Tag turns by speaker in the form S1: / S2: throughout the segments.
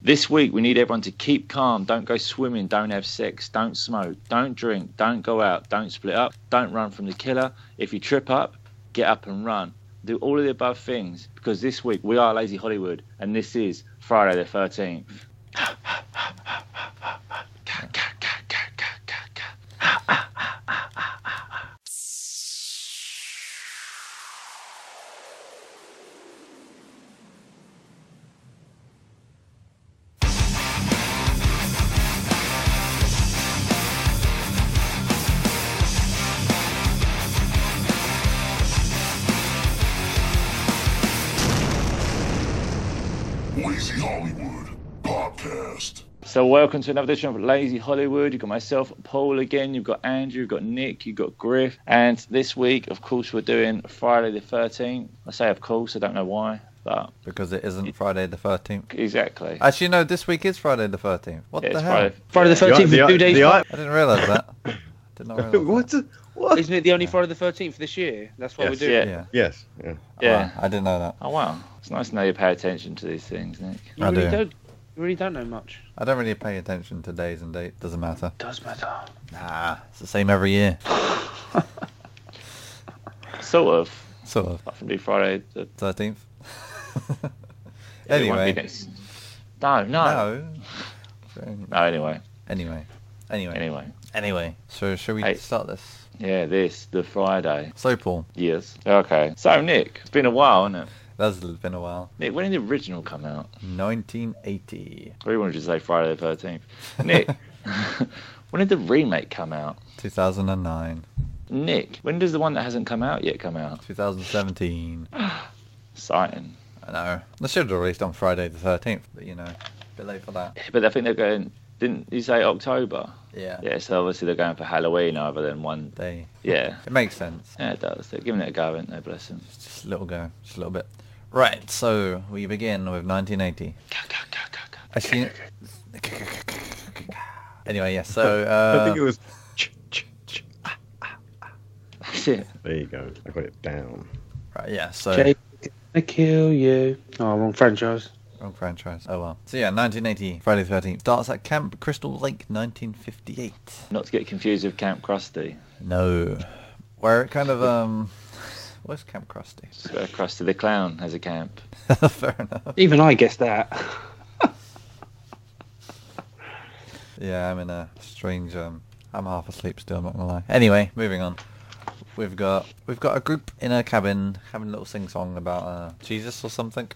S1: This week, we need everyone to keep calm. Don't go swimming. Don't have sex. Don't smoke. Don't drink. Don't go out. Don't split up. Don't run from the killer. If you trip up, get up and run. Do all of the above things because this week we are Lazy Hollywood and this is Friday the 13th.
S2: Lazy Hollywood Podcast.
S1: So, welcome to another edition of Lazy Hollywood. You've got myself, Paul, again. You've got Andrew, you've got Nick, you've got Griff. And this week, of course, we're doing Friday the 13th. I say, of course, I don't know why, but
S3: Because it isn't Friday the 13th.
S1: exactly.
S3: Actually, no, this week is Friday the 13th. What
S1: Yeah,
S3: the
S1: it's
S3: hell?
S1: Friday.
S4: Friday the
S5: The
S4: thirteenth,
S5: i-
S4: two days.
S5: the i-
S3: I didn't realise that. Did not realise
S5: what?
S3: That.
S5: the- What?
S4: Isn't it the only Friday the thirteenth this year? That's why
S5: Yes.
S4: we do.
S1: Yeah.
S4: it.
S3: Yeah.
S5: Yes. Yeah.
S1: Yeah.
S3: Wow, I didn't know that.
S1: Oh, wow. It's nice to know you pay attention to these things, Nick.
S4: You
S3: I
S4: really
S3: do.
S4: not You really don't know much.
S3: I don't really pay attention to days and dates. Doesn't matter.
S4: Does matter.
S3: Nah, it's the same every year.
S1: Sort of.
S3: Sort of.
S1: Apart from do Friday the
S3: 13th.
S1: It won't be
S3: anyway.
S1: next- No, no,
S3: No.
S1: no. Anyway,
S3: Anyway. Anyway.
S1: anyway,
S3: Anyway. So, shall we
S1: Hey.
S3: start this?
S1: yeah, this the Friday.
S3: So, Paul,
S1: Yes. Okay. So Nick, it's been a while, hasn't it?
S3: that's been a while.
S1: Nick, when did the original come out?
S3: 1980.
S1: I really wanted to say Friday the Thirteenth. Nick, when did the remake come out?
S3: 2009.
S1: Nick, when does the one that hasn't come out yet come out?
S3: 2017.
S1: Exciting.
S3: I know. They should have released on Friday the 13th, but you know, a bit late for that.
S1: But I think they're going. Didn't you say October?
S3: Yeah.
S1: Yeah. So obviously they're going for Halloween rather than one.
S3: They.
S1: Yeah.
S3: It makes sense.
S1: Yeah, it does. They're giving it a go, aren't they? Bless them.
S3: It's just a little go, just a little bit. Right. So we begin with 1980. Actually. Anyway, yeah. So
S5: I think it
S3: uh,
S5: was. ch- ch- ch-
S1: Yeah.
S5: There you go. I got it down.
S3: right, yeah. So
S4: Jake, I kill you. Oh, wrong franchise.
S3: wrong franchise. Oh well. So yeah, 1980. Friday the 13th starts at Camp Crystal Lake, 1958.
S1: Not to get confused with Camp Krusty.
S3: No. Where it kind of um. Where's Camp Krusty?
S1: It's where Krusty the Clown has a camp.
S3: Fair enough.
S4: Even I guessed that.
S3: Yeah, I'm in a strange. Um, I'm half asleep still. I'm not gonna lie. Anyway, moving on. We've got we've got a group in a cabin having a little sing song about uh, Jesus or something.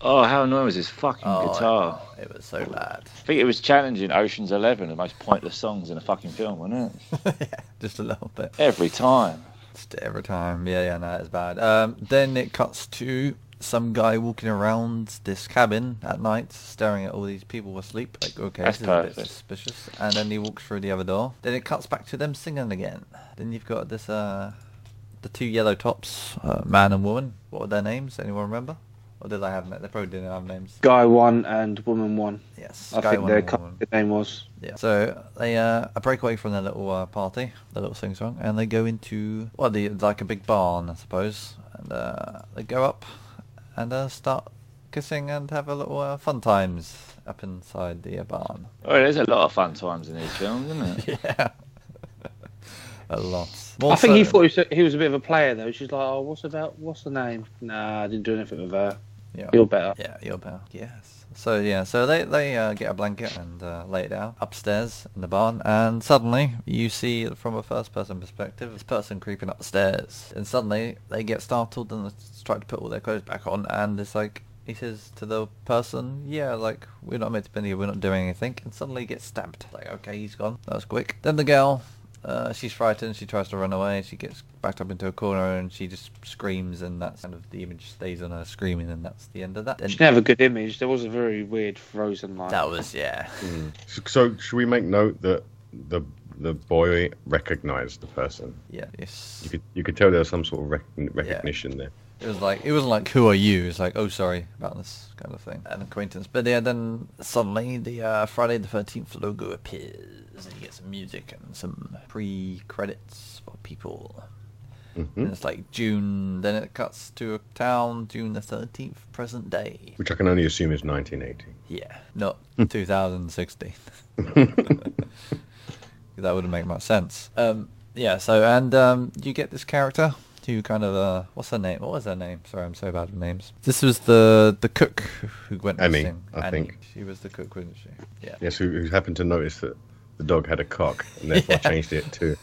S1: Oh, how annoying was his fucking
S3: Oh,
S1: guitar?
S3: It, it was so bad.
S1: I think it was challenging Ocean's Eleven, the most pointless songs in a fucking film, wasn't it?
S3: yeah, just a little bit.
S1: Every time.
S3: Just every time. Yeah, yeah, no, it's bad. Um, then it cuts to some guy walking around this cabin at night, staring at all these people asleep. Like, okay,
S1: That's
S3: this is a bit
S1: perfect.
S3: suspicious. And then he walks through the other door. Then it cuts back to them singing again. Then you've got this, uh, the two yellow tops, uh, man and woman. What were their names? Anyone remember? Or did they have? na- They probably didn't have names.
S4: Guy one and woman one.
S3: Yes,
S4: I
S3: guy
S4: think
S3: one,
S4: their
S3: and woman.
S4: the name was.
S3: Yeah. So they uh, break away from their little uh, party, their little sing song, and they go into well, the like a big barn, I suppose. And uh, they go up and uh, start kissing and have a little uh, fun times up inside the uh, barn.
S1: Oh, there's a lot of fun times in these films, isn't it?
S3: Yeah. a lot.
S4: I think he
S3: so-
S4: thought he was, he was a bit of a player though. She's like, oh, what's about? What's the name? Nah, I didn't do anything with her.
S3: Yeah.
S4: You're better.
S3: Yeah, your pal. Yes. So yeah, so they they uh, get a blanket and uh, lay it down upstairs in the barn, and suddenly you see from a first-person perspective this person creeping up the stairs, and suddenly they get startled and s- try to put all their clothes back on, and it's like he says to the person, "Yeah, like we're not meant to be here, we're not doing anything," and suddenly he gets stabbed. Like, okay, he's gone. That was quick. Then the girl. Uh, she's frightened. She tries to run away. She gets backed up into a corner and she just screams, and that's kind of the image stays on her screaming, and that's the end of that.
S4: She
S3: Then-
S4: didn't have a good image. There was a very weird frozen line.
S3: that was yeah.
S5: So should we make note that the the boy recognized the person?
S3: Yeah.
S5: You
S3: Yes.
S5: could you could tell there was some sort of rec- recognition there.
S3: It was like it wasn't like who are you? It's like oh sorry about this kind of thing, an acquaintance. But yeah, then suddenly the uh, Friday the Thirteenth logo appears, and you get some music and some pre-credits for people.
S5: hmm
S3: And it's like June. Then it cuts to a town, June the Thirteenth, present day.
S5: Which I can only assume is 1980.
S3: Yeah. Not
S5: Hmm.
S3: 2016. that wouldn't make much sense. Um, yeah, so, and um, you get this character who kind of, uh, what's her name? What was her name? Sorry, I'm so bad with names. This was the the cook who went
S5: Emmy,
S3: missing.
S5: I
S3: Annie.
S5: think.
S3: She was the cook, wasn't she? Yeah.
S5: Yes, who, who happened to notice that the dog had a cock and therefore changed it to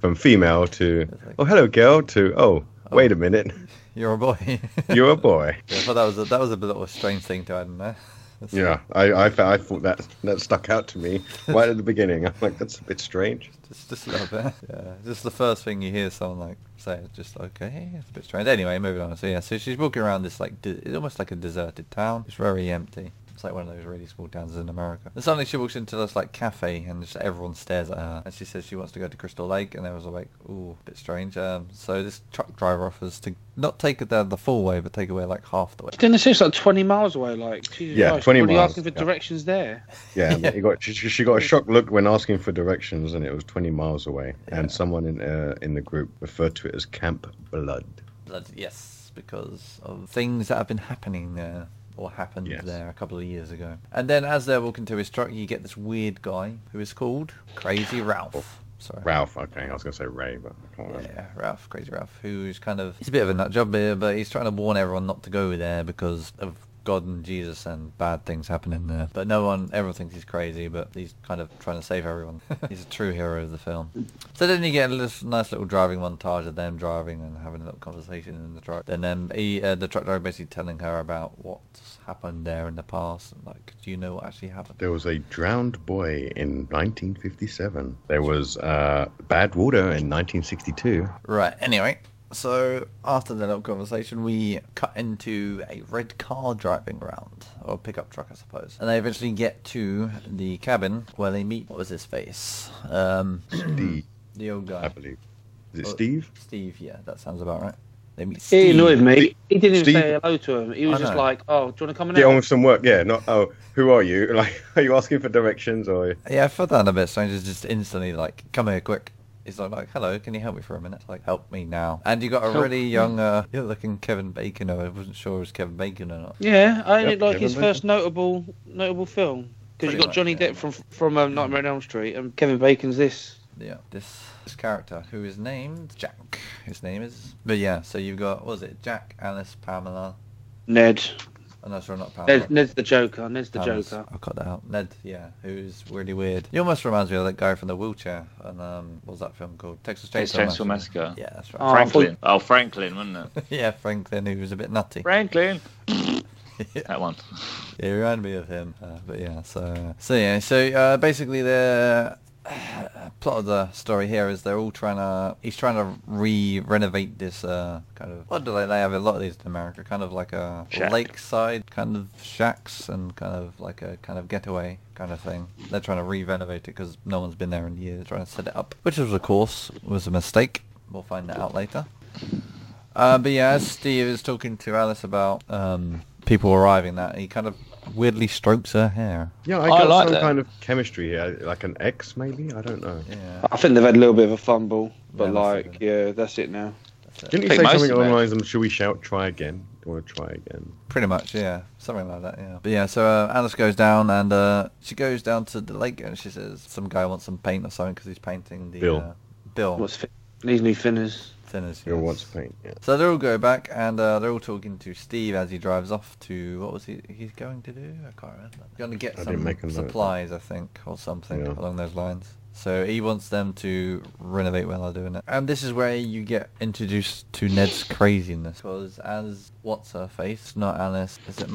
S5: from female to oh hello girl to oh, wait a minute
S3: You're a boy.
S5: you're a boy.
S3: Yeah, I thought that was a, that was a little strange thing to add in there. That's-
S5: Yeah, I I, fe- I thought that that stuck out to me right at the beginning. I'm like that's a bit strange.
S3: Just, just a little bit. Yeah, just the first thing you hear someone like say, it's just okay, it's a bit strange. Anyway, moving on. So yeah, so she's walking around this like, de- it's almost like a deserted town. It's very empty. It's like one of those really small towns in America. And suddenly she walks into this like cafe and just everyone stares at her. And she says she wants to go to Crystal Lake, and everyone's like, ooh, bit strange. Um, so this truck driver offers to not take her down the full way, but take away like half the way.
S4: Then it's just like 20 miles away, like, Jesus
S5: Yeah,
S4: Christ,
S5: 20
S4: probably
S5: miles,
S4: asking for
S5: yeah.
S4: directions there.
S5: Yeah, and It got, she, she she got a shocked look when asking for directions, and it was 20 miles away. And someone in uh, in the group referred to it as Camp Blood.
S3: Blood, yes, because of things that have been happening there or happened
S5: Yes.
S3: there a couple of years ago. And then as they're walking to his truck, you get this weird guy who is called Crazy Ralph. Sorry.
S5: Ralph, okay, I was gonna say Ray, but I can't remember.
S3: Yeah, Ralph, Crazy Ralph, who's kind of he's a bit of a nut job here, but he's trying to warn everyone not to go there because of God and Jesus and bad things happening there. But no one, everyone thinks he's crazy, but he's kind of trying to save everyone. he's a true hero of the film. So then you get a little, nice little driving montage of them driving and having a little conversation in the truck. Then um, he, uh, the truck driver basically telling her about what's happened there in the past. And like, do you know what actually happened?
S5: There was a drowned boy in 1957. There was uh, bad water in 1962.
S3: Right, anyway. So after the little conversation, we cut into a red car driving round, or pickup truck, I suppose. And they eventually get to the cabin where they meet, what was his face? Um,
S5: Steve,
S3: the old
S5: I
S3: guy.
S5: believe. Is it
S3: Oh,
S5: Steve?
S3: Steve, yeah, that sounds about right. They meet
S4: He
S3: Steve.
S4: annoyed me. He didn't even
S5: Steve-
S4: say hello to him. He was
S3: I
S4: just
S3: know.
S4: like, oh, do you want to come in?
S5: Get
S4: now?"
S5: on with some work. Yeah. Not. Oh, who are you? Like, are you asking for directions or?
S3: Yeah, I felt that a bit strange. It's just instantly like, come here quick. He's like, like, hello, can you help me for a minute? Like, help me now. And you got a
S1: Help
S3: really young, uh, looking Kevin Bacon. I wasn't sure it was Kevin Bacon or not.
S4: Yeah, I only
S5: Yep,
S4: like his
S5: Kevin
S4: first notable notable film. Because
S3: Pretty
S4: you got
S3: much,
S4: Johnny
S3: yeah.
S4: Depp from from um, Nightmare on Elm Street and Kevin Bacon's this.
S3: yeah, this, this character who is named Jack. His name is. But yeah, so you've got what was it Jack, Alice, Pamela?
S4: Ned.
S3: Oh no, sorry, not Pamela.
S4: Ned Ned's the Joker. Ned's the
S3: Pamela's-
S4: Joker.
S3: I cut that out. Ned, yeah, who's really weird. He almost reminds me of that guy from the wheelchair. And um, what was that film called? Texas
S1: Texas
S3: Chainsaw,
S1: Chainsaw Massacre.
S3: Yeah, that's
S4: Oh,
S3: right.
S4: I thought-
S1: Franklin. Oh, Franklin, wasn't it?
S3: yeah, Franklin, who was a bit nutty.
S1: Franklin. that one.
S3: Yeah, it reminded me of him. Uh, but yeah, so so yeah, so uh, basically the plot of the story here is they're all trying to he's trying to re-renovate this uh, kind of what do they they have a lot of these in America kind of like a
S1: Shack.
S3: lakeside kind of shacks and kind of like a kind of getaway kind of thing. They're trying to re-renovate it because no one's been there in years trying to set it up, which was of course was a mistake. We'll find that out later. Uh, but yeah, as Steve is talking to Alice about um, people arriving, that he kind of weirdly strokes her hair.
S5: Yeah, Oh, I
S1: I
S5: got
S1: like
S5: some
S1: that.
S5: kind of chemistry here, like an X maybe. I don't know.
S3: Yeah,
S4: I think they've had a little bit of a fumble, but
S3: Yeah, that's
S4: like,
S3: it.
S4: yeah, that's it now.
S5: Didn't
S1: Take
S5: you say
S1: most
S5: something
S1: of
S5: along the
S1: it.
S5: lines of "Should we shout? Try again? Do you want to try again?"
S3: pretty much. Yeah, something like that. Yeah. But yeah, so uh, Alice goes down and uh, she goes down to the lake and she says some guy wants some paint or something because he's painting the
S5: Bill.
S3: Uh, Bill.
S4: What's fi- these new thinners?
S3: thinners,
S5: Bill
S3: yes.
S5: wants paint. Yeah.
S3: So they all go back and uh, they're all talking to Steve as he drives off to what was he he's going to do? I can't remember. Going to get
S5: I didn't make a
S3: some
S5: note.
S3: supplies, I think, or something
S5: Yeah.
S3: along those lines. So he wants them to renovate while they're doing it. And this is where you get introduced to Ned's craziness. Because as what's her face, not Alice, is it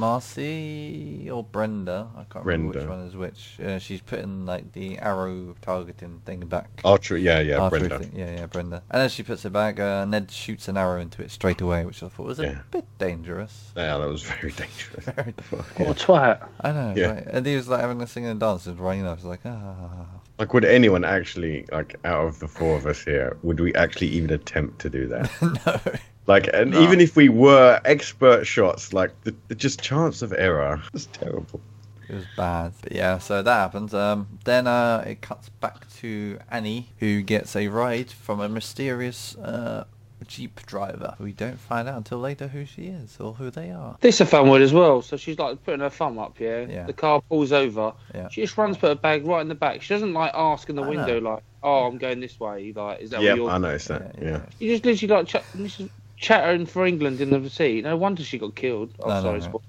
S3: Marcy or Brenda? I can't remember which
S5: Brenda.
S3: one is which. Uh, she's putting like the arrow targeting thing back.
S5: Archery. Yeah, yeah.
S3: Archery
S5: Brenda.
S3: thing. Yeah, yeah, Brenda. And as she puts it back, uh, Ned shoots an arrow into it straight away, which I thought was
S5: Yeah.
S3: a bit dangerous.
S5: Yeah, that was very dangerous.
S3: Very-
S4: What a Oh, twat.
S3: I know,
S5: Yeah.
S3: right? And he was like having a sing and dance with Raina. I was like, ah.
S5: Like, would anyone actually, like, out of the four of us here, would we actually even attempt to do that?
S3: no.
S5: Like, and
S1: No.
S5: even if we were expert shots, like, the, the just chance of error was terrible.
S3: It was bad. But yeah, so that happens. Um, then uh, it cuts back to Annie, who gets a ride from a mysterious uh, Jeep driver. We don't find out until later who she is or who they are.
S4: This is a fun one as well. So she's like putting her thumb up, yeah.
S3: Yeah.
S4: The car pulls over.
S3: Yeah.
S4: She just runs, put her bag right in the back. She doesn't like ask in the
S3: I
S4: window, like, "Oh, I'm going this way." Like, is that
S5: Yep,
S4: what you're?
S5: I noticed that. Yeah.
S4: You just literally like ch- this is chattering for England in the sea. No wonder she got killed. Oh,
S3: No, no,
S4: sorry.
S3: no.
S4: spo-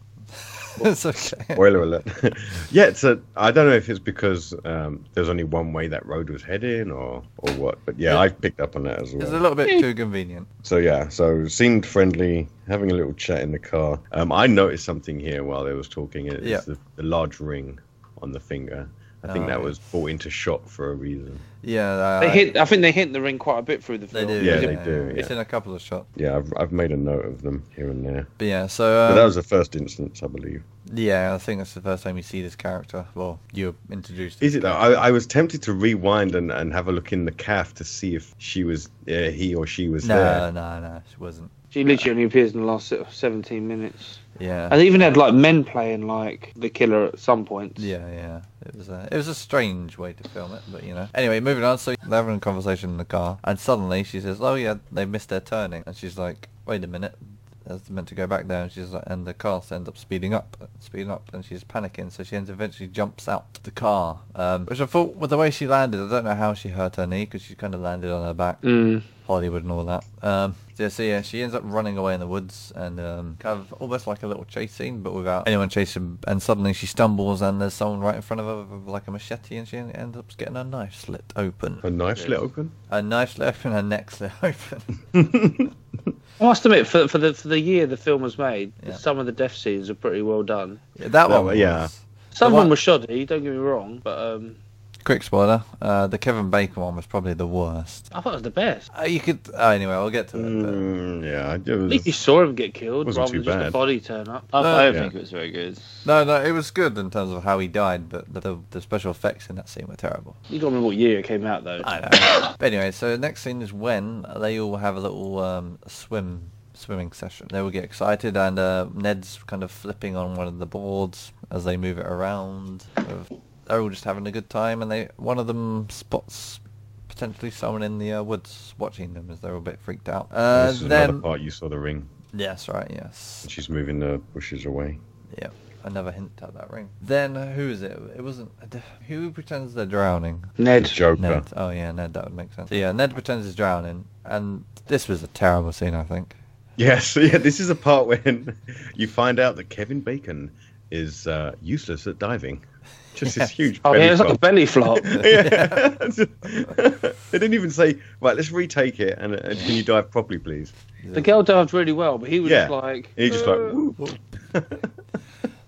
S3: it's okay.
S5: Spoiler alert. yeah, it's a, I don't know if it's because um, there's only one way that road was heading or, or what, but yeah, I picked up on that as
S3: It's
S5: well.
S3: a little bit too convenient.
S5: So yeah, so seemed friendly, having a little chat in the car. Um, I noticed something here while they was talking. It's
S3: Yeah.
S5: the, the large ring on the finger. I think
S3: Oh,
S5: that
S3: yeah.
S5: was brought into shot for a reason.
S3: Yeah, uh,
S4: They hit. I think they hit the ring quite a bit through the
S3: They
S4: film.
S3: do.
S5: Yeah,
S4: Is
S5: they
S4: it-
S5: do,
S3: It's in a couple of shots.
S5: Yeah, I've, I've made a note of them here and there.
S3: But yeah, so um,
S5: But that was the first instance, I believe.
S3: yeah, I think that's the first time you see this character. Well, you're introduced.
S5: Is it though? I, I was tempted to rewind and, and have a look in the calf to see if she was, uh, he or she was
S3: No,
S5: there.
S3: no, no, she wasn't.
S4: She literally only appears in the last sort of 17 minutes.
S3: Yeah,
S4: And they even had like men playing like the killer at some point.
S3: yeah, yeah. It was a, it was a strange way to film it, but you know. Anyway, moving on. So they're having a conversation in the car, and suddenly she says, "Oh yeah, they missed their turning," and she's like, "Wait a minute." That's meant to go back there, and she's like, and the car ends up speeding up, speeding up, and she's panicking. So she ends eventually jumps out the car, um, which I thought, with the way she landed, I don't know how she hurt her knee because she kind of landed on her back.
S4: Mm.
S3: Hollywood and all that. Um, so, so yeah, she ends up running away in the woods and um, kind of almost like a little chase scene, but without anyone chasing. And suddenly she stumbles and there's someone right in front of her with like a machete, and she ends up getting her knife slit open.
S5: A knife slit open?
S3: Her knife slit open, her neck slit open.
S4: I must admit, for for the for the year the film was made,
S3: Yeah.
S4: some of the death scenes are pretty well done.
S3: Yeah, that one,
S5: one,
S3: was.
S5: yeah.
S3: The
S4: Some of
S3: one-
S4: them were shoddy. Don't get me wrong, but um,
S3: Quick spoiler: uh, the Kevin Bacon one was probably the worst.
S4: I thought it was the best.
S3: Uh, you could oh, anyway, we'll get to it. but-
S5: Mm, yeah, it
S4: At least you
S5: was,
S4: saw him get killed
S5: Wasn't
S4: rather
S5: too
S4: than just
S5: bad.
S4: the body turn up.
S1: I, I don't
S5: Yeah.
S1: think it was very good.
S3: No, no, it was good in terms of how he died, but the, the, the special effects in that scene were terrible.
S4: You got to remember what year it came out though.
S3: I know. but anyway, so the next scene is when they all have a little um, swim swimming session. They all get excited, and uh, Ned's kind of flipping on one of the boards as they move it around. They're all just having a good time, and they one of them spots potentially someone in the uh, woods watching them as they're all a bit freaked out. Uh,
S5: this is another
S3: then
S5: part you saw the ring.
S3: yes, right, yes,
S5: She's moving the bushes away.
S3: yeah. Another hint at that ring. Then uh, who is it? It wasn't. uh, Who pretends they're drowning?
S5: The
S4: Ned.
S5: Joker.
S3: Ned. Oh yeah, Ned. That would make sense. So, yeah, Ned pretends he's drowning, and this was a terrible scene. I think.
S5: Yes, yeah, this is a part when you find out that Kevin Bacon is uh, useless at diving. Just this huge.
S4: Oh yeah,
S5: belly
S4: it's like a
S5: flop.
S4: belly flop.
S5: yeah. they didn't even say, right, let's retake it and, and can you dive properly, please?
S4: the girl dived really well, but he was
S5: Yeah.
S4: like,
S5: And he just like,
S4: "Uh."
S5: whoop.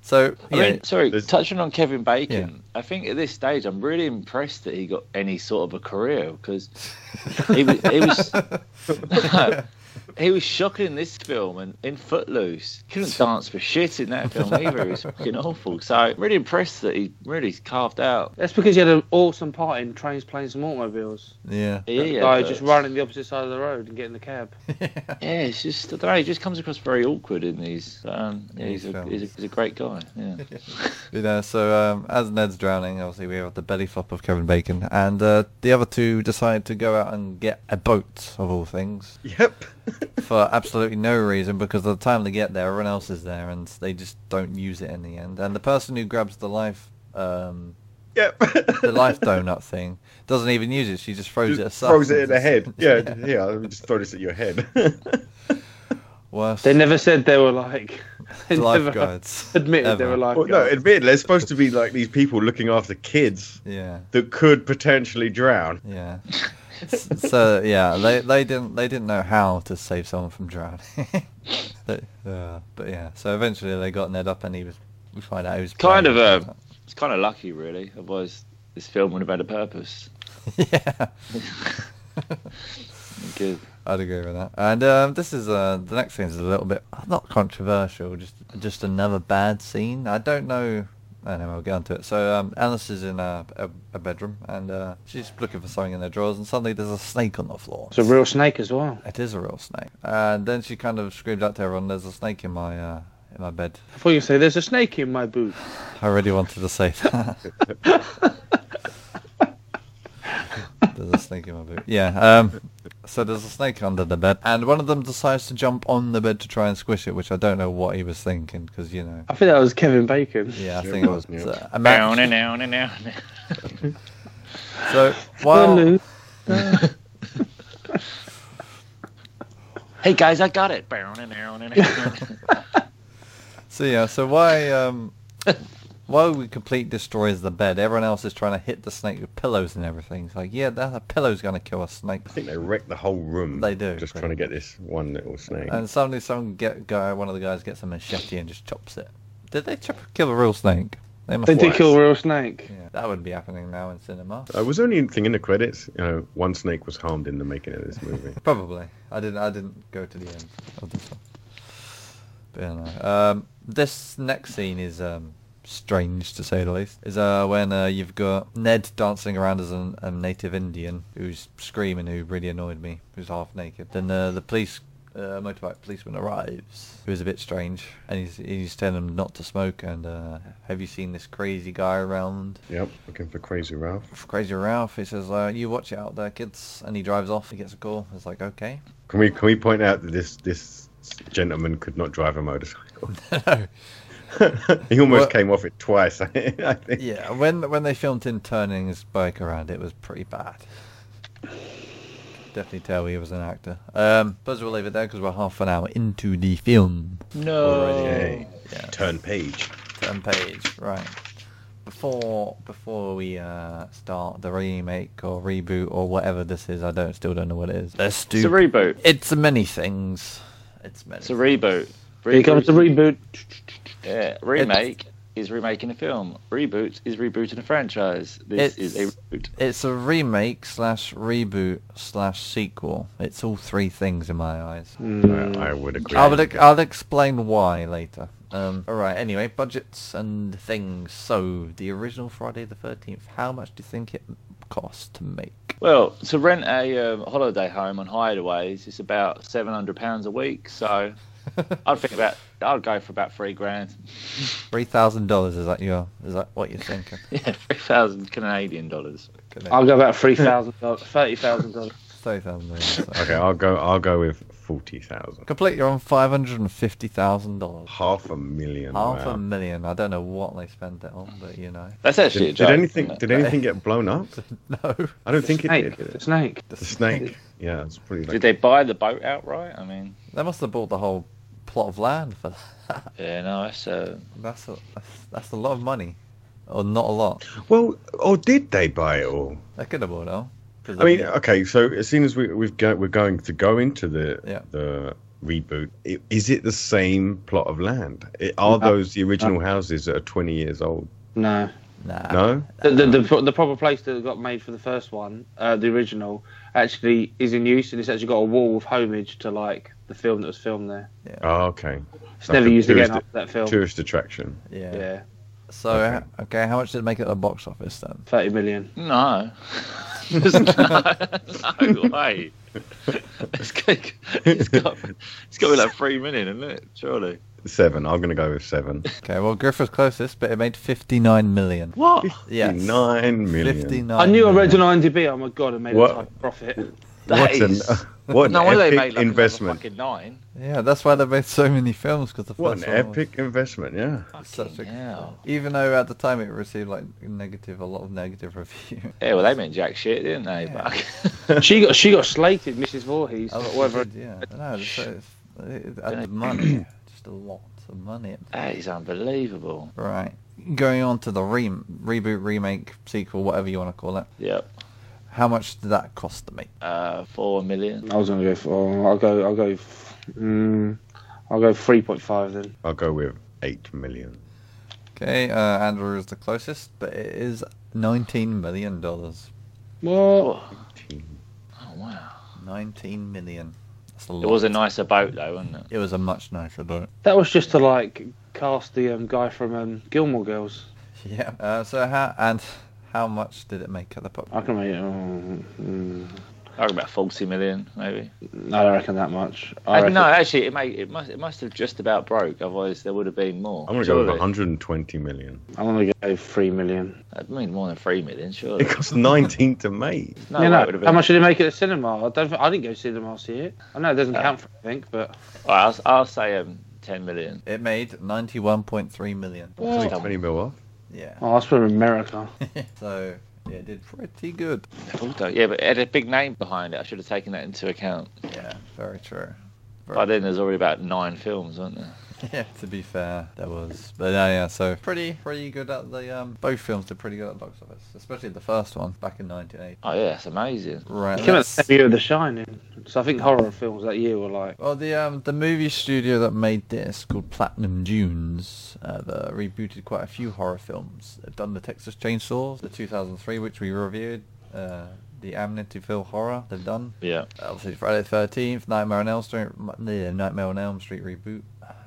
S3: So
S1: I
S3: yeah,
S1: mean, sorry,
S5: There's-
S1: touching on Kevin Bacon, I think at this stage I'm really impressed that he got any sort of a career because he was he was, he was shocking in this film and in Footloose. Couldn't dance for shit in that film either. It was fucking awful. So I'm really impressed that he really carved out.
S4: That's because he had an awesome part in Trains, Planes, and Automobiles.
S3: yeah.
S1: Yeah,
S4: like
S1: but-
S4: just running the opposite side of the road and getting the cab.
S1: Yeah, it's just I don't know. He just comes across very awkward in these. Um, yeah,
S3: These
S1: he's, a,
S3: films.
S1: he's, a, he's a great guy. Yeah.
S3: You know, so um, as Ned's drowning, obviously we have the belly flop of Kevin Bacon, and uh, the other two decide to go out and get a boat of all things
S5: yep.
S3: for absolutely no reason because by the time they get there, everyone else is there, and they just don't use it in the end. And the person who grabs the life, um,
S5: Yep.
S3: the life donut thing, doesn't even use it. She just throws it
S5: just
S3: aside.
S5: throws it in the head. Yeah, yeah, I'll just throw this at your head.
S3: Worse.
S4: They never said they were like. They never
S3: lifeguards.
S4: admitted they
S3: ever.
S4: were like.
S5: well, no, admit, they're supposed to be like these people looking after kids
S3: Yeah,
S5: that could potentially drown.
S3: yeah. S- so yeah, they they didn't they didn't know how to save someone from drowning. They- uh, but yeah, so eventually they got Ned up, and he was. We find out he was
S1: Kind
S3: playing-
S1: of a- It's kind of lucky, really. Otherwise, this film would have had a purpose.
S3: yeah.
S1: Good.
S3: I'd agree with that. And um, this is uh, the next scene is a little bit not controversial, just just another bad scene. I don't know. I don't know. I'll get onto it. So um, Alice is in a, a, a bedroom and uh, she's looking for something in their drawers, and suddenly there's a snake on the floor.
S4: It's a real snake as well.
S3: It is a real snake. And then she kind of screamed out to everyone, "There's a snake in my uh, in my bed."
S4: I thought you say there's a snake in my boot.
S3: I really wanted to say that. There's a snake in my boot. Yeah. Um, So there's a snake under the bed, and one of them decides to jump on the bed to try and squish it, which I don't know what he was thinking, because you know.
S4: I think that was Kevin Bacon.
S3: Yeah, I
S5: Sure
S3: think it was.
S5: was, yeah.
S3: uh, a
S1: Down
S3: match.
S1: and down and down.
S3: So while
S4: Hello.
S1: Hey guys, I got it. Down and down and down.
S3: so yeah, so why um while we complete destroys the bed, everyone else is trying to hit the snake with pillows and everything. It's like, yeah, that a pillow's gonna kill a snake.
S5: I think they wrecked the whole room.
S3: They do, Oh,
S5: Just
S3: right.
S5: trying to get this one little snake.
S3: And suddenly some get guy one of the guys gets a machete and just chops it. Did they chop kill a real snake? They must
S4: They did
S5: Twice.
S4: kill a real snake.
S3: yeah, that wouldn't be happening now in cinema.
S5: I Uh, was only thinking the credits. You know, one snake was harmed in the making of this movie.
S3: Probably. I didn't. I didn't go to the end of this one. But yeah, no. um, this next scene is um, strange to say the least. Is uh, when uh, you've got Ned dancing around as an, a native Indian who's screaming, who really annoyed me, who's half naked. Then uh, the police. Uh, motorbike policeman arrives, who is a bit strange, and he's he's telling them not to smoke. And uh, have you seen this crazy guy around?
S5: yep, looking for Crazy Ralph.
S3: Crazy Ralph. He says, uh, "You watch it out there, kids." And he drives off. He gets a call. It's like, okay,
S5: Can we can we point out that this this gentleman could not drive a motorcycle? he almost
S3: Well-
S5: came off it twice. I think.
S3: Yeah, when when they filmed him turning his bike around, it was pretty bad. Definitely tell he was an actor. Um, but we'll leave it there because we're half an hour into the film.
S1: no.
S5: Alright, yeah. Turn page.
S3: Turn page, right? Before before we uh, start the remake or reboot or whatever this is, I don't still don't know what it is. Let's do.
S1: It's a reboot.
S3: it's many things. It's many.
S1: It's a reboot.
S4: Here comes the
S1: Reboot-
S4: reboot.
S1: yeah, remake is remaking a film. Reboot is rebooting a franchise. This
S3: It's-
S1: is a reboot.
S3: It's a remake slash reboot slash sequel. It's all three things in my eyes.
S5: I, I would agree.
S3: I'll, ex- I'll explain why later. Um, all right. Anyway, budgets and things. So the original Friday the Thirteenth. How much do you think it cost to make?
S1: Well, to rent a um, holiday home on hideaways is about seven hundred pounds a week. So I'd think about I'd go for about three grand.
S3: Three thousand dollars. Is that your? Is that what you're thinking?
S1: Yeah, three thousand Canadian dollars.
S4: I'll go about three thousand dollars, thirty thousand dollars.
S3: Thirty thousand dollars.
S5: Okay, I'll go. I'll go with forty thousand.
S3: Complete. You're on five hundred and fifty thousand dollars.
S5: Half a million.
S3: Half
S5: wow.
S3: a million. I don't know what they spent it on, but you know.
S1: That's actually
S5: Did,
S1: a joke.
S5: did anything?
S1: isn't it?
S5: Did anything get blown up?
S3: No.
S5: I don't think it
S4: Snake,
S5: did.
S4: the snake.
S5: The snake. Yeah, it's pretty.
S1: Did
S5: Like,
S1: they buy the boat outright? I mean,
S3: They must have bought the whole plot of land for that.
S1: yeah, no, that's uh,
S3: That's a that's, that's a lot of money, or not a lot.
S5: well, or did they buy it all?
S3: They could have bought it all. 'Cause
S5: I mean, uh, okay. So as soon as we we've go, we're going to go into the
S3: Yeah.
S5: the reboot, i- is it the same plot of land? I- Are
S1: uh,
S4: No.
S5: those the original houses that are twenty years old?
S4: No,
S3: nah.
S1: uh,
S5: No.
S4: the, the, the the proper place that got made for the first one, uh, the original, actually is in use, and it's actually got a wall with homage to like the film that was filmed there.
S5: Oh, okay.
S4: It's
S5: Like
S4: never
S5: a
S4: used
S5: tourist-
S4: again after that film.
S5: Tourist attraction.
S3: Yeah.
S4: Yeah,
S3: So okay. how much did it make at the box office then?
S4: thirty million.
S1: no. There's no, no way. It's got, it's got, it's got to be like three million, isn't it? Surely.
S5: Seven. I'm gonna go with seven.
S3: Okay, well Griff was closest, but it made fifty nine million.
S1: What?
S3: Yes.
S5: Nine million.
S3: Fifty nine.
S4: I knew I read on IMDb. Oh my god, I made
S5: What?
S4: a type of profit.
S1: That
S5: What
S1: is.
S5: an what an
S1: no wonder they
S5: epic
S1: made like investment.
S5: investment.
S1: Fucking nine.
S3: Yeah, that's why they made so many films because the
S5: What
S3: first
S5: an
S3: one was
S5: epic investment. Yeah.
S3: such a-
S1: Fucking hell.
S3: Even though at the time it received like negative, a lot of negative review.
S1: Yeah, well, they meant jack shit, didn't they?
S3: Yeah.
S4: she got she got slated, Mrs. Voorhees,
S3: Oh,
S4: or
S3: it
S4: whatever.
S3: did, Yeah. No, it's, it's, it, and the money, just a lot of money.
S1: But that is unbelievable.
S3: Right. Going on to the re- reboot, remake, sequel, whatever you want to call it.
S1: Yep.
S3: How much did that cost to make?
S1: Uh, four million.
S4: I was gonna go for. oh, I'll go. I'll go. f- Mm, I'll go three point five then.
S5: I'll go with eight million.
S3: Okay, uh, Andrew is the closest, but it is nineteen million dollars.
S4: What?
S1: Oh wow.
S3: 19 million. That's a
S1: It
S3: lot.
S1: was a nicer boat though, wasn't it?
S3: It was a much nicer boat.
S4: That was just to like cast the um, guy from um, Gilmore Girls.
S3: Yeah. Uh, so how and how much did it make at the pop?
S4: I can make it. Oh, mm.
S1: I reckon about forty million, maybe.
S4: I don't reckon that much. I
S1: Uh,
S4: reckon,
S1: no, actually, it may, it must it must have just about broke. Otherwise, there would have been more.
S5: I'm gonna go with
S1: surely.
S5: 120 million.
S4: I'm gonna go three million.
S1: I'd mean more than three million, surely.
S5: It costs 19 to make.
S1: No,
S4: Yeah,
S1: way
S4: no,
S1: it would have been.
S4: How much did it make at the cinema? I don't. Think, I didn't go to cinema see it. I know it doesn't count for anything, but
S1: All right, I'll, I'll say um, ten million.
S3: It made 91.3 million.
S5: Only
S1: Well,
S5: 20 mil off.
S3: Yeah.
S4: oh, that's from America.
S3: so yeah, it did pretty good.
S1: Although, yeah, but it had a big name behind it. I should have taken that into account.
S3: Yeah, very true.
S1: By then, there's already about nine films, weren't there?
S3: Yeah, to be fair, there was. But yeah, yeah, so pretty, pretty good at the um. Both films did pretty good at the box office, especially the first one back in 1980.
S1: Oh yeah, that's amazing.
S3: Right.
S4: It came out the
S3: let's-
S4: same year of The Shining, so I think horror films that year were like
S3: Well, the um, the movie studio that made this called Platinum Dunes, uh, they rebooted quite a few horror films. They've done the Texas Chainsaws, the 2003, which we reviewed, uh, the Amityville Horror. They've done
S1: Yeah.
S3: obviously Friday the 13th, Nightmare on Elm Street, m- the uh, Nightmare on Elm Street reboot.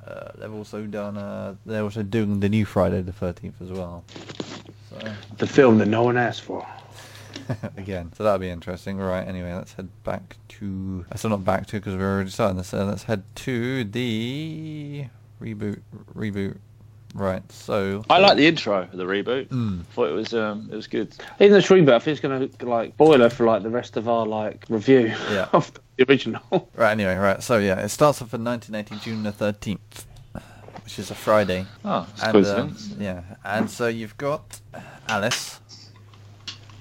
S3: Uh, they've also done. Uh, they're also doing the new Friday the 13th as well. So
S4: the film that no one asked for.
S3: again, so that'll be interesting. Right. Anyway, let's head back to. I still not back to because we're already starting this. Uh, let's head to the reboot. Reboot. Right. So
S1: I like the intro of the reboot.
S3: Mm.
S1: Thought it was um, it was good.
S4: Even this reboot, I think it's gonna like boiler for like the rest of our like review
S3: Yeah.
S4: of the original.
S3: right. Anyway. Right. So yeah, it starts off in 1980, June the 13th, which is a Friday.
S1: Oh, it's
S3: And, um,
S1: coincidence.
S3: yeah, and so you've got Alice,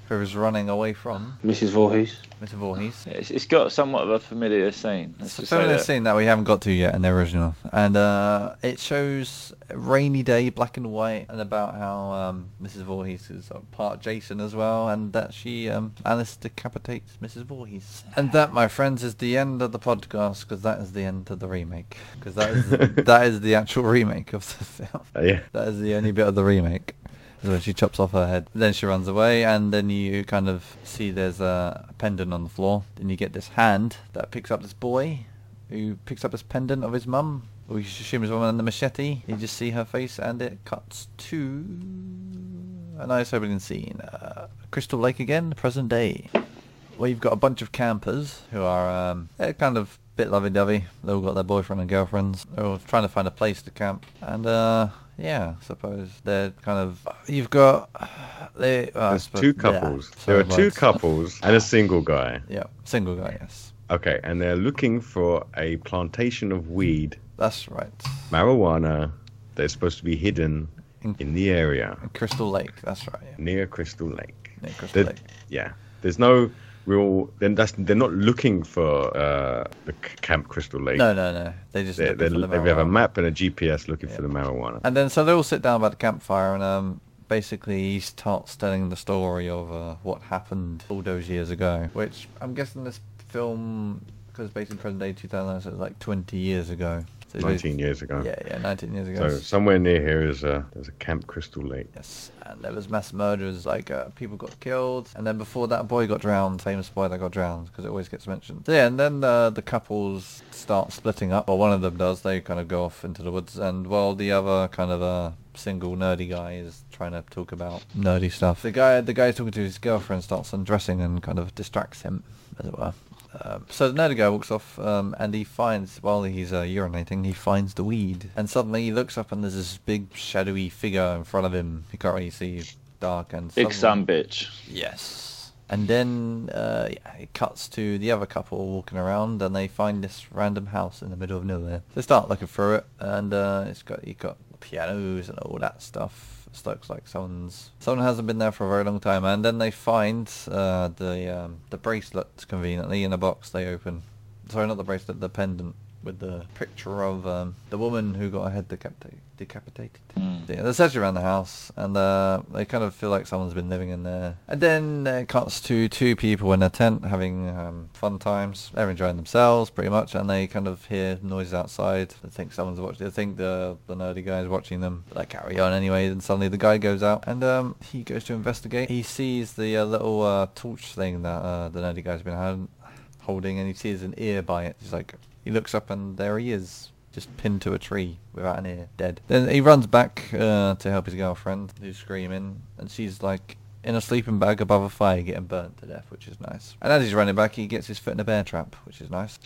S3: who is running away from
S4: Mrs. Voorhees.
S3: Mr. Voorhees.
S1: Yeah, it's, it's got somewhat of a familiar scene. Let's
S3: It's a
S1: just say
S3: film
S1: that.
S3: scene that we haven't got to yet in the original, and uh, it shows a rainy day, black and white, and about how um, Mrs. Voorhees is uh, part Jason as well, and that she um, Alice decapitates Mrs. Voorhees. And that, my friends, is the end of the podcast because that is the end of the remake because that is that is the actual remake of the film.
S5: Uh, yeah.
S3: That is the only bit of the remake. Is when she chops off her head. Then she runs away, and then you kind of see there's a pendant on the floor. Then you get this hand that picks up this boy, who picks up this pendant of his mum. We assume his mum and the machete. You just see her face, and it cuts to a nice opening scene. Uh, Crystal Lake again, present day. Well, you've got a bunch of campers who are um, they're kind of a bit lovey-dovey. They've all got their boyfriend and girlfriends. They're all trying to find a place to camp. And, uh, yeah, I suppose they're kind of... You've got... They, uh, I
S5: There's
S3: suppose-
S5: two
S3: yeah,
S5: couples.
S3: sorry,
S5: there are two
S3: words.
S5: couples and a single guy.
S3: Yeah, single guy, yes.
S5: Okay, and they're looking for a plantation of weed,
S3: That's right.
S5: marijuana, that's supposed to be hidden in the area
S3: Crystal Lake, that's right, yeah.
S5: near Crystal Lake.
S3: yeah Crystal
S5: There,
S3: Lake.
S5: yeah, there's no real. Then that's they're not looking for uh, the c- Camp Crystal Lake.
S3: No, no, no. They just...
S5: They,
S3: looking
S5: they,
S3: for the
S5: they have a
S3: marijuana.
S5: map and a GPS looking for the marijuana.
S3: And then so they all sit down by the campfire and um, basically he starts telling the story of uh, what happened all those years ago, which I'm guessing this film, because based in present day 2000, so it's like 20 years ago. So it's-
S5: 19 years ago.
S3: Yeah, yeah, 19 years ago.
S5: So somewhere near here is a there's a Camp Crystal Lake.
S3: Yes, and there was mass murders, like uh, people got killed, and then before that, a boy got drowned, famous boy that got drowned, because it always gets mentioned. So, yeah, and then uh, the couples start splitting up, or one of them does, they kind of go off into the woods, and while the other kind of uh, single nerdy guy is trying to talk about nerdy stuff, the guy the guy talking to his girlfriend starts undressing and kind of distracts him, as it were. Um, so the nerdy guy walks off, um, and he finds while he's uh, urinating, he finds the weed, and suddenly he looks up, and there's this big shadowy figure in front of him. He can't really see, dark and
S1: Big
S3: suddenly-
S1: sun bitch.
S3: Yes. And then uh, yeah, it cuts to the other couple walking around, and they find this random house in the middle of nowhere. They start looking through it, and uh, it's got you got pianos and all that stuff. It looks like someone's someone hasn't been there for a very long time. And then they find uh, the um, the bracelets conveniently in a box. They open, sorry, not the bracelet, the pendant with the picture of um, the woman who got her head decapita- decapitated. Yeah, they're searching around the house, and uh, they kind of feel like someone's been living in there. And then it cuts to two people in a tent having um, fun times. They're enjoying themselves pretty much, and they kind of hear noises outside. They think someone's watching. They think the the nerdy guy is watching them. But they carry on anyway. Then suddenly the guy goes out, and um, he goes to investigate. He sees the uh, little uh, torch thing that uh, the nerdy guy's been having holding and he sees an ear by it. He's like, he looks up and there he is, just pinned to a tree without an ear, dead. Then he runs back uh, to help his girlfriend who's screaming and she's like, in a sleeping bag above a fire getting burnt to death, which is nice. And as he's running back, he gets his foot in a bear trap, which is nice.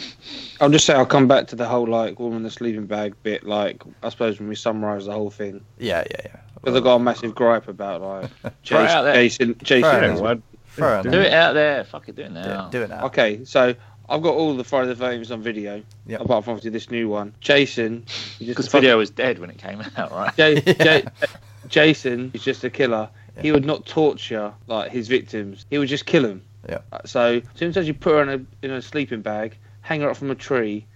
S4: I'll just say I'll come back to the whole like woman in the sleeping bag bit. Like I suppose when we summarise the whole thing,
S3: Yeah, yeah, yeah.
S4: because I got a massive gripe about like
S1: Throw it out
S4: Jason.
S1: there.
S4: Jason,
S3: Throw
S5: I
S3: it
S5: don't
S4: Jason
S5: know why-
S3: Throw
S5: Do
S1: Do
S3: it
S1: it out there. Fuck it, do it now.
S3: now. Do it now.
S4: Okay, so I've got all the Friday the 13th on video,
S3: Yep.
S4: apart from obviously this new one. Jason, he's
S1: Because
S4: just
S1: the
S4: a
S1: video was dead when it came out, right?
S4: fuck- Ja-
S3: Yeah.
S4: Ja- Jason is just a killer. He would not torture like his victims. He would just kill them.
S3: Yeah.
S4: So as soon as you put her in a in a sleeping bag, hang her up from a tree,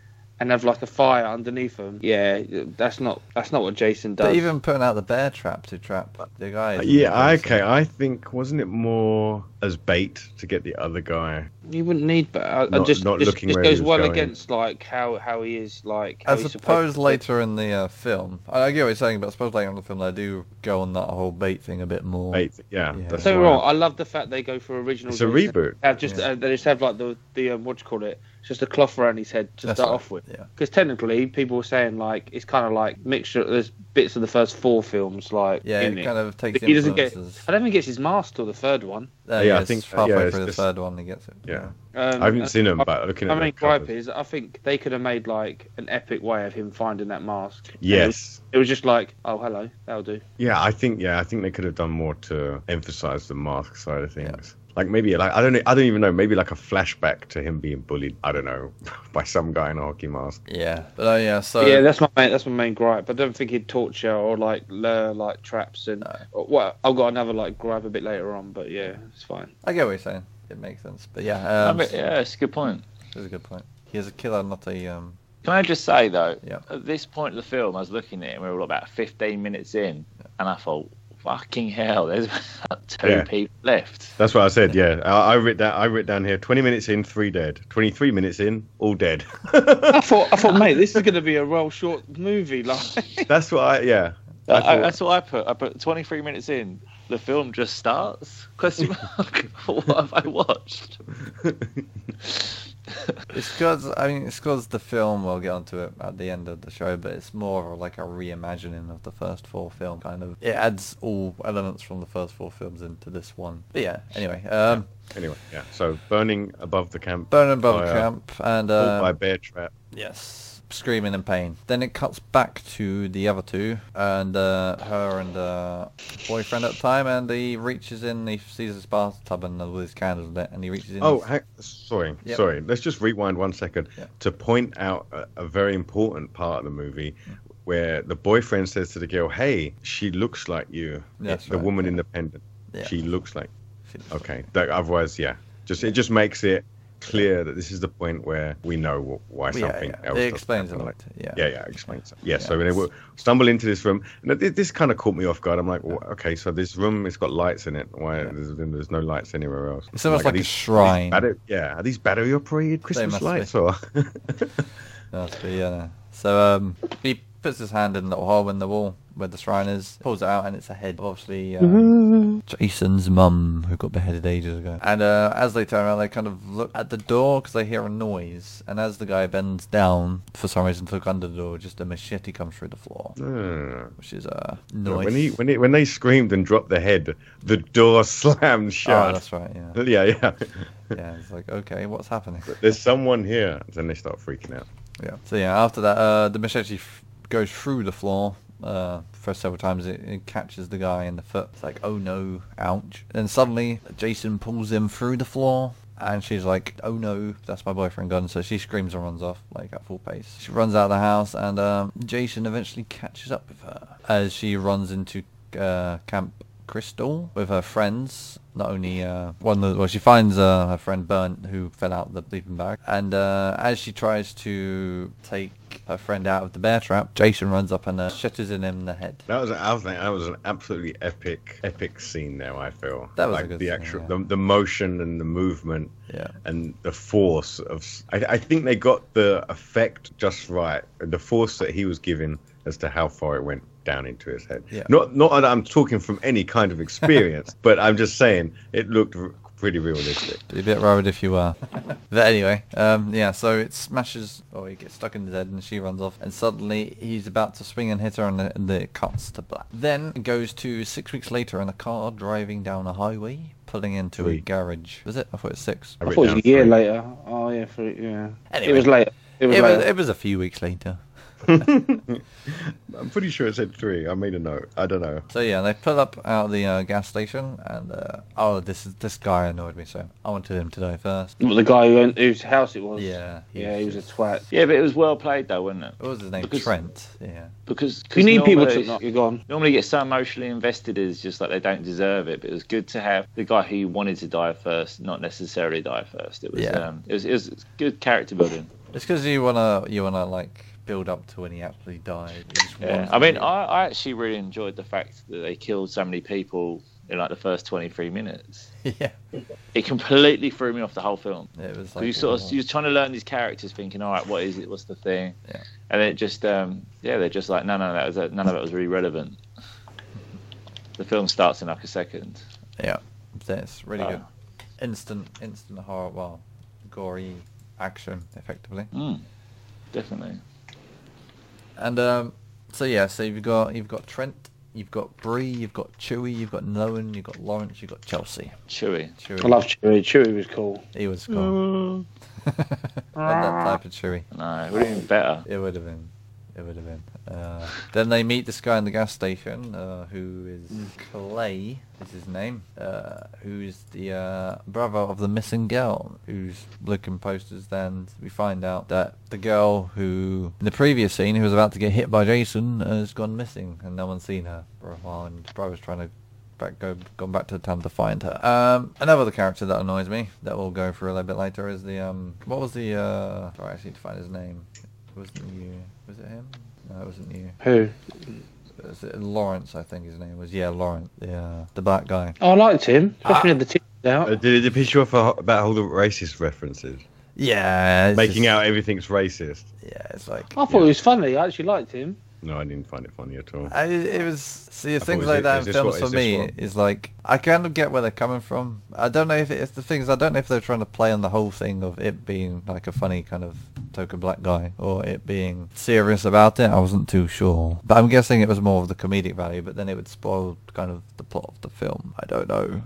S4: and have like a fire underneath them. Yeah, that's not that's not what Jason does.
S3: But even putting out the bear trap to trap the guy. is
S5: Uh, Yeah, I-
S3: ridiculous.
S5: okay. I think wasn't it more as bait to get the other guy?
S4: you wouldn't need, but I, I
S5: Not-
S4: just
S5: not
S4: just,
S5: looking
S4: just
S5: where he
S4: goes
S5: was
S4: well
S5: going.
S4: against like how how he is like. how
S3: I
S4: he's supposed
S3: suppose
S4: to-
S3: later in the uh, film, I I get what you're saying, but I suppose later on in the film they do go on that whole bait thing a bit more.
S5: Bait. Yeah,
S3: Yeah.
S5: that's
S4: Don't get me
S5: why.
S4: wrong, I love the fact they go for original.
S5: It's a
S4: Jason.
S5: reboot.
S4: They have just
S3: Yeah.
S4: uh, they just have like the the um, what do you call it? It's just a cloth around his head to
S3: That's
S4: start
S3: right,
S4: off with.
S3: yeah.
S4: Because technically, people were saying like it's kind of like mixture. There's bits of the first four films like
S3: Yeah,
S4: in
S3: it
S4: it.
S3: kind of takes
S4: he doesn't get.
S3: influences.
S4: I don't think it's his mask till the third one.
S3: There
S5: Yeah, I
S3: he is,
S5: think-
S3: halfway
S5: yeah, it's
S3: through the
S5: just-
S3: third one he gets it.
S5: Yeah.
S4: Um,
S5: I haven't
S4: and
S5: seen him,
S4: my-
S5: but looking at
S4: My main
S5: the
S4: gripe
S5: covers-
S4: is I think they could have made like an epic way of him finding that mask. And it was-
S5: Yes.
S4: It was just like, oh hello, that'll do.
S5: Yeah, I think yeah, I think they could have done more to emphasize the mask side of things. Like maybe like I don't know- I don't even know maybe like a flashback to him being bullied. I don't know by some guy in a hockey mask.
S3: Yeah, but uh, yeah, so
S4: yeah, that's my main, that's my main gripe. I don't think he'd torture or like lure like traps and or- well, I've got another like gripe a bit later on, but yeah, it's fine.
S3: I get what you're saying. It makes sense. But yeah, um,
S1: I mean, yeah, it's a good point.
S3: that's a good point. He is a killer, not a um,
S1: Can I just say though,
S3: Yeah.
S1: at this point of the film, I was looking at it, and we were about 15 minutes in, and I thought, fucking hell, there's about two
S5: Yeah.
S1: people left.
S5: That's what I said. Yeah, I, I writ down. I writ down here. Twenty minutes in, three dead. Twenty-three minutes in, all dead.
S4: I thought I thought mate, this is gonna be a real short movie, like
S5: that's what I. Yeah. I
S1: Uh, I,
S5: thought-
S1: that's what I put. I put 23 minutes in. The film just starts. Question mark. what have I watched?
S3: It's because I mean, it's because the film. We'll get onto it at the end of the show, but it's more of like a reimagining of the first four film kind of. It adds all elements from the first four films into this one. But yeah, anyway, um,
S5: Anyway, yeah. So burning above the camp.
S3: Burning Above
S5: by
S3: the
S5: a-
S3: Camp and
S5: caught Oh, by
S3: uh,
S5: a bear trap.
S3: yes, screaming in pain. Then it cuts back to the other two and uh, her and uh, boyfriend at the time, and he reaches in, he sees his bathtub and with his candles lit, and he reaches in.
S5: Oh, ha- sorry,
S3: Yep.
S5: sorry. Let's just rewind one second
S3: Yeah.
S5: to point out a, a very important part of the movie
S3: Mm.
S5: where the boyfriend says to the girl, "Hey, she looks like you."
S3: That's
S5: the
S3: right,
S5: woman in the pendant.
S3: Yeah.
S5: She looks like.
S3: She looks
S5: Okay. That, otherwise, yeah. Just it just makes it clear that this is the point where we know wh- why
S3: Yeah,
S5: something
S3: yeah. It
S5: else. doesn't
S3: explains a
S5: happen
S3: lot.
S5: like
S3: Yeah.
S5: yeah, yeah, explain so. Yeah,
S3: Yeah.
S5: so they will stumble into this room. And th- this kind of caught me off guard. I'm like, well, okay, so this room, it's got lights in it. Why there's, then there's no lights anywhere else?
S3: It's almost
S5: are
S3: like a
S5: these-
S3: shrine.
S5: are these batter- yeah, are these battery operated Christmas
S3: must
S5: lights
S3: be.
S5: or?
S3: That's the yeah. So um, he puts his hand in the little hole in the wall where the shrine is, pulls it out, and it's a head. of Obviously,
S5: Mm-hmm.
S3: um, Jason's mum who got beheaded ages ago. And uh, as they turn around, they kind of look at the door because they hear a noise. And as the guy bends down for some reason to look under the door, just a machete comes through the floor,
S5: No, no, no, no.
S3: which is uh,
S5: No,
S3: noise.
S5: Ah, When he when he, when they screamed and dropped the head, the door slammed
S3: oh,
S5: shut.
S3: that's right. Yeah,
S5: yeah, yeah.
S3: yeah. It's like okay, what's happening?
S5: There's someone here. Then they start freaking out.
S3: Yeah. So yeah, after that, uh, the machete f- goes through the floor. Uh, for several times, it, it catches the guy in the foot. It's like, oh no, ouch! And suddenly, Jason pulls him through the floor, and she's like, oh no, that's my boyfriend gone. So she screams and runs off like at full pace. She runs out of the house, and um, Jason eventually catches up with her as she runs into uh, Camp Crystal with her friends. Not only uh, one, of the- well, she finds uh, her friend Burnt who fell out the sleeping bag, and uh, as she tries to take her friend out of the bear trap, Jason runs up and uh, shatters in him the head.
S5: That was I think that was an absolutely epic epic scene. Now I feel
S3: That was a
S5: like
S3: good
S5: the
S3: scene,
S5: actual
S3: yeah.
S5: the, the motion and the movement
S3: Yeah,
S5: and the force of I, I think they got the effect just right the force that he was giving as to how far it went down into his head
S3: Yeah.
S5: not not that i'm talking from any kind of experience but i'm just saying it looked r- pretty realistic.
S3: Be a bit worried if you were. but anyway, um, yeah, so it smashes, or he gets stuck in his head and she runs off, and suddenly he's about to swing and hit her, and the, and the cuts to black. Then it goes to six weeks later in a car driving down a highway, pulling into a
S5: Three.
S3: garage. Was it? I thought it was six.
S5: I
S4: I
S5: wrote
S4: thought it was a
S5: down
S4: year
S5: three.
S4: later. Oh yeah, for, yeah.
S3: Anyway.
S4: It was later. It was
S3: It
S4: later.
S3: was, it was a few weeks later.
S5: I'm pretty sure it said three. I made a note. I don't know.
S3: So yeah, they pull up out of the uh, gas station, and uh, oh, this is this guy annoyed me, so I wanted him to die first.
S4: Well, the guy who owned, whose house it was.
S3: Yeah, he
S4: yeah,
S3: was
S4: he was a twat.
S1: Yeah, but it was well played though, wasn't it?
S3: What was his name?
S1: Because-
S3: Trent. Yeah.
S1: Because
S4: You need people
S1: normally-
S4: to not. You're gone.
S1: normally get so emotionally invested is just like they don't deserve it. But it was good to have the guy who wanted to die first, not necessarily die first. It was
S3: Yeah.
S1: um, it was, it was good character building.
S3: It's because you wanna you wanna like build up to when he actually died. You just
S1: Yeah.
S3: want
S1: I mean,
S3: to-
S1: I, I actually really enjoyed the fact that they killed so many people in like the first twenty three minutes.
S3: yeah,
S1: It completely threw me off the whole film.
S3: it was
S1: So
S3: like
S1: you sort of
S3: oh.
S1: you're trying to learn these characters, thinking, all right, what is it? What's the thing?
S3: Yeah.
S1: And then it just um, yeah, they're just like, no, no, that was none of it was really relevant. The film starts in like a second.
S3: That's really
S1: Oh.
S3: good. Instant, instant horror. Well, gory action, effectively.
S1: Mm, definitely.
S3: And um, so yeah, so you've got you've got Trent, you've got Bree, you've got Chewy, you've got Nolan, you've got Lawrence, you've got Chelsea.
S1: Chewy.
S3: Chewy,
S4: I love Chewie. Chewie was cool.
S3: he was cool. Not that type of Chewy.
S1: No, it would have been better.
S3: It would have been. It would have been. Uh, then they meet this guy in the gas station, uh, who is Clay, is his name, uh, who's the uh, brother of the missing girl, who's looking posters. Then we find out that the girl who, in the previous scene, who was about to get hit by Jason, uh, has gone missing, and no one's seen her for a while, and the brother's trying to back go gone back to the town to find her. Um, another other character that annoys me that we'll go through a little bit later is the um what was the uh sorry I actually need to find his name. It wasn't you. Was it him? No, it wasn't you.
S4: Who?
S3: It was uh, Lawrence, I think his name was. Yeah, Lawrence. The uh, the black guy.
S4: Oh, I liked him. Especially the teeth out.
S3: Oh.
S5: Uh, did it piss you off about all the racist references?
S3: Yeah. it's
S5: Making
S3: just-
S5: out everything's racist.
S3: Yeah, it's like
S4: I thought he was funny. I actually liked him.
S5: No, I didn't find it funny at all.
S3: I, it was see
S5: thought,
S3: things
S5: is
S3: like
S5: it-
S3: that
S5: is
S3: in
S5: this
S3: films
S5: what-
S3: for
S5: is this
S3: me
S5: what-
S3: is like I kind of get where they're coming from. I don't know if it, it's the things I don't know if they're trying to play on the whole thing of it being like a funny kind of token black guy or it being serious about it. I wasn't too sure, but I'm guessing it was more of the comedic value. But then it would spoil kind of the plot of the film. I don't know.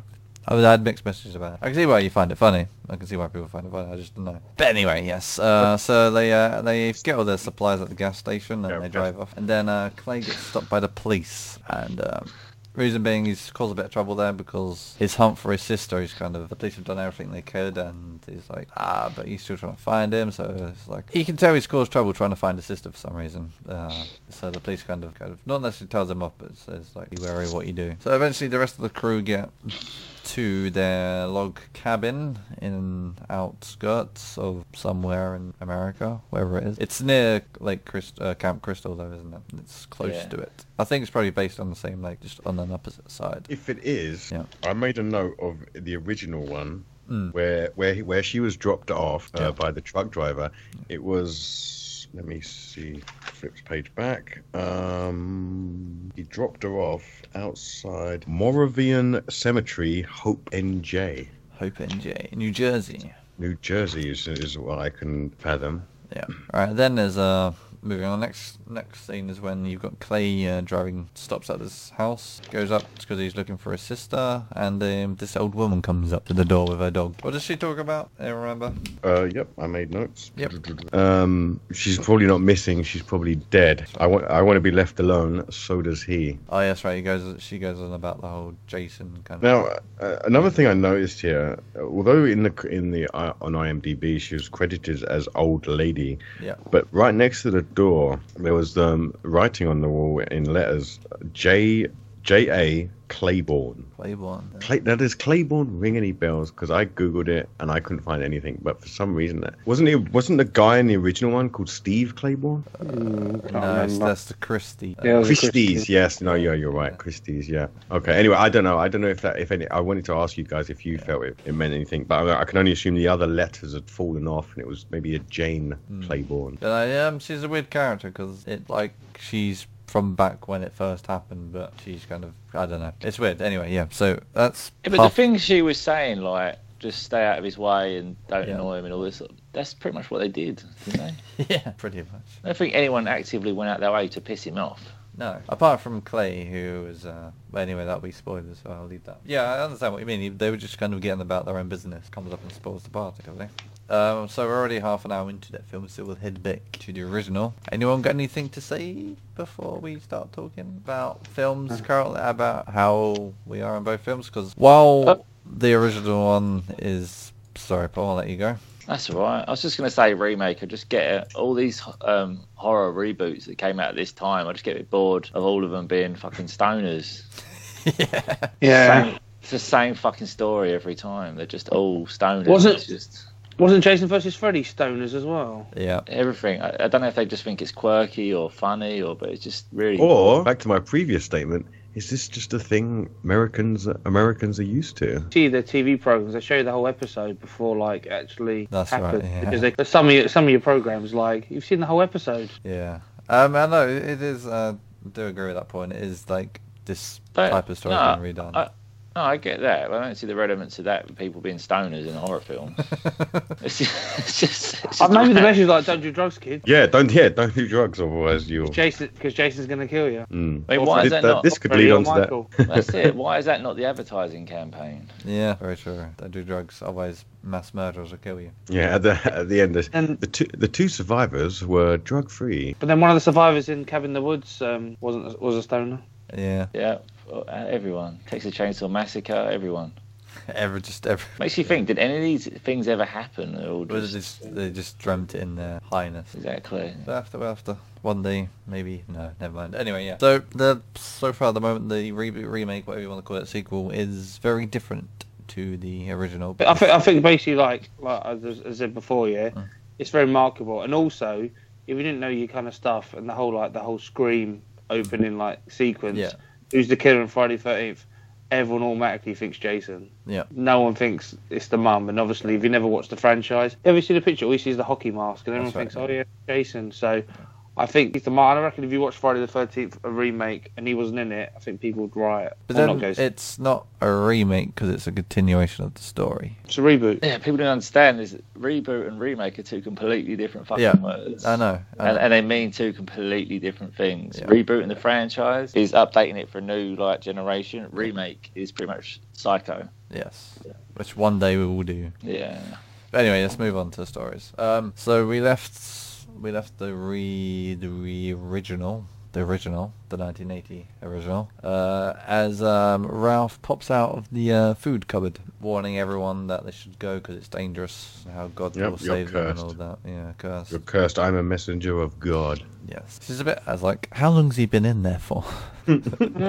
S3: I mean, I had mixed messages about it. I can see why you find it funny. I can see why people find it funny. I just don't know. But anyway, yes. Uh, so they uh, they get all their supplies at the gas station and
S5: Yeah,
S3: they
S5: gas-
S3: drive off. And then uh, Clay gets stopped by the police. And um, reason being, he's caused a bit of trouble there because his hunt for his sister. He's kind of the police have done everything they could, and he's like, ah, but he's still trying to find him. So it's like he can tell he's caused trouble trying to find his sister for some reason. Uh, so the police kind of kind of not necessarily tells him off, but says like, be wary of what you do. So eventually, the rest of the crew get to their log cabin in outskirts of somewhere in America, wherever it is. It's near Lake Christ- uh, Camp Crystal, though, isn't it? It's close
S1: Yeah.
S3: to it. I think it's probably based on the same lake, just on an opposite side.
S5: If it is,
S3: Yeah.
S5: I made a note of the original one
S3: Mm.
S5: where where he- where she was dropped off uh,
S3: Yeah.
S5: by the truck driver. It was let me see, flips page back. Um, he dropped her off outside Moravian Cemetery, Hope NJ,
S3: Hope NJ, New Jersey.
S5: New Jersey is, is what I can fathom.
S3: Yeah. All right. Then there's uh moving on. Next next scene is when you've got Clay uh, driving stops at his house, goes up because he's looking for his sister, and um, this old woman comes up to the door with her dog. What does she talk about? I remember.
S5: Uh, yep, I made notes.
S3: Yep.
S5: Um, she's probably not missing. She's probably dead. I want I want to be left alone. So does he.
S3: Oh yes, right. He goes. She goes on about the whole Jason kind of.
S5: Now, uh, another thing I noticed here, uh, although in the in the uh, on IMDb she was credited as old lady,
S3: Yeah.
S5: but right next to the door there was um, writing on the wall in letters J J A Claiborne.
S3: Claiborne.
S5: Clay, now does Claiborne ring any bells? Because I googled it and I couldn't find anything. But for some reason, that wasn't it. Wasn't the guy in the original one called Steve Claiborne?
S4: Mm, can't
S3: No, it's,
S4: remember.
S3: that's Oh, the Christie.
S4: Yeah, it was a
S5: Christie's,
S4: Christie.
S5: yes, no, yeah, you're right, Christie's, yeah. Okay, anyway, I don't know, I don't know if that, if any, I wanted to ask you guys if you felt it, it meant anything, but I, I can only assume the other letters had fallen off, and it was maybe a Jane Claiborne.
S3: But I, um, she's a weird character because it like she's from back when it first happened, but she's kind of I don't know. It's weird. Anyway, yeah. So that's
S1: Yeah, but
S3: half-
S1: the thing she was saying, like, just stay out of his way and don't
S3: Yeah.
S1: annoy him and all this. That's pretty much what they did, didn't they?
S3: yeah, pretty much.
S1: I don't think anyone actively went out their way to piss him off.
S3: No, apart from Clay, who is. Uh, but anyway, that'll be spoilers, so I'll leave that. Yeah, I understand what you mean. You- They were just kind of getting about their own business. Comes up and spoils the party, kind of thing. Um, so we're already half an hour into that film, so we'll head back to the original. Anyone got anything to say before we start talking about films currently, about how we are in both films? Because while
S1: Oh.
S3: the original one is... Sorry, Paul, I'll let you go.
S1: That's all right. I was just going to say remake. I just get it. all these um, horror reboots that came out at this time. I just get a bit bored of all of them being fucking stoners.
S3: yeah.
S4: Yeah.
S1: Same- it's the same fucking story every time. They're just all stoners.
S4: Was it-
S1: It's just
S4: Wasn't Jason versus Freddy stoners as well?
S3: Yeah.
S1: everything. I, I don't know if they just think it's quirky or funny or, but it's just really.
S5: Or back to my previous statement: Is this just a thing Americans Americans are used to?
S4: See their TV programs, they show you the whole episode before like actually
S3: That's right,
S4: happens
S3: yeah.
S4: because they, uh, some of your, some of your programs like you've seen the whole episode.
S3: Yeah. Um, I know it is. Uh, I do agree with that point. It is like this
S1: But-
S3: type of story
S1: no,
S3: being redone.
S1: I- No, I get that. but I don't see the relevance of that with people being stoners in horror films. it's just. It's just, it's
S4: Uh,
S1: just
S4: maybe the message is like don't do drugs, kid.
S5: Yeah, don't yeah, don't do drugs, otherwise you'll.
S4: Jason, because Jason's gonna kill you.
S5: Mm.
S1: I mean, why is
S5: This-
S1: that not?
S5: this could
S4: Freddy
S5: lead
S4: or
S5: on to that.
S4: Michael.
S1: That's it. Why is that not the advertising campaign?
S3: yeah, very true. Don't do drugs, otherwise mass murderers will kill you.
S5: Yeah, at the at the end,
S4: And-
S5: the two the two survivors were drug free.
S4: But then one of the survivors in Cabin in the Woods um, wasn't was a stoner.
S3: Yeah,
S1: Yeah, uh, everyone. Texas Chainsaw Massacre. Everyone.
S3: ever just ever.
S1: Makes you think. Did any of these things ever happen? They're all
S3: Was
S1: just,
S3: just, they just dreamt it in their highness.
S1: exactly.
S3: But After, after one day, maybe no, never mind. Anyway, yeah. So the so far at the moment, the reboot, remake, whatever you want to call it, sequel is very different to the original.
S4: But I think I think basically like like as as I said before, yeah,
S3: Mm.
S4: it's very markable. And also, if you didn't know your kind of stuff and the whole like the whole scream opening like sequence,
S3: Yeah.
S4: who's the killer on Friday Thirteenth? Everyone automatically thinks Jason.
S3: Yeah.
S4: No one thinks it's the mum. And obviously, if you never watched the franchise, ever see the picture? All you see is the hockey mask, and everyone
S3: That's
S4: thinks,
S3: right.
S4: oh yeah, Jason. So. I think he's the mum. I reckon if you watch Friday the Thirteenth a remake and he wasn't in it, I think people would riot.
S3: But
S4: Or
S3: then
S4: not go-
S3: it's not a remake because it's a continuation of the story.
S4: it's a reboot.
S1: Yeah, people don't understand is that reboot and remake are two completely different fucking
S3: Yeah,
S1: words.
S3: I know. I
S1: And,
S3: know.
S1: and they mean two completely different things.
S3: Yeah.
S1: Rebooting the franchise is updating it for a new like generation. Remake is pretty much psycho.
S3: Yes. Which one day we will do.
S1: Yeah.
S3: But anyway, let's move on to stories. Um, so we left we left the re the re- original the original the 1980 original uh, as um, Ralph pops out of the uh, food cupboard, warning everyone that they should go because it's dangerous. and How God
S5: Yep,
S3: will
S5: you're
S3: save them and all
S5: cursed.
S3: that. Yeah, cursed.
S5: You're cursed. I'm a messenger of God.
S3: Yes. This is a bit. I was like, how long's he been in there for?
S4: No,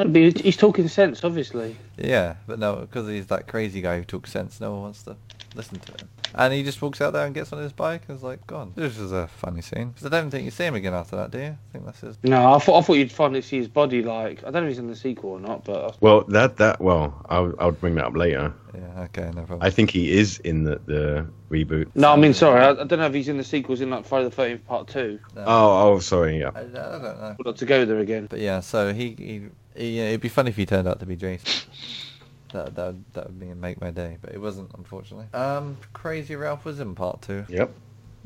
S4: but he's he's talking sense, obviously.
S3: Yeah, but no, because he's that crazy guy who talks sense. No one wants to listen to him. And he just walks out there and gets on his bike and is like, gone. This is a funny scene. 'Cause I don't think you see him again after that, do you? I think that's his...
S4: No, I thought I thought you'd finally see his body. Like I don't know if he's in the sequel or not, but I-
S5: Well, that that well, I'll I'll bring that up later.
S3: Yeah, okay, no problem.
S5: I think he is in the the reboot.
S4: no, I mean sorry, I, I don't know if he's in the sequels in like Friday the Thirteenth Part Two.
S5: Oh, oh, sorry. Yeah.
S3: I, I don't know.
S4: We've got to go there again.
S3: But yeah, so he... he, he yeah, it'd be funny if he turned out to be Jason. That, that, would- that would be, make my day, but it wasn't, unfortunately. Um, Crazy Ralph was in part two.
S5: Yep.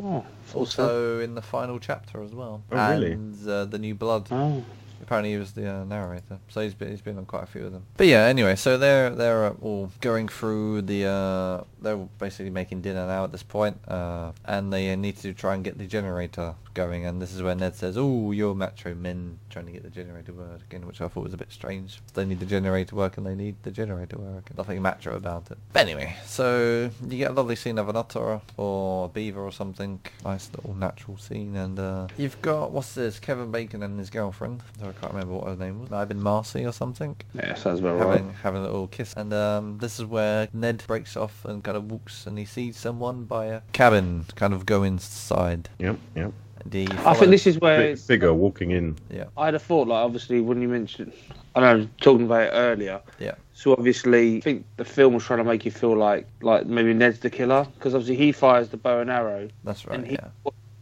S4: Oh,
S3: Also in the final chapter as well.
S5: Oh, really? Ah.
S3: And uh, The New Blood.
S4: oh.
S3: Apparently he was the uh, narrator, so he's been he's been on quite a few of them. But yeah, anyway, so they're they're uh, all going through the uh, they're basically making dinner now at this point, uh, and they need to try and get the generator going. And this is where Ned says, "Oh, you're macho men trying to get the generator working," which I thought was a bit strange. They need the generator working, they need the generator working. Nothing macho about it. But anyway, so you get a lovely scene of an otter or a beaver or something, nice little natural scene, and uh, you've got what's this? Kevin Bacon and his girlfriend. I can't remember what her name was. Might have been Marcy or something
S4: Yeah, sounds about right.
S3: having having a little kiss. And um, this is where Ned breaks off and kind of walks, and he sees someone by a cabin, kind of go inside.
S5: Yep. Yep.
S3: And he
S4: I think this is where
S5: Big
S4: it's,
S5: figure walking in.
S4: I'd have thought. Like obviously when you mentioned, I know talking about it earlier.
S3: Yeah.
S4: So obviously, I think the film was trying to make you feel like like maybe Ned's the killer because obviously he fires the bow and arrow.
S3: That's right.
S4: and he-
S3: Yeah.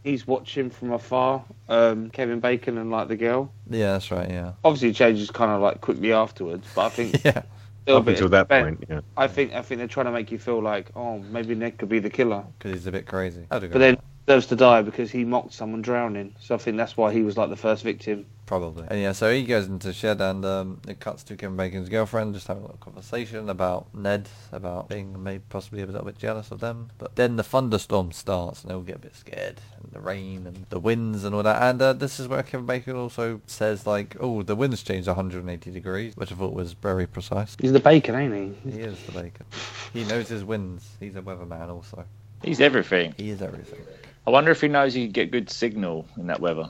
S4: He's watching from afar. Um, Kevin Bacon and like the girl.
S3: Yeah, that's right. Yeah.
S4: obviously it changes kind of like quickly afterwards, but I think
S3: Yeah.
S4: little
S5: up
S4: bit
S5: until that
S4: but
S5: point. Yeah.
S4: I think I think they're trying to make you feel like, oh, maybe Ned could be the killer,
S3: because he's a bit crazy. I'd agree.
S4: Oh, but then deserves to die because he mocked someone drowning. So I think that's why he was like the first victim.
S3: Probably. And yeah, so he goes into the shed and um, it cuts to Kevin Bacon's girlfriend just having a little conversation about Ned, about being maybe possibly a little bit jealous of them. But then the thunderstorm starts and they all get a bit scared. And the rain and the winds and all that. And uh, this is where Kevin Bacon also says like, oh, the winds changed 180 degrees, which I thought was very precise.
S4: He's the bacon, ain't he?
S3: He is the Bacon. He knows his winds. He's a weatherman also.
S1: He's everything.
S3: He is everything.
S1: I wonder if he knows he could get good signal in that weather.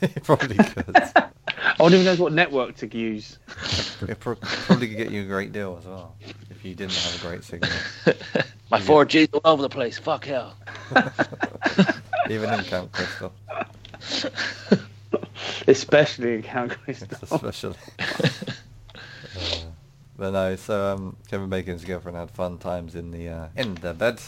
S3: he probably could.
S4: I wonder if he knows what network to use.
S3: It pro- probably could get you a great deal as well if you didn't have a great signal.
S1: My 4G's all over the place. Fuck hell.
S3: Even in Camp Crystal,
S4: Especially in Count Crystal.
S3: especially. Uh, but no, so um, Kevin Bacon's girlfriend had fun times in the uh, in the bed.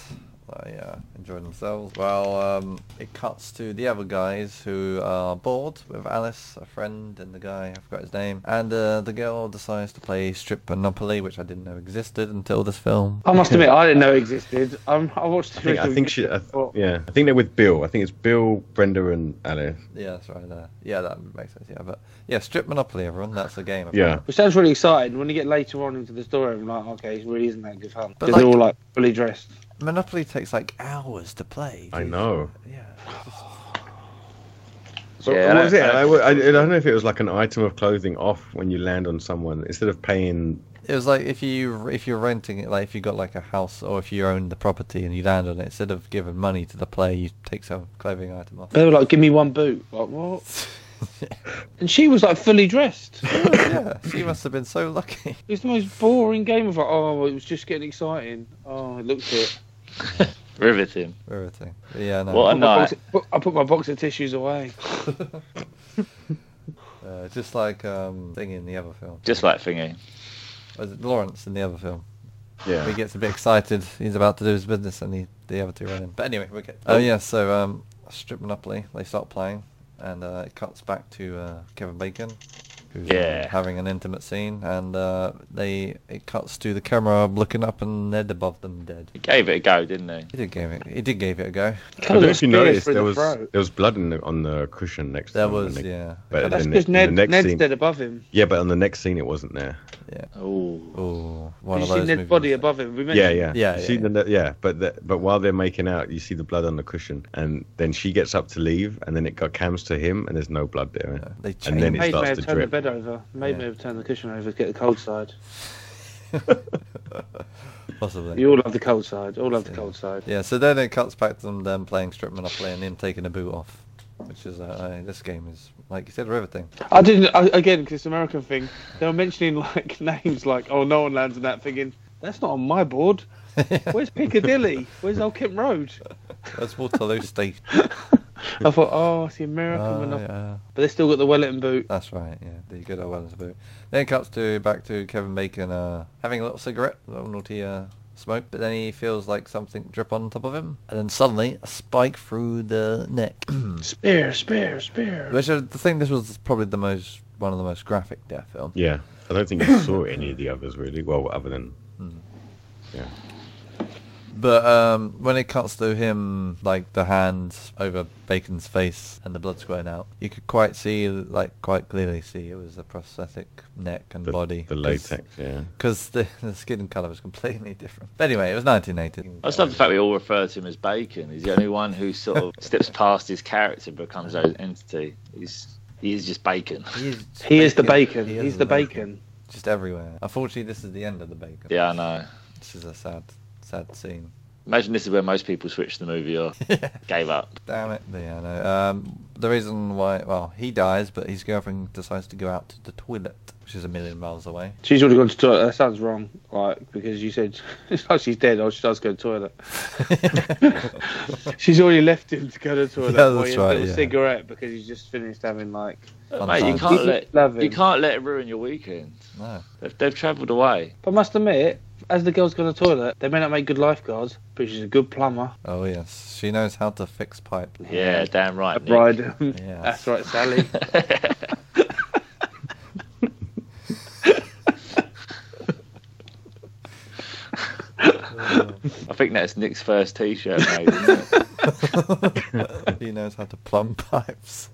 S3: They uh, enjoyed themselves. Well, um, it cuts to the other guys who are bored with Alice, a friend, and the guy I forgot his name. And uh, the girl decides to play strip monopoly, which I didn't know existed until this film.
S4: I must admit, I didn't know it existed. Um, I watched the
S5: I think, I
S4: original
S5: think she. I,
S4: before.
S5: yeah, I think they're with Bill. I think it's Bill, Brenda, and Alice.
S3: Yeah, that's right. Uh, yeah, that makes sense. Yeah, but yeah, strip monopoly, everyone. That's the game.
S5: Yeah,
S4: Which sounds really exciting. When you get later on into the story, I'm like, okay, it really isn't that good fun.
S3: But
S4: Because they're
S3: like-
S4: all like fully dressed.
S3: Monopoly takes like hours to play.
S5: I know.
S3: Yeah.
S5: So
S1: Yeah,
S5: what
S1: I-
S5: was it?
S1: I-
S5: I, I- I don't know if it was like an item of clothing off when you land on someone instead of paying.
S3: It was like if you if you're renting it, like if you got like a house or if you own the property and you land on it, instead of giving money to the player, you take some clothing item off.
S4: They were like, give me one boot. Like, what? And she was like fully dressed.
S3: yeah, she must have been so lucky.
S4: It's the most boring game of like, oh, it was just getting exciting. Oh, I looked at it.
S1: Riveting.
S3: Everything. But yeah, no.
S1: What a
S4: Put my
S1: night.
S4: box- put- I put my box of tissues away.
S3: Uh, just like um, thing in the other film.
S1: Just like thingy.
S3: Was it Lawrence in the other film?
S5: Yeah.
S3: He gets a bit excited. He's about to do his business, and he, the other two run in. But anyway, we get. Oh yeah, so um, strip monopoly. They start playing, and uh, it cuts back to uh, Kevin Bacon, who's uh,
S1: Yeah.
S3: having an intimate scene, and uh, they it cuts to the camera looking up, and Ned above them dead.
S1: He gave it a go, didn't he?
S3: He did give it. He did give it a go.
S5: I don't know if you
S4: Spear
S5: noticed
S4: through
S5: there
S4: the
S5: was
S4: throat.
S5: there was blood in the, on the cushion next.
S3: There
S5: to him,
S3: was
S5: and they-
S3: yeah.
S5: But
S4: That's
S5: then
S4: because
S5: the,
S4: Ned,
S5: the next
S4: Ned's
S5: scene,
S4: dead above him.
S5: yeah, but on the next scene it wasn't there.
S1: Oh.
S3: Oh,
S4: Did
S3: one
S4: you
S3: of
S4: see
S3: those
S4: Ned's
S3: movies.
S4: body above him? Remember?
S5: Yeah, yeah,
S3: Yeah,
S5: You
S3: yeah,
S5: see
S3: yeah.
S5: the ne- yeah, but the, but while they're making out, you see the blood on the cushion, and then she gets up to leave, and then it got cams to him, and there's no blood there.
S3: Yeah, They
S5: And then
S3: changed.
S5: it
S4: Maid may
S5: starts
S4: have
S5: to
S4: turned the
S5: drip.
S4: bed over. Maid
S3: Yeah.
S4: may have turned the cushion over to get the cold side.
S3: possibly.
S4: You all love the cold side. All love the cold side.
S3: Yeah, so then it cuts back to them, them playing strip monopoly and him taking a boot off, which is uh, uh, this game is like you said, riveting.
S4: I didn't I, again because it's an American thing. They were mentioning like names like oh no one lands on that thinking that's not on my board. Where's Piccadilly? Where's Old Kent Road?
S3: That's Waterloo State.
S4: I thought oh it's the American
S3: Ah,
S4: one,
S3: yeah,
S4: but they still got the Wellington boot.
S3: that's right. Yeah, the good old ones about. Then it cuts to back to Kevin Bacon uh, having a little cigarette, a little naughty uh, smoke, but then he feels like something drip on top of him, and then suddenly a spike through the neck.
S4: Spear, spear, spear.
S3: Which I think this was probably the most one of the most graphic death film.
S5: Yeah, I don't think you saw any of the others really. Well, other than
S3: Hmm. But um, when it cuts to him, like the hand over Bacon's face and the blood squirting out, you could quite see, like quite clearly see, it was a prosthetic neck and
S5: the,
S3: body.
S5: the latex. Yeah,
S3: Because the, the skin colour was completely different. But anyway, it was 1980.
S1: I just love the fact we all refer to him as Bacon. He's the only one who sort of steps past his character and becomes his own entity. He's he is just Bacon.
S3: He is,
S4: He is the bacon.
S3: He is
S4: He's the bacon.
S3: Just everywhere. Unfortunately, this is the end of the bacon.
S1: Yeah, I know.
S3: This is a sad, sad scene.
S1: Imagine this is where most people switched the movie off. Gave up.
S3: Damn it. But yeah, no. Um, the reason why, well, he dies, but his girlfriend decides to go out to the toilet, which is a million miles away.
S4: She's already gone to toilet. That sounds wrong. Like because you said it's like she's dead. or she does go to toilet. she's already left him to go to toilet.
S3: Yeah,
S4: while
S3: that's
S4: he has
S3: right,
S4: a little
S3: yeah.
S4: cigarette because he's just finished having like
S1: Mate, you
S3: Sometimes.
S1: can't let
S4: Love
S1: you
S4: him.
S1: can't let it ruin your weekend.
S3: No.
S1: They've, they've travelled away.
S4: But I must admit, as the girls go to the toilet, they may not make good lifeguards, but she's a good plumber.
S3: Oh yes, she knows how to fix pipe.
S1: Yeah, damn right.
S4: A
S1: Nick.
S4: bride.
S3: Yeah.
S4: That's right, Sally.
S1: I think that's Nick's first T-shirt, mate. Isn't it?
S3: he knows how to plumb pipes.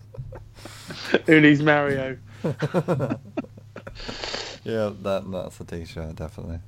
S4: Who needs Mario?
S3: Yeah, that that's a t-shirt definitely.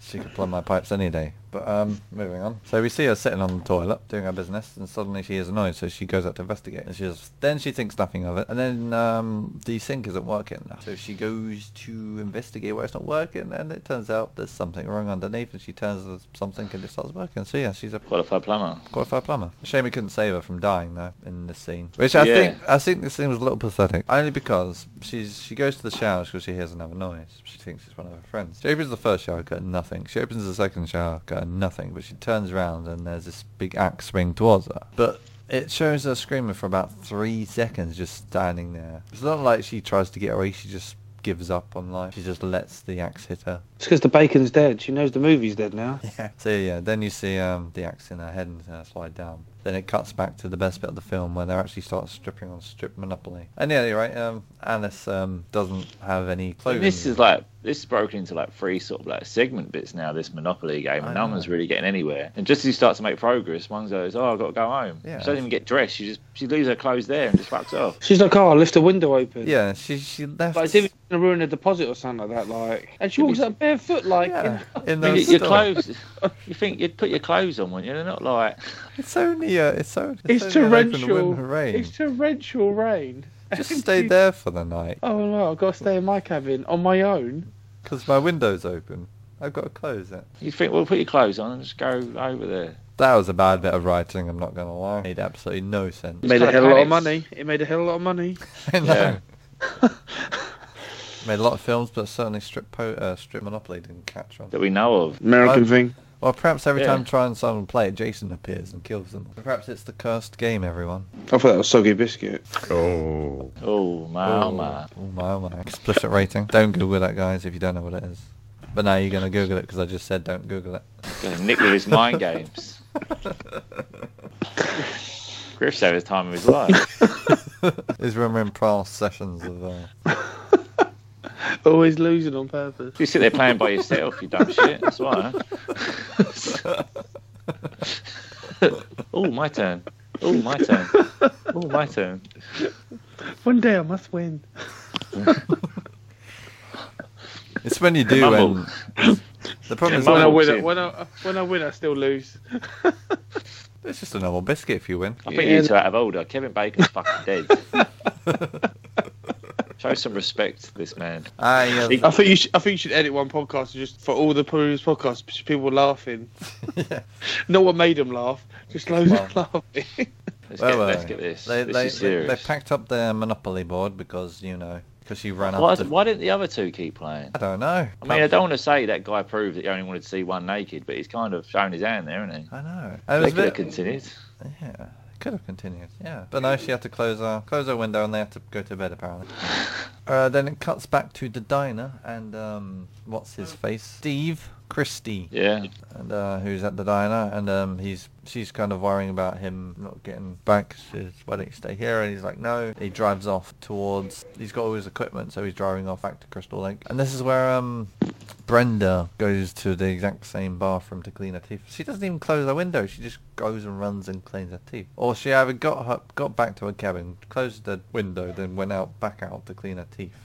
S3: She could plumb my pipes any day. But um, moving on. So we see her sitting on the toilet doing her business, and suddenly she is annoyed. So she goes out to investigate, and she just, then she thinks nothing of it. And then um, the sink isn't working, so she goes to investigate why it's not working, and it turns out there's something wrong underneath. And she turns the something and it starts working. So yeah, she's a
S1: Qualified plumber.
S3: qualified plumber. Shame we couldn't save her from dying though in this scene. Which I
S1: Yeah.
S3: think I think this scene was a little pathetic. Only because she's she goes to the shower because she hears another noise. She thinks it's one of her friends. She opens the first shower, got nothing. She opens the second shower, got nothing. But she turns around and there's this big axe swing towards her. But it shows her screaming for about three seconds, just standing there. It's not like she tries to get away. She just gives up on life. She just lets the axe hit her.
S4: It's because the bacon's dead. She knows the movie's dead now.
S3: So yeah, then you see um, the axe in her head and uh, slide down. Then it cuts back to the best bit of the film where they actually start stripping on strip monopoly. And yeah, you're right. Um, Alice um, doesn't have any clothing.
S1: And this is like this is broken into like three sort of like segment bits now. This Monopoly game,
S3: I
S1: and no
S3: know.
S1: one's really getting anywhere. And just as you start to make progress, one goes, "Oh, I've got to go home."
S3: Yeah.
S1: She doesn't even get dressed. She just she leaves her clothes there and just fucks off.
S4: She's like, oh, I left the window open.
S3: yeah, she she left.
S4: Like, as if it's going to ruin a deposit or something like that. Like, And she
S1: It
S4: walks
S1: was-
S4: up barefoot, like,
S3: yeah, in
S1: I
S3: the
S1: mean, your
S3: store.
S1: clothes. you think you'd put your clothes on, wouldn't you? They're not like
S3: It's only uh, it's so
S4: it's,
S3: only an open
S4: torrential.
S3: window rain.
S4: It's torrential rain.
S3: Just stay there for the night
S4: Oh, no, I've got to stay in my cabin on my own.
S3: because my window's open. I've got to close it.
S1: you think. Well, put your clothes on and just go over there.
S3: That was a bad bit of writing. I'm not gonna lie. Made absolutely no sense.
S4: It made a
S1: like
S4: hell of a lot of
S1: panics.
S4: money. It made a hell of a lot of money.
S3: I know.
S1: Yeah.
S3: uh, Made a lot of films, but certainly strip po- uh, strip monopoly didn't catch on.
S1: That we know of.
S4: American
S3: I-
S4: thing.
S3: Well, perhaps every
S1: Yeah.
S3: time Try and Simon play it, Jason appears and kills them. Perhaps it's the cursed game, everyone.
S4: I thought that was soggy biscuit.
S5: Oh,
S1: Oh my, oh,
S3: oh
S1: my.
S3: Oh my, oh my. Explicit rating. Don't Google that, guys, if you don't know what it is. But now you're going to Google it because I just said don't Google it.
S1: Gonna Nick with his mind games. Griff's had his time of his life.
S3: He's remembering past sessions of... Uh...
S4: Always losing on purpose.
S1: You sit there playing by yourself, you dumb shit. That's why. oh, my turn. Oh, my turn. Oh, my turn.
S4: One day I must win.
S3: It's when you do
S1: Mumble.
S3: when... The problem is
S1: Mumble.
S4: When I
S3: when...
S1: Well,
S4: win, I,
S1: Tim.
S4: when, I, when I win, I still lose.
S3: It's just a normal biscuit if you win.
S1: I think
S4: Yeah.
S1: you two out of order. Kevin Bacon's fucking dead. Show some respect to this man.
S3: Ah, yeah.
S4: I think you should. I think you should edit one podcast and just for all the previous podcasts, just people laughing.
S3: Yeah.
S4: No one made them laugh. Just loads of laughing.
S1: Let's,
S3: Where
S1: get,
S3: were
S1: let's
S3: they?
S1: get this.
S3: uh, They,
S1: this
S3: they,
S1: is
S3: they, they
S1: serious.
S3: packed up their Monopoly board because, you know, because she ran
S1: why,
S3: after...
S1: why didn't the other two keep playing?
S3: I don't know.
S1: I mean, I don't want to say that guy proved that he only wanted to see one naked, but he's kind of shown his hand there, isn't he?
S3: I know. It was
S1: They could have
S3: a bit-
S1: continued.
S3: Yeah, could have continued. Yeah, but no, she had to close her close her window and they had to go to bed apparently. uh, then it cuts back to the diner and um, what's his face? Steve Christie,
S1: Yeah.
S3: and uh, who's at the diner and um, he's she's kind of worrying about him not getting back. She says, "Why don't you stay here?" And he's like, "No." He drives off towards. He's got all his equipment, so he's driving off back to Crystal Lake. And this is where um, Brenda goes to the exact same bathroom to clean her teeth. She doesn't even close her window. She just goes and runs and cleans her teeth. Or she either got her, got back to her cabin, closed the window, then went out back out to clean her teeth.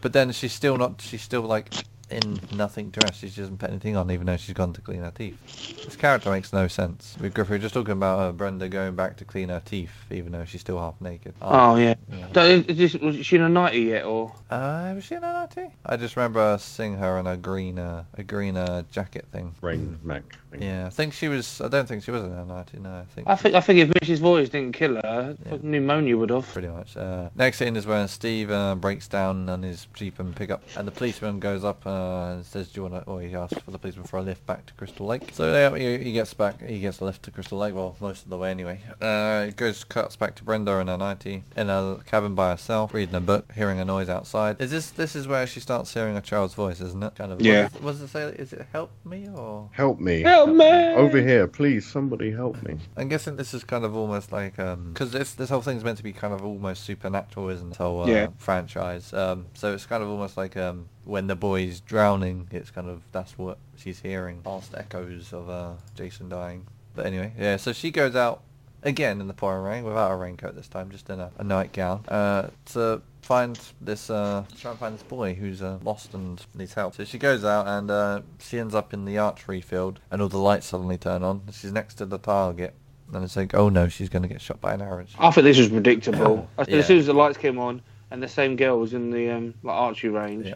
S3: But then she's still not. She's still like in nothing dress. She doesn't put anything on, even though she's gone to clean her teeth. This character makes no sense. We Griff, we were just talking about uh, Brenda going back to clean her teeth, even though she's still half naked.
S4: Oh yeah. Don't, is this, was she in a nighty yet, or
S3: Uh, was she in an IT? I just remember seeing her in a green, uh, a green uh, jacket thing.
S5: rain, Mac. Thing.
S3: Yeah, I think she was. I don't think she was in an IT. No, I think.
S4: I think I think if Mrs. Voyage didn't kill her,
S3: Yeah.
S4: fucking pneumonia would have.
S3: Pretty much. Uh, next scene is when Steve uh, breaks down on his jeep and pickup, and the policeman goes up uh, and says, "Do you want to?" Or he asks for the policeman for a lift back to Crystal Lake. So yeah, he, he gets back. He gets a lift to Crystal Lake. Well, most of the way anyway. Uh, he goes cuts back to Brenda in an IT in a cabin by herself, reading a book, hearing a noise outside. Is this this is where she starts hearing a child's voice, isn't it? Kind of.
S4: Yeah.
S3: What does it say? Is it help me or?
S5: Help me.
S4: Help me!
S5: Over here, please, somebody help me.
S3: I'm guessing this is kind of almost like um because this this whole thing's meant to be kind of almost supernatural, isn't it? This Whole uh,
S4: Yeah.
S3: franchise. Um, so it's kind of almost like um when the boy's drowning, it's kind of that's what she's hearing, past echoes of uh, Jason dying. But anyway, yeah. So she goes out again in the pouring rain without a raincoat this time, just in a, a nightgown, uh, to find this uh, try and find this boy who's uh, lost and needs help. So she goes out and uh, she ends up in the archery field, and all the lights suddenly turn on. She's next to the target. And it's like, oh no, she's going to get shot by an arrow.
S4: I think this was predictable. I said
S3: Yeah.
S4: As soon as the lights came on, and the same girl was in the um, like archery range,
S3: Yeah,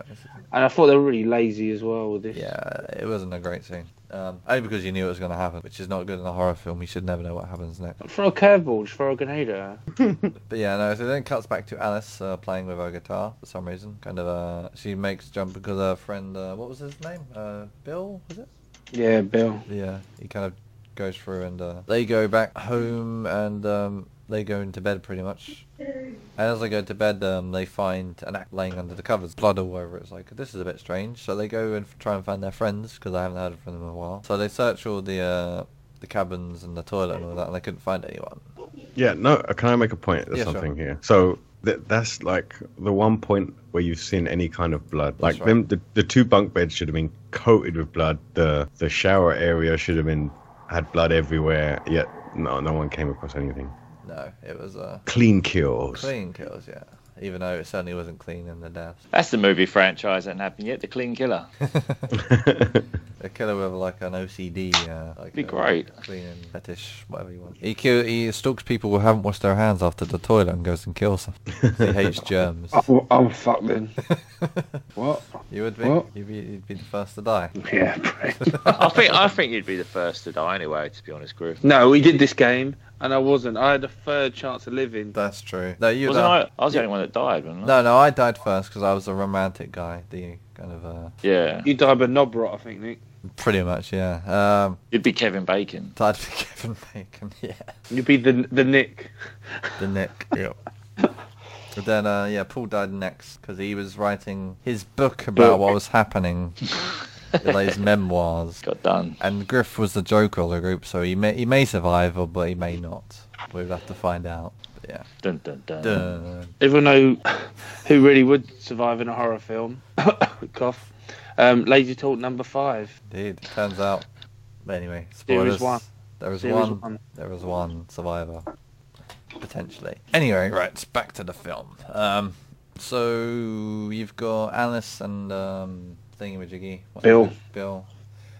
S4: and I thought they were really lazy as well with this.
S3: yeah, it wasn't a great scene. Um, only because you knew it was going to happen, which is not good in a horror film. You should never know what happens next.
S4: Throw a curveball, just throw a grenade at her.
S3: But yeah, no, so then it cuts back to Alice uh, playing with her guitar for some reason. Kind of, uh, she makes jump because her friend, uh, what was his name? Uh, Bill, was it?
S4: Yeah, Bill.
S3: Yeah, he kind of goes through and uh, they go back home and um, they go into bed pretty much. And as they go to bed, um, they find an act laying under the covers, blood all over. it. It's like this is a bit strange. So they go and f- try and find their friends because I haven't heard from them in a while. So they search all the uh, the cabins and the toilet and all that, and they couldn't find anyone.
S5: Yeah, no, uh, can I make a point or
S3: Yeah, sure.
S5: something here? So th- that's like the one point where you've seen any kind of blood. Like
S3: right.
S5: them, the, the two bunk beds should have been coated with blood. The the shower area should have been had blood everywhere. Yet no, no one came across anything.
S3: No, it was uh,
S5: Clean kills.
S3: clean kills. Yeah, even though it certainly wasn't clean in the deaths.
S1: That's the movie franchise that hasn't happened yet. The Clean Killer.
S3: A killer with like an OCD, uh, like
S1: Be
S3: a
S1: great.
S3: cleaning fetish, whatever you want. He kill, he stalks people who haven't washed their hands after the toilet and goes and kills them. he hates germs.
S4: Oh, I'm fucked then.
S1: Oh.
S4: what?
S3: You would be,
S4: Well-
S3: you'd be, you'd be the first to die.
S4: Yeah, Brett.
S1: I think I think you'd be the first to die anyway. To be honest, Griff.
S4: No, we did this game, and I wasn't. I had a third chance of living.
S3: That's true. No, you.
S1: Wasn't
S3: die-
S1: I? I was the only one that died, wasn't I?
S3: No, no, I died first because I was a romantic guy. The kind of, uh,
S1: Yeah,
S4: You died by knob rot, I think, Nick.
S3: pretty much, yeah. Um,
S1: you'd be Kevin Bacon.
S3: died for Kevin Bacon, yeah.
S4: You'd be the the Nick.
S3: the Nick. Yep. But then, uh, yeah, Paul died next because he was writing his book about what was happening, like his memoirs.
S1: Got done.
S3: And Griff was the joker of the group, so he may he may survive, or but he may not. We'll have to find out. But yeah.
S1: Dun, dun, dun.
S3: Dun.
S4: Everyone know who really would survive in a horror film. Cough. Um, Lazy Talk number five.
S3: Indeed, turns out. But anyway,
S4: There
S3: spoilers.
S4: is one.
S3: There was
S4: There is
S3: one,
S4: one.
S3: There was one survivor, potentially. Anyway, right back to the film. Um, so you've got Alice and um, Thingamajiggy. what's
S4: Bill.
S3: his name? Bill.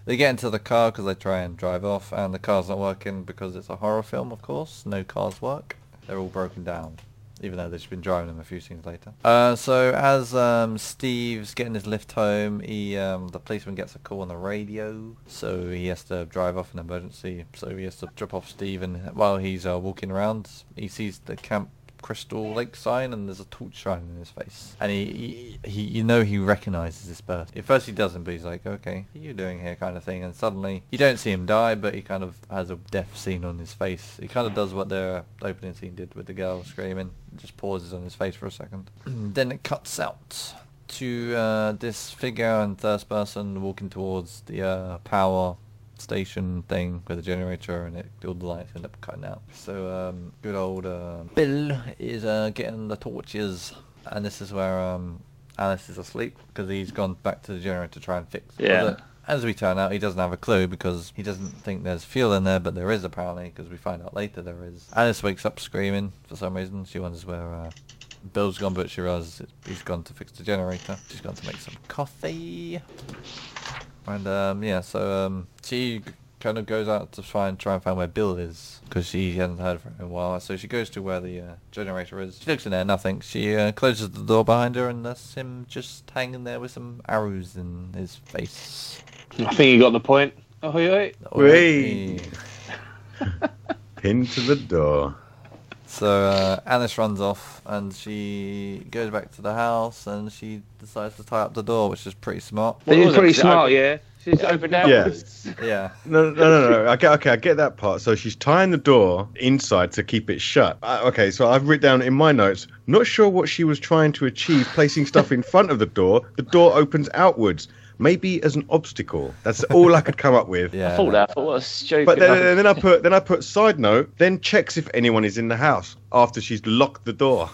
S3: They get into the car because they try and drive off, and the car's not working because it's a horror film, of course. No cars work. They're all broken down, even though they've just been driving them a few scenes later. Uh, so as um, Steve's getting his lift home, he um, the policeman gets a call on the radio, so he has to drive off an emergency. So he has to drop off Steve, and while he's uh, walking around, he sees the camp crystal lake sign and there's a torch shining in his face and he, he, he you know he recognizes this person at first he doesn't but he's like okay what are you doing here kind of thing and suddenly you don't see him die but he kind of has a death scene on his face he kind of does what their opening scene did with the girl screaming just pauses on his face for a second then it cuts out to uh, this figure and first person walking towards the uh, power station thing with a generator and it all the lights end up cutting out. So um, good old uh, Bill is uh, getting the torches, and this is where um, Alice is asleep because he's gone back to the generator to try and fix.
S1: Yeah.
S3: Well, the- As we turn out, he doesn't have a clue because he doesn't think there's fuel in there, but there is apparently because we find out later there is. Alice wakes up screaming for some reason. She wonders where uh, Bill's gone, but she realizes he's gone to fix the generator. She's gone to make some coffee. And um, yeah, so um, she kind of goes out to try and try and find where Bill is because she hasn't heard from him in a while. So she goes to where the uh, generator is. She looks in there, nothing. She uh, closes the door behind her, and that's him just hanging there with some arrows in his face.
S4: I think you got the point. Oh, hey, hey.
S5: Whey. Pin to the door.
S3: So uh, Alice runs off, and she goes back to the house, and she decides to tie up the door, which is pretty smart.
S1: What
S4: This
S1: was
S4: is
S1: it?
S4: pretty
S1: Is it
S4: smart,
S1: open-
S4: yeah. She's opened out.
S5: Yeah.
S3: Yeah.
S5: No, no, no, no. no. I get, okay, I get that part. So she's tying the door inside to keep it shut. I, okay, so I've written down in my notes, not sure what she was trying to achieve placing stuff in front of the door. The door opens outwards, maybe as an obstacle. That's all I could come up with.
S3: Yeah.
S1: I thought that. I thought what a stupid.
S5: But then, then, then I put then I put side note. Then checks if anyone is in the house after she's locked the door.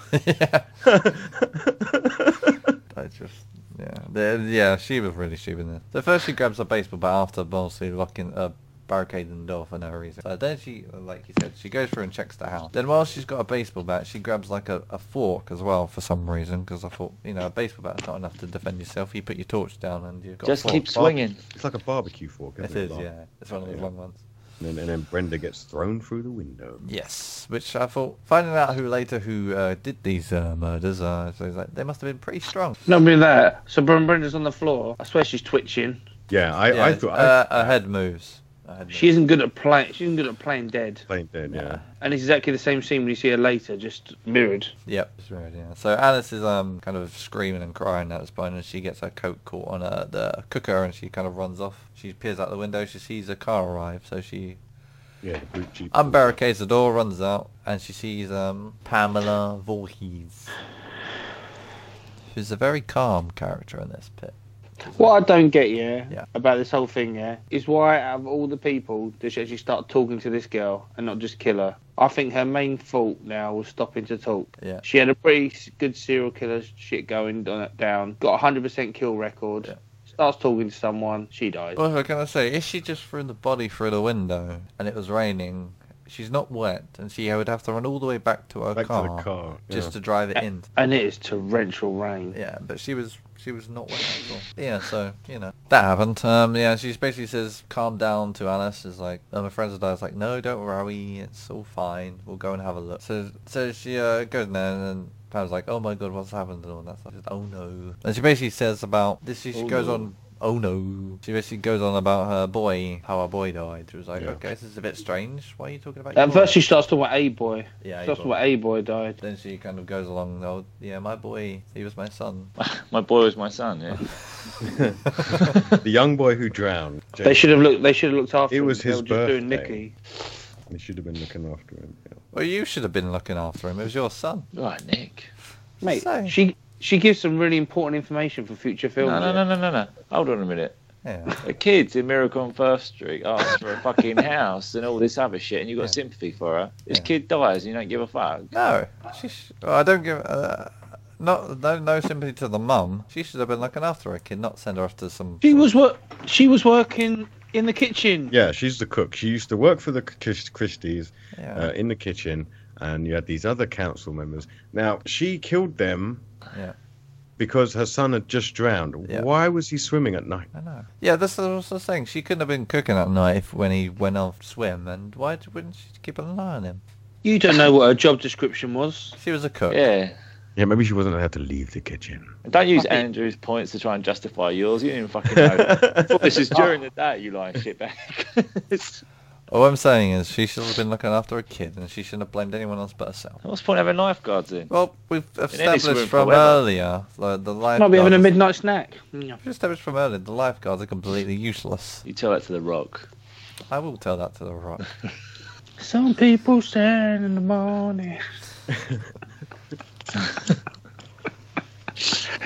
S3: I just Yeah, the- yeah, she was really stupid. in this. So first she grabs a baseball bat after mostly locking uh, barricading the door for no reason. So then she, uh, like you said, she goes through and checks the house. Then while she's got a baseball bat, she grabs like a, a fork as well for some reason. Because I thought, you know, a baseball bat's not enough to defend yourself. You put your torch down and you got
S1: Just
S3: a fork.
S1: keep swinging.
S5: It's like a barbecue fork,
S3: It
S5: isn't
S3: is,
S5: Lon?
S3: yeah. It's one of those
S5: Yeah.
S3: long ones.
S5: And then, and then Brenda gets thrown through the window.
S3: Yes, which I thought finding out who later who uh, did these uh, murders. Uh, so it's like they must have been pretty strong.
S4: Not only that, so Bren- Brenda's on the floor. I swear she's twitching.
S5: Yeah, I,
S3: Yeah,
S5: I thought I
S3: uh, her head moves. Her head
S4: She isn't good at playing. She isn't good at playing dead.
S5: played then. Yeah,
S4: And it's exactly the same scene when you see her later, just mirrored.
S3: Yep, it's weird, yeah. So Alice is um kind of screaming and crying at this point, and she gets her coat caught on uh, the cooker, and she kind of runs off. She peers out the window. She sees a car arrive, so she
S5: yeah. The blue jeep.
S3: unbarricades the door, runs out, and she sees um Pamela Voorhees, who's a very calm character in this pit.
S4: What I don't get, yeah,
S3: Yeah.
S4: about this whole thing, yeah, is why out of all the people does she actually start talking to this girl and not just kill her? I think her main fault now was stopping to talk.
S3: Yeah.
S4: She had a pretty s- good serial killer shit going on- down. Got a hundred percent kill record.
S3: Yeah.
S4: Starts talking to someone, she dies.
S3: What was I gonna say? If she just threw the body through the window and it was raining, she's not wet, and she would have to run all the way back to her
S5: back
S3: car,
S5: to the car.
S3: just
S5: yeah.
S3: to drive it in.
S4: And it is torrential rain.
S3: Yeah, but she was she was not well at all. Yeah, so you know that happened. Um, yeah, she basically says, "Calm down," to Alice. Is like, "Oh, my friends are dying." It's like, "No, don't worry, it's all fine. We'll go and have a look." So so she uh, goes in there and. then Pam's like, oh my god, what's happened and all that stuff. She's, oh no. And she basically says about this. She, she
S4: Oh,
S3: goes
S4: no.
S3: on, oh no. She basically goes on about her boy, how her boy died. She was like,
S5: Yeah.
S3: okay, this is a bit strange. Why are you talking about? your
S4: At first,
S3: boy?"
S4: she starts talking about a boy.
S3: yeah,
S4: Starts
S3: your
S4: talking
S3: boy.
S4: about a boy died.
S3: Then she kind of goes along. Oh yeah, my boy, he was my son.
S1: My boy was my son. Yeah.
S5: the young boy who drowned.
S4: They should have looked. They should have looked after.
S5: It
S4: him.
S5: was
S4: They
S5: his
S4: were just doing
S5: birthday.
S4: Nicky.
S5: They should have been looking after him. Yeah.
S3: Well, you should have been looking after him. It was your son.
S1: Right, Nick.
S4: Mate,
S3: So-
S4: she she gives some really important information for future
S1: No,
S4: films.
S1: no, no, no, no, no. Hold on a minute.
S3: Yeah.
S1: The kids in Miracle on First Street asked for a fucking house and all this other shit, and you got
S3: Yeah.
S1: sympathy for her. This
S3: Yeah.
S1: kid dies, and you don't give a fuck.
S3: No, she sh- well, I don't give. Uh, not no no sympathy to the mum. She should have been looking after her kid, not send her off to some.
S4: She was what? She was working in the kitchen.
S5: Yeah, she's the cook. She used to work for the Chris- Christie's
S3: Yeah.
S5: uh, in the kitchen, and you had these other council members. Now she killed them.
S3: Yeah.
S5: Because her son had just drowned.
S3: Yeah.
S5: Why was he swimming at night?
S3: I know. Yeah, this is also the thing. She couldn't have been cooking at night if, when he went off to swim, and why d- wouldn't she keep an eye on him?
S4: You don't know what her job description was.
S3: She was a cook.
S1: Yeah.
S5: Yeah, maybe she wasn't allowed to leave the kitchen.
S1: And don't use
S4: I think-
S1: Andrew's points to try and justify yours. You didn't even fucking know. Well, this is
S3: Oh.
S1: during the day, you lying shitbag.
S3: All I'm saying is she should have been looking after her kid, and she shouldn't have blamed anyone else but herself.
S1: What's the point of having lifeguards in?
S3: Well, we've
S1: any swimming
S3: established from
S1: pool ever.
S3: earlier like, the lifeguards.
S4: Might be having a midnight snack. Yeah.
S3: We've established from earlier the lifeguards are completely useless.
S1: You tell that to The Rock.
S3: I will tell that to the rock.
S4: Some people stand in the morning.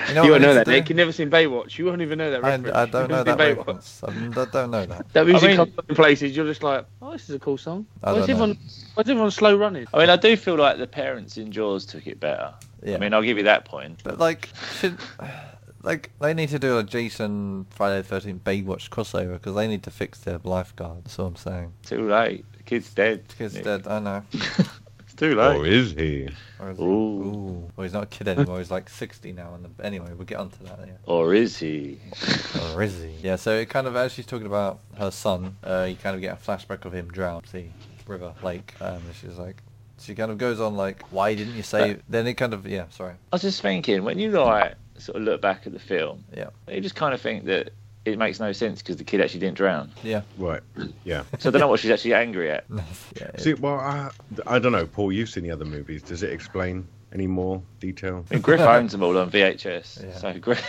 S3: You, know
S4: you
S3: what
S4: won't
S3: I
S4: know
S3: need
S4: that,
S3: to
S4: Nick.
S3: do?
S4: You've never seen Baywatch. You won't even know that
S3: I,
S4: reference.
S3: I
S4: You've
S3: don't know
S4: never seen
S3: that
S4: Baywatch.
S3: reference. I don't don't know that.
S4: That music
S1: I mean-
S4: comes in places. You're just like, oh, this is a cool song.
S3: I
S4: Why is
S3: don't know.
S4: everyone, why is everyone slow running?
S1: I mean, I do feel like the parents in Jaws took it better.
S3: Yeah.
S1: I mean, I'll give you that point.
S3: But like, should like they need to do a Jason Friday the Thirteenth Baywatch crossover because they need to fix their lifeguard. That's all I'm saying.
S1: Too late. The kid's dead.
S3: Because
S1: Nick.
S3: they're- I know.
S1: It's too
S5: Oh,
S1: late.
S5: is he?
S3: Or is he-
S1: Ooh.
S3: Ooh. Well, he's not a kid anymore. He's like 60 now. And the, anyway, we'll get onto that. Yeah.
S1: Or is he?
S3: Or is he? Yeah. So it kind of as she's talking about her son, uh, you kind of get a flashback of him drowned. See, river, lake. Um, and she's like, she kind of goes on like, why didn't you save? Then it kind of yeah. Sorry.
S1: I was just thinking, when you like sort of look back at the film,
S3: Yeah.
S1: you just kind of think that it makes no sense because the kid actually didn't drown.
S5: Right. Yeah.
S1: So I don't know what she's actually angry at.
S3: yeah,
S5: See, well, I, I don't know, Paul. You've seen the other movies. Does it explain any more detail?
S1: I mean, Griff owns them all on VHS.
S3: Yeah.
S1: So Griff.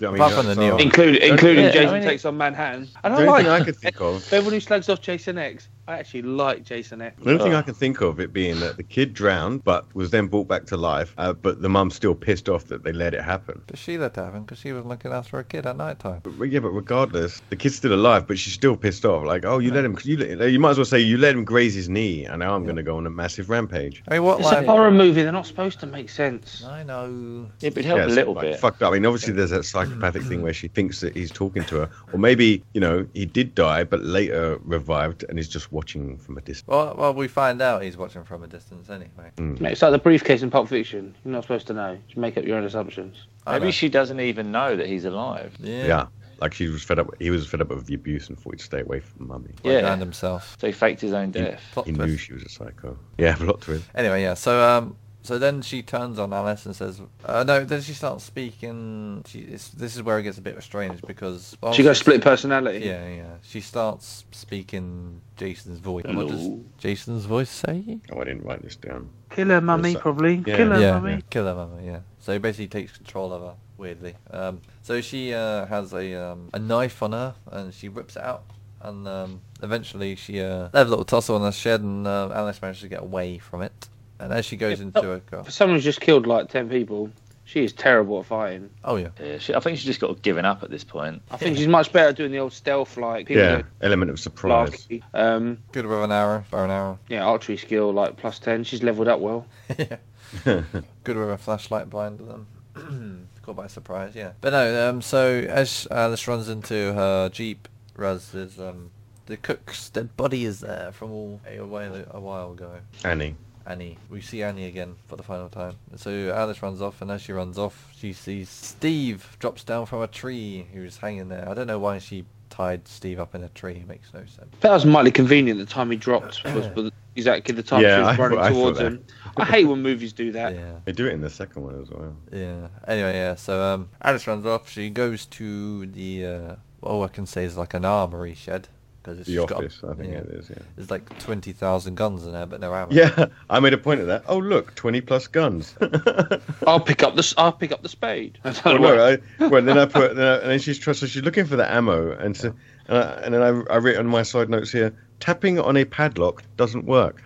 S5: I mean,
S3: Apart from the
S5: so-
S3: Neil.
S4: Include, including
S1: yeah, I
S4: Jason
S1: mean-
S4: Takes on Manhattan. I
S5: The
S4: don't
S5: only
S4: like
S5: thing I could think of.
S4: Everyone who slags off Jason X, I actually like Jason X.
S5: The only thing I can think of it being that the kid drowned, but was then brought back to life. Uh, but the mum's still pissed off that they let it happen.
S3: But she let that happen because she was looking after her kid at night time.
S5: But yeah, but regardless, the kid's still alive, but she's still pissed off. Like, oh, you let him. You, let, you might as well say you let him graze his knee, and now I'm going to go on a massive rampage.
S3: I mean, what
S4: It's a
S3: life?
S4: horror movie. They're not supposed to make sense.
S3: I know.
S1: It would help
S5: Yeah,
S1: a
S5: it's,
S1: little
S5: like,
S1: bit. Mm.
S5: Fucked up. I mean, obviously there's that psychopathic thing where she thinks that he's talking to her, or maybe you know he did die but later revived and is just watching from a distance.
S3: Well, well, we find out he's watching from a distance anyway.
S1: Mm.
S4: Mate, It's like the briefcase in Pulp Fiction. You're not supposed to know. Just make up your own assumptions.
S3: I
S1: Maybe
S3: know.
S1: she doesn't even know that he's alive.
S3: yeah,
S5: Yeah. like she was fed up. He was fed up with the abuse and thought he'd stay away from mummy.
S3: Like,
S1: Yeah.
S3: and himself.
S1: So he faked his
S3: Mm.
S1: own death.
S3: Plot
S5: He
S3: twist.
S5: knew she was a psycho. Yeah, plot twist.
S3: Anyway, yeah. So um, so then she turns on Alice and says, uh, "No." Then she starts speaking. She, it's, this is where it gets a bit strange because
S5: Oh,
S3: well,
S4: She got split personality.
S3: Yeah, yeah. She starts speaking Jason's voice. What does
S4: Hello.
S3: Jason's voce say?
S5: Oh, I didn't write this down.
S4: Killer mummy,
S5: Yes, uh,
S4: probably.
S5: yeah.
S4: Killer
S3: yeah,
S4: mummy.
S3: yeah. kill her mama. Yeah. So he basically takes control of her weirdly. Um, so she uh, has a um, a knife on her and she rips it out. And um, eventually she uh, they have a little tussle in the shed and uh, Alice manages to get away from it. And as she goes
S4: Yeah,
S3: into
S4: oh.
S3: a car,
S4: For someone who's just killed like ten people, she is terrible at fighting.
S3: oh yeah,
S1: Yeah, she, I think she's just got given up at this point.
S4: I think she's much better doing the old stealth, like people
S5: yeah,
S4: don't
S5: element of surprise.
S4: like, um,
S3: good with an arrow, bow and arrow.
S4: yeah, archery skill like plus ten. She's leveled up well.
S3: yeah. Good with a flashlight blind them. Caught by surprise, yeah. But no, um, so as Alice runs into her jeep, Raz, there's um, the cook's dead body is there from all a while a while ago.
S5: Annie.
S3: Annie, we see Annie again for the final time. So Alice runs off, and as she runs off, she sees Steve drops down from a tree who's hanging there. I don't know why she tied Steve up in a tree. It makes no sense.
S4: That was mightily convenient. The time he dropped was was exactly the time she
S5: Yeah,
S4: was
S5: I
S4: running
S5: thought- I thought
S4: towards
S5: that.
S4: him. I hate when movies do that.
S3: Yeah.
S5: They do it in the second one as well.
S3: Yeah. Anyway, yeah. So um, Alice runs off. She goes to the uh, all I can say is like an armory shed because it's
S5: The
S3: just
S5: office,
S3: Got,
S5: I think
S3: yeah,
S5: it is. Yeah.
S3: There's like twenty thousand guns in there, but no ammo.
S5: Yeah, I made a point of that. Oh, look, twenty plus guns.
S4: I'll pick up the s- I'll pick up the spade. I
S5: well,
S4: don't know.
S5: no, I, well, then I put, then I, and then she's trying, so she's looking for the ammo, and so, and, I, and then I, I written on my side notes here: tapping on a padlock doesn't work.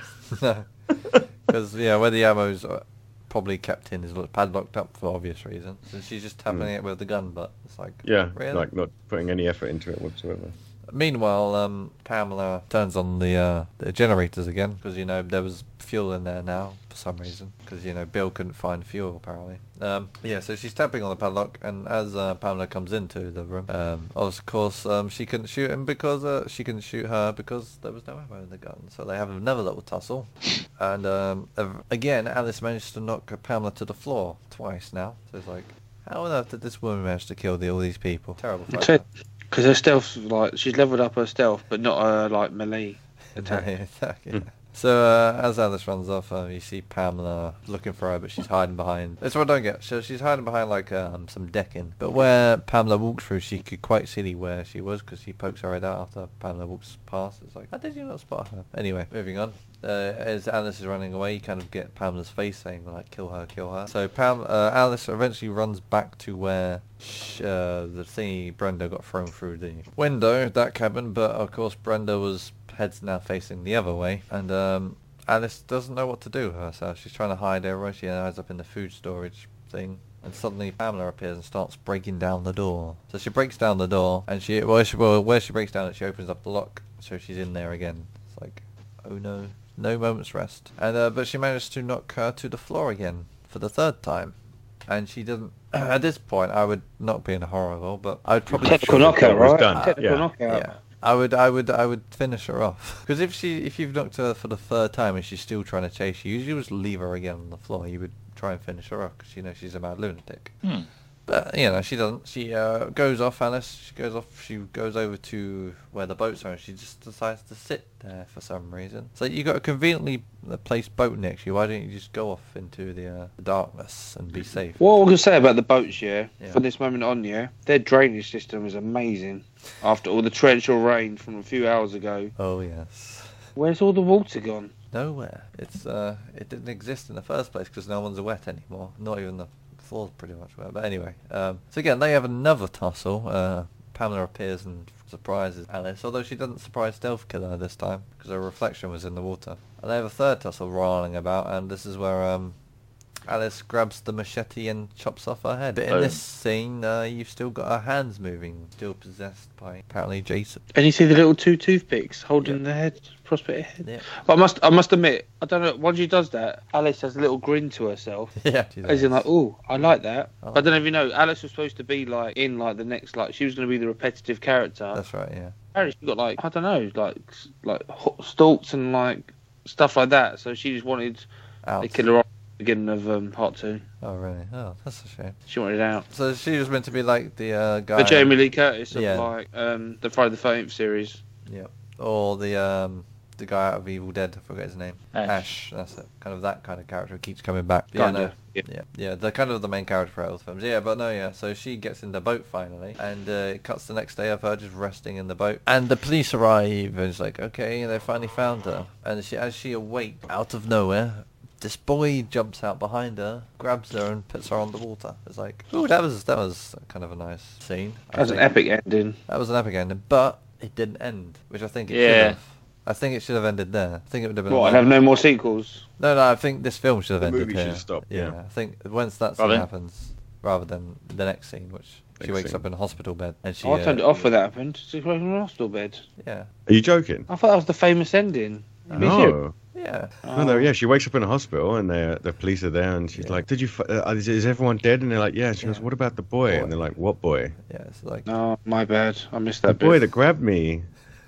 S3: Because yeah, where the ammo's uh, probably kept in is padlocked up for obvious reasons. So she's just tapping it with the gun, but it's like
S5: Hmm. Yeah,
S3: really.
S5: like not putting any effort into it whatsoever.
S3: Meanwhile, um, Pamela turns on the uh, the generators again because you know there was fuel in there now for some reason because you know Bill couldn't find fuel apparently. Um, yeah, so she's tapping on the padlock, and as uh, Pamela comes into the room, um, of course um, she couldn't shoot him because uh, she couldn't shoot her because there was no ammo in the gun. So they have another little tussle, and um, ev- again Alice managed to knock Pamela to the floor twice now. So it's like. How on earth did this woman manage to kill the, all these people? Terrible. fighter.
S4: Because her stealth's like she's leveled up her stealth, but not her like melee. attack.
S3: Yeah, attack, yeah. So uh, as Alice runs off, um, you see Pamela looking for her, but she's hiding behind. That's what I don't get. So she's hiding behind like um, some decking, but where Pamela walks through, she could quite see where she was because she pokes her head out after Pamela walks past. It's like, how did you not spot her? Anyway, moving on. Uh, as Alice is running away, you kind of get Pamela's face saying like, "Kill her, kill her." So Pam, uh, Alice eventually runs back to where sh- uh, the thingy Brenda got thrown through the window, that cabin. But of course, Brenda was head's now facing the other way, and um, Alice doesn't know what to do with herself. She's trying to hide everywhere. She ends up in the food storage thing, and suddenly Pamela appears and starts breaking down the door. So she breaks down the door, and she well, she, well where she breaks down it, she opens up the lock, so she's in there again. It's like, oh no, no moment's rest. And uh, but she managed to knock her to the floor again for the third time, and she doesn't. At this point, I would not be in a horror role, but I would probably
S4: Technical
S5: That
S4: knockout,
S5: was
S4: right?
S5: done,
S4: Technical
S5: yeah.
S4: knockout.
S3: yeah. I would, I would, I would finish her off. Because if she, if you've knocked her for the third time and she's still trying to chase you, you usually just leave her again on the floor. You would try and finish her off because you know she's a mad lunatic.
S1: Hmm.
S3: But you know she doesn't. She uh, goes off, Alice. She goes off. She goes over to where the boats are, and she just decides to sit there for some reason. So you got a conveniently placed boat next to you. Why don't you just go off into the, uh, the darkness and be safe?
S4: What I can say about the boats, yeah,
S3: Yeah.
S4: from this moment on, yeah, their drainage system is amazing. After all the torrential rain from a few hours ago,
S3: Oh yes.
S4: where's all the water gone?
S3: nowhere. It's uh, it didn't exist in the first place because no one's wet anymore. Not even the floor's pretty much wet. But anyway, um, so again they have another tussle. Uh, Pamela appears and surprises Alice, although she doesn't surprise Stealth Killer this time because her reflection was in the water. And they have a third tussle rolling about, and this is where um, Alice grabs the machete and chops off her head. But in
S1: Oh.
S3: this scene, uh, you've still got her hands moving, still possessed by apparently Jason.
S4: And you see the little two toothpicks holding the head, prospect head.
S3: Yeah.
S4: But I must, I must admit, I don't know. Once she does that, Alice has a little grin to herself.
S3: yeah.
S4: As in, like, oh, I like that.
S3: I like
S4: But I don't know if you know, Alice was supposed to be like in like the next, like she was going to be the repetitive character.
S3: That's right. Yeah.
S4: Harry, she got like I don't know, like s- like ho- stalks and like stuff like that. So she just wanted
S3: Out.
S4: the killer off at the beginning of um, part two.
S3: Oh really? Oh, that's a shame.
S4: She wanted out.
S3: So she was meant to be like the uh, guy,
S4: The Jamie Lee Curtis of
S3: Yeah.
S4: like um, the Friday the Thirteenth series.
S3: or the um, the guy out of Evil Dead. I forget his name.
S1: Ash.
S3: Ash. That's it. Kind of that kind of character who keeps coming back. But
S4: Kinda,
S3: no.
S4: yeah.
S3: Yeah, yeah, they're kind of the main character for all the films. Yeah, but no, yeah. So she gets in the boat finally, and uh, it cuts the next day of her just resting in the boat. And the police arrive, and it's like, okay, they finally found her. And she, as she awakes out of nowhere, this boy jumps out behind her, grabs her, and puts her on the water. It's like, ooh, that was that was kind of a nice scene. I
S4: That was an
S3: think.
S4: epic ending.
S3: That was an epic ending, but it didn't end, which I think it should
S1: Yeah.
S3: have. I think it should have ended there. I think it would have been.
S4: What? And have no more sequels.
S3: No, no, I think this film should have
S5: The
S3: ended
S5: movie should
S3: here.
S5: stop,
S3: Yeah.
S5: yeah.
S3: I think once that scene
S1: Rather than-
S3: happens, rather than the next scene, which she
S5: Next
S3: wakes
S5: scene.
S3: up in a hospital bed and she.
S4: Oh, I
S3: uh,
S4: turned it off when that happened. She was in a hospital bed.
S3: Yeah,
S5: Are you joking?
S4: I thought that was the famous ending. You mean you?
S5: No.
S3: yeah,
S5: No, no, yeah, she wakes up in a hospital and uh, the the police are there and she's
S3: Um, Yeah.
S5: like, "Did you? fi- Uh, is, is everyone dead?" And they're like, "Yeah." She goes,
S3: Yeah.
S5: "What about the boy?"
S3: Boy.
S5: And they're like, "What boy?"
S3: yeah. It's like
S4: Oh, my bad. I missed
S5: The
S4: that
S5: boy
S4: bit.
S5: that grabbed me.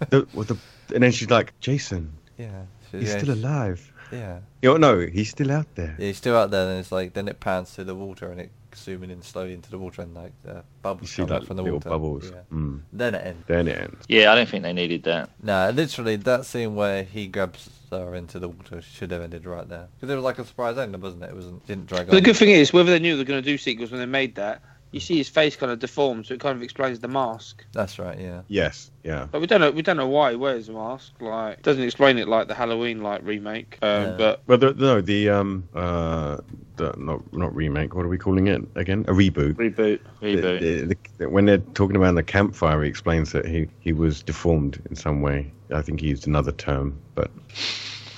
S5: The, with the, and then she's like, "Jason,
S3: yeah. she-
S5: he's
S3: yeah,
S5: still
S3: she-
S5: alive."
S3: Yeah.
S5: You know, no, he's still out there.
S3: yeah, he's still out there, and it's like then it pans to the water, and it zooming in slowly into the water, and like the
S5: You
S3: bubbles
S5: see
S3: come up
S5: like
S3: from the
S5: little
S3: water.
S5: bubbles.
S3: Yeah.
S5: Mm.
S3: Then it ends.
S5: Then it ends.
S1: Yeah, I don't think they needed that.
S3: No, literally that scene where he grabs her into the water should have ended right there because it was like a surprise ending, wasn't it? It wasn't didn't drag
S4: But the
S3: on.
S4: good thing is, whether they knew they were going to do sequels when they made that, you see his face kind of deformed, so it kind of explains the mask.
S3: That's right, yeah.
S5: Yes. Yeah.
S4: But we don't know. We don't know why he wears a mask. Like it doesn't explain it like the Halloween like remake. Um,
S3: Yeah.
S4: But
S5: Well, the, no, the um, uh, the, not not remake. What are we calling it again? A reboot.
S4: reboot.
S1: Reboot.
S5: The- the- the- when they're talking around the campfire, he explains that he, he was deformed in some way. I think he used another term, but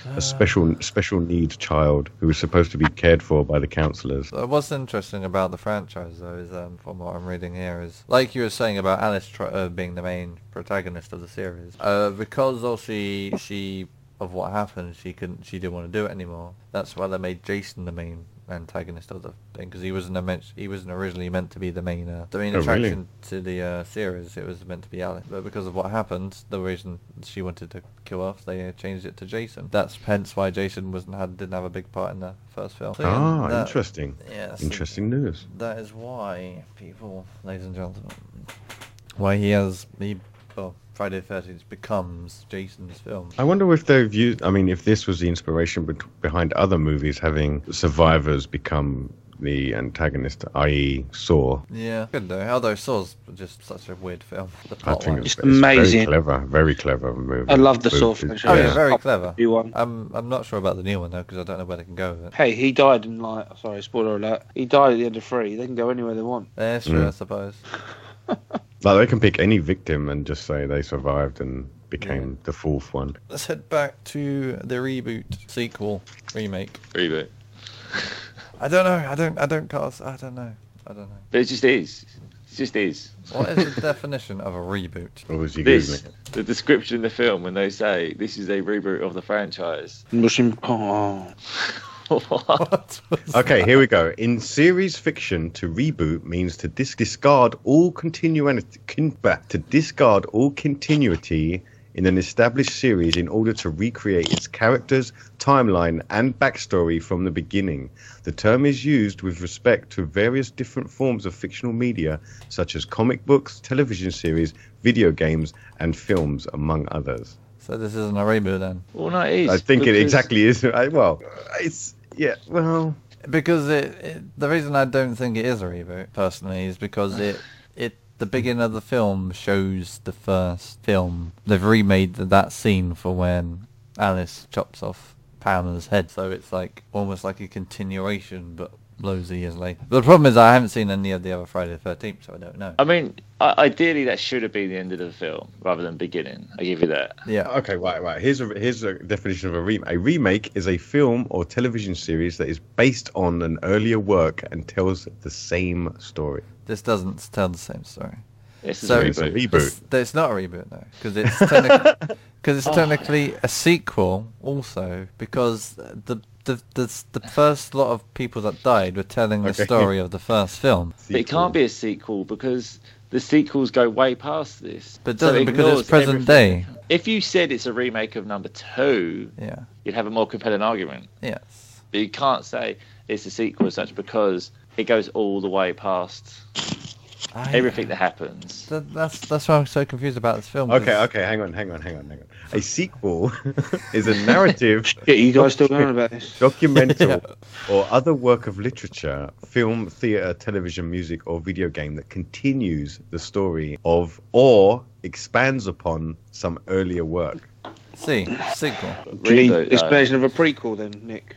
S4: Ah.
S5: a special special needs child who was supposed to be cared for by the counselors.
S3: Uh, What's interesting about the franchise, though, is um, from what I'm reading here, is like you were saying about Alice tr- uh, being the main protagonist of the series. Uh, because obviously she of what happened, she couldn't, she didn't want to do it anymore. That's why they made Jason the main antagonist of the thing because he wasn't a men- he wasn't originally meant to be the main uh, the main
S5: Oh, really?
S3: attraction to the uh, series. It was meant to be Alice, but because of what happened, the reason she wanted to kill off, they uh, changed it to Jason. That's hence why Jason wasn't had didn't have a big part in the first film. So, yeah,
S5: Ah,
S3: that-
S5: interesting,
S3: yeah, so
S5: interesting news.
S3: That is why people, ladies and gentlemen, why he has he, well, Friday the Thirteenth becomes Jason's film.
S5: I wonder if they've used. I mean, if this was the inspiration bet- behind other movies having survivors become the antagonist, i.e., Saw.
S3: Yeah, good though. Although Saw's just such a weird film. The
S5: I
S3: plot
S5: think
S3: line.
S5: it's,
S4: Just
S5: it's
S4: Oh, amazing.
S5: Very clever, very clever movie.
S4: I love the Saw
S5: Movie,
S4: franchise.
S3: Oh yeah,
S4: yeah.
S3: very clever.
S4: Be one.
S3: I'm I'm not sure about the new one though because I don't know where they can go with it.
S4: Hey, he died in like sorry, spoiler alert. He died at the end of three. They can go anywhere they want.
S3: Yeah, it's true,
S5: Mm.
S3: I suppose.
S5: Like they can pick any victim and just say they survived and became the fourth one.
S3: Let's head back to the reboot, sequel, remake.
S1: Reboot.
S3: I don't know. I don't. I don't cast. I don't know. I don't know.
S1: But it just is. It just is.
S3: What is the definition of a reboot?
S5: Or was he
S1: this?
S5: Googling it?
S1: The description in the film when they say this is a reboot of the franchise.
S4: Mushroom. Oh.
S1: What?
S3: What was
S5: Okay, here we go. In series fiction, to reboot means to dis- discard all continuity con- bah, to discard all continuity in an established series in order to recreate its characters, timeline, and backstory from the beginning. The term is used with respect to various different forms of fictional media, such as comic books, television series, video games, and films, among others.
S3: So this isn't a reboot then,
S1: Well, no, it is.
S5: I think it
S1: because-
S5: exactly is. I, well, it's yeah. Well,
S3: because it, it. The reason I don't think it is a reboot personally is because it. It the beginning of the film shows the first film. They've remade th- that scene for when Alice chops off Pamela's head, so it's like almost like a continuation, but loads of years later. But the problem is I haven't seen any of the other Friday the 13th, so I don't know.
S1: I mean, I- ideally, that should have been the end of the film rather than beginning. I give you that.
S3: Yeah.
S5: Okay, right, right. Here's a here's a definition of a remake. A remake is a film or television series that is based on an earlier work and tells the same story.
S3: This doesn't tell the same story.
S1: This is
S3: So-
S1: a
S5: It's a
S1: reboot.
S5: reboot.
S3: It's, it's not a reboot though, because it's technic- cause it's technically a sequel also because the the, the the first lot of people that died were telling the
S5: Okay.
S3: story of the first film,
S1: But it can't be a sequel because the sequels go way past this.
S3: but it
S1: So it
S3: doesn't because
S1: ignores
S3: it's present
S1: everything.
S3: day.
S1: If you said it's a remake of number two,
S3: Yeah.
S1: you'd have a more compelling argument.
S3: Yes.
S1: But you can't say it's a sequel as such because it goes all the way past
S3: I-
S1: everything that happens.
S3: Th- that's that's why I'm so confused about this film. 'cause
S5: Okay, okay, hang on, hang on, hang on, hang on. A sequel is a narrative,
S4: Yeah, you guys still going about this?
S5: documental, or other work of literature, film, theatre, television, music, or video game that continues the story of or expands upon some earlier work.
S3: See, sequel.
S4: Do you
S1: Reboot,
S4: need this
S1: though.
S4: version of a prequel then, Nick?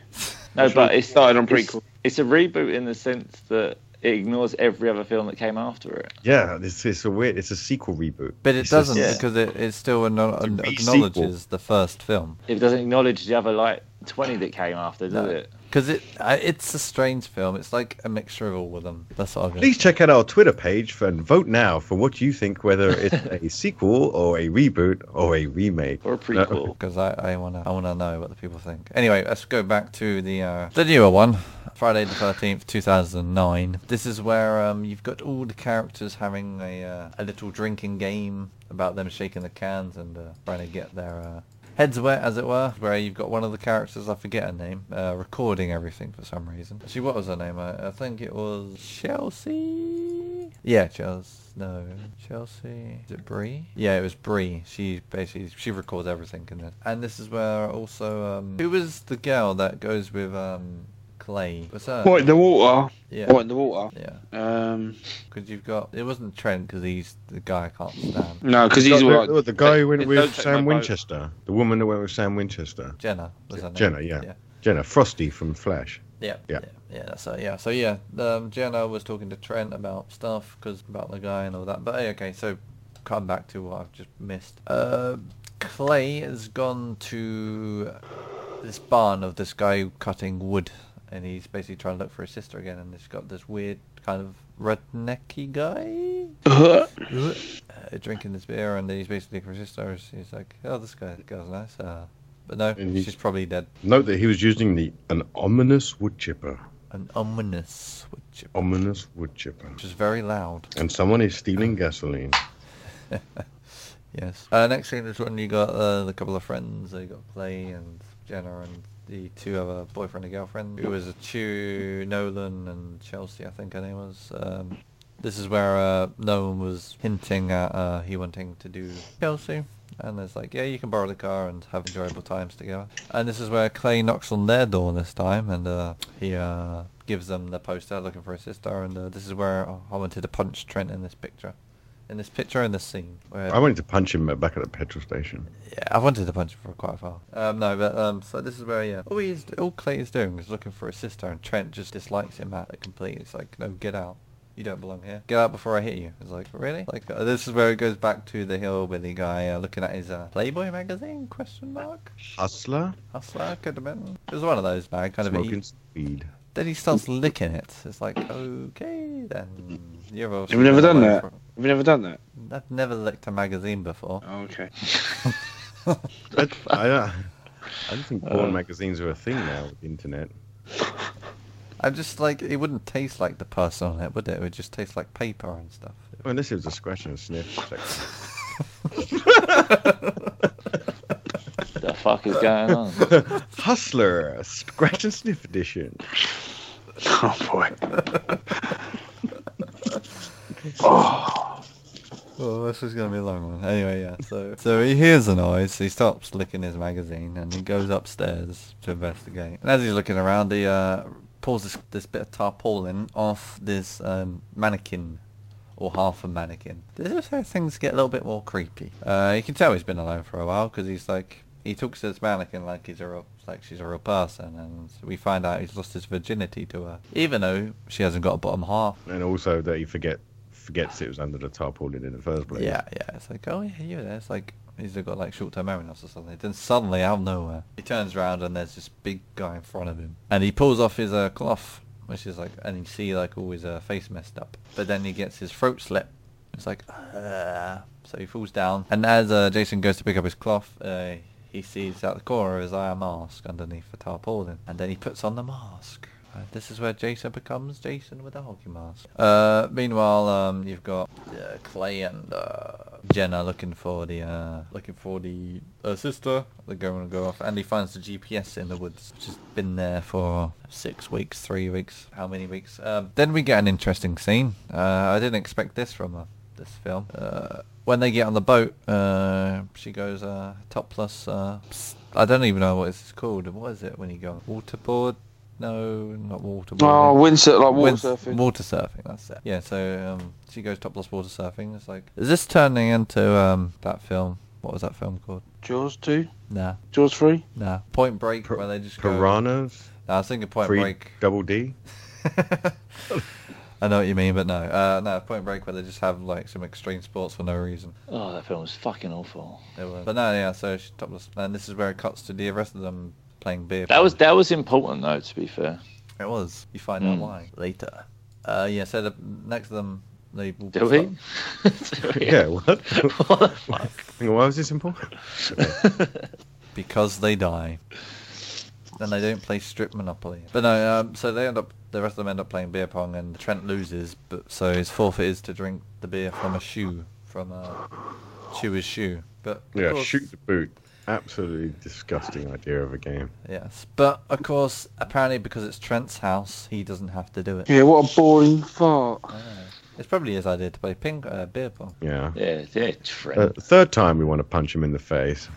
S1: No, but it's
S4: started on
S1: it's-
S4: prequel.
S1: It's, a reboot in the sense that it ignores every other film that came after it.
S5: Yeah, it's, it's a weird, it's a sequel reboot.
S3: But it
S5: It's a
S3: doesn't
S1: yeah.
S3: because it, it still ano-
S5: a
S3: an-
S5: re-sequel.
S3: acknowledges the first film.
S1: It doesn't acknowledge the other like twenty that came after, does it?
S3: Because it I- it's a strange film. It's like a mixture of all of them. That's what I'm gonna
S5: Please check out our Twitter page for, and vote now for what you think, whether it's a sequel or a reboot or a remake.
S1: Or a prequel.
S3: because I, I wanna I wanna know what the people think. Anyway, let's go back to the uh, the newer one, Friday the Thirteenth, two thousand nine. This is where um, you've got all the characters having a uh, a little drinking game about them shaking the cans and uh, trying to get their uh, heads wet, as it were. Where you've got one of the characters, I forget her name, uh, recording everything for some reason. Actually, what was her name? I, I think it was Chelsea. Yeah, Chelsea. No, Chelsea. Is it Bree? Yeah, it was Bree. She basically she records everything in it. And this is where also um, who was the girl that goes with um Clay? Was her?
S4: What in the water?
S3: Yeah.
S4: What in the water?
S3: Yeah,
S4: Um,
S3: because you've got it wasn't Trent because he's the guy I can't stand.
S4: no, because he's
S5: the, oh,
S4: all right.
S5: the guy who went
S1: Don't
S5: with
S1: take
S5: Sam
S1: my vote.
S5: Winchester. The woman that went with Sam Winchester.
S3: Jenna was her name.
S5: Jenna, yeah.
S3: Yeah.
S5: Jenna Frosty from Flash.
S3: Yeah, yeah,
S5: Yeah.
S3: yeah. That's it. Yeah. So yeah, um, Jenna was talking to Trent about stuff because about the guy and all that. But hey, okay, so come back to what I've just missed. Uh, Clay has gone to this barn of this guy cutting wood, and he's basically trying to look for his sister again. And he's got this weird kind of rednecky guy uh, drinking this beer, and he's basically looking for his sister. He's like, oh, this guy, girl's nice. Uh, but no,
S5: And he-
S3: she's probably dead.
S5: Note that he was using the an ominous wood chipper.
S3: An ominous wood chip.
S5: Ominous wood chipper.
S3: which is very loud.
S5: And someone is stealing gasoline.
S3: Yes. Uh, next scene is when you got uh, the couple of friends. They got Clay and Jenna and the two other boyfriend and girlfriend. It was a Chu, Nolan, and Chelsea, I think her name was. Um, this is where uh, Nolan was hinting at uh, he wanting to do Chelsea. And it's like, yeah, you can borrow the car and have enjoyable times together. And this is where Clay knocks on their door this time, and uh, he uh, gives them the poster looking for a sister. And uh, this is where I wanted to punch Trent in this picture, in this picture, in this scene. Where
S5: I wanted to punch him back at the petrol station.
S3: yeah, I wanted to punch him for quite a while. Um, no, but um, so this is where yeah, all he's all Clay is doing is looking for his sister, and Trent just dislikes him at it completely. It's like, no, get out. You don't belong here. Get out before I hit you. It's like, really? Like uh, this is where it goes back to the hillbilly guy uh, looking at his uh, Playboy magazine? Question mark?
S5: Hustler
S3: Hustler could have been. It was one of those man, kind of.
S5: smoking
S3: He,
S5: speed.
S3: then he starts licking it. It's like, okay then. You've
S4: Have you never done that? Have you never done that?
S3: I've never licked a magazine before.
S4: Oh, okay.
S5: I, I, don't- I don't think porn magazines are a thing now with the internet.
S3: I'm just like it wouldn't taste like the person on it, would it? It would just taste like paper and stuff.
S5: Well, unless it was a scratch and sniff. section.
S1: the fuck is going on?
S5: Hustler scratch and sniff edition.
S4: Oh boy.
S3: Oh, this is gonna be a long one. Anyway, yeah. So, so he hears a noise. He stops licking his magazine and he goes upstairs to investigate. And as he's looking around, he uh, pulls this this bit of tarpaulin off this um, mannequin or half a mannequin. This is how things get a little bit more creepy. Uh, you can tell he's been alone for a while because he's like he talks to this mannequin like he's a real, like she's a real person, and we find out he's lost his virginity to her, even though she hasn't got a bottom half.
S5: And also that he forget forgets it was under the tarpaulin in the first place.
S3: Yeah, yeah. It's like, oh yeah, you were there. It's like he's got like short-term memory loss or something. Then suddenly, out of nowhere, he turns around and there's this big guy in front of him, and he pulls off his uh, cloth, which is like, and you see like all his uh, face messed up. But then he gets his throat slit. It's like, "Ah." so he falls down, and as uh, Jason goes to pick up his cloth, uh, he sees out the corner of his eye a mask underneath the tarpaulin, and then he puts on the mask. Uh, This is where Jason becomes Jason with a hockey mask. Uh, meanwhile, um, you've got uh, Clay and uh, Jenna looking for the uh, looking for the uh, sister. They're going to go off, and he finds the GPS in the woods, which has been there for six weeks, three weeks, how many weeks? Um, then we get an interesting scene. Uh, I didn't expect this from uh, this film. Uh, when they get on the boat, uh, she goes uh, topless. Uh, psst, I don't even know what it's called. What is it when you go waterboard? No, not waterboard.
S4: Oh, windsurf, like water
S3: With-
S4: surfing.
S3: Water surfing, that's it. Yeah, so um, she goes topless water surfing. It's like, is this turning into um, that film? What was that film called?
S4: Jaws 2?
S3: Nah,
S4: Jaws 3?
S3: nah. Point Break,
S5: Pir-
S3: where they just go.
S5: Piranhas,
S3: Nah, I was thinking Point
S5: three
S3: Break.
S5: double D.
S3: I know what you mean, but no, uh, no. Point Break, where they just have like some extreme sports for no reason.
S1: Oh, that film was fucking awful.
S3: It was. But no, yeah. So she's topless, and this is where it cuts to the rest of them playing beer.
S1: That was that was important though. To be fair,
S3: It was. You find out
S1: Mm.
S3: why later. Uh, yeah. So the next to them, they. will
S1: do we?
S5: Yeah, what?
S1: What the fuck?
S5: Hang on, Why was this important?
S3: because they die. And they don't play strip monopoly. But no, um, so they end up, the rest of them end up playing beer pong, and Trent loses. But so his forfeit is to drink the beer from a shoe, from a chew his shoe. But of
S5: Yeah,
S3: course-
S5: shoot the boot. Absolutely disgusting idea of a game.
S3: Yes, but of course, apparently because it's Trent's house, he doesn't have to do it.
S4: Yeah, what a boring fart.
S3: It's probably his idea to play ping uh, beer pong.
S5: Yeah.
S1: Yeah, yeah, Trent.
S5: Uh, third time we want to punch him in the face.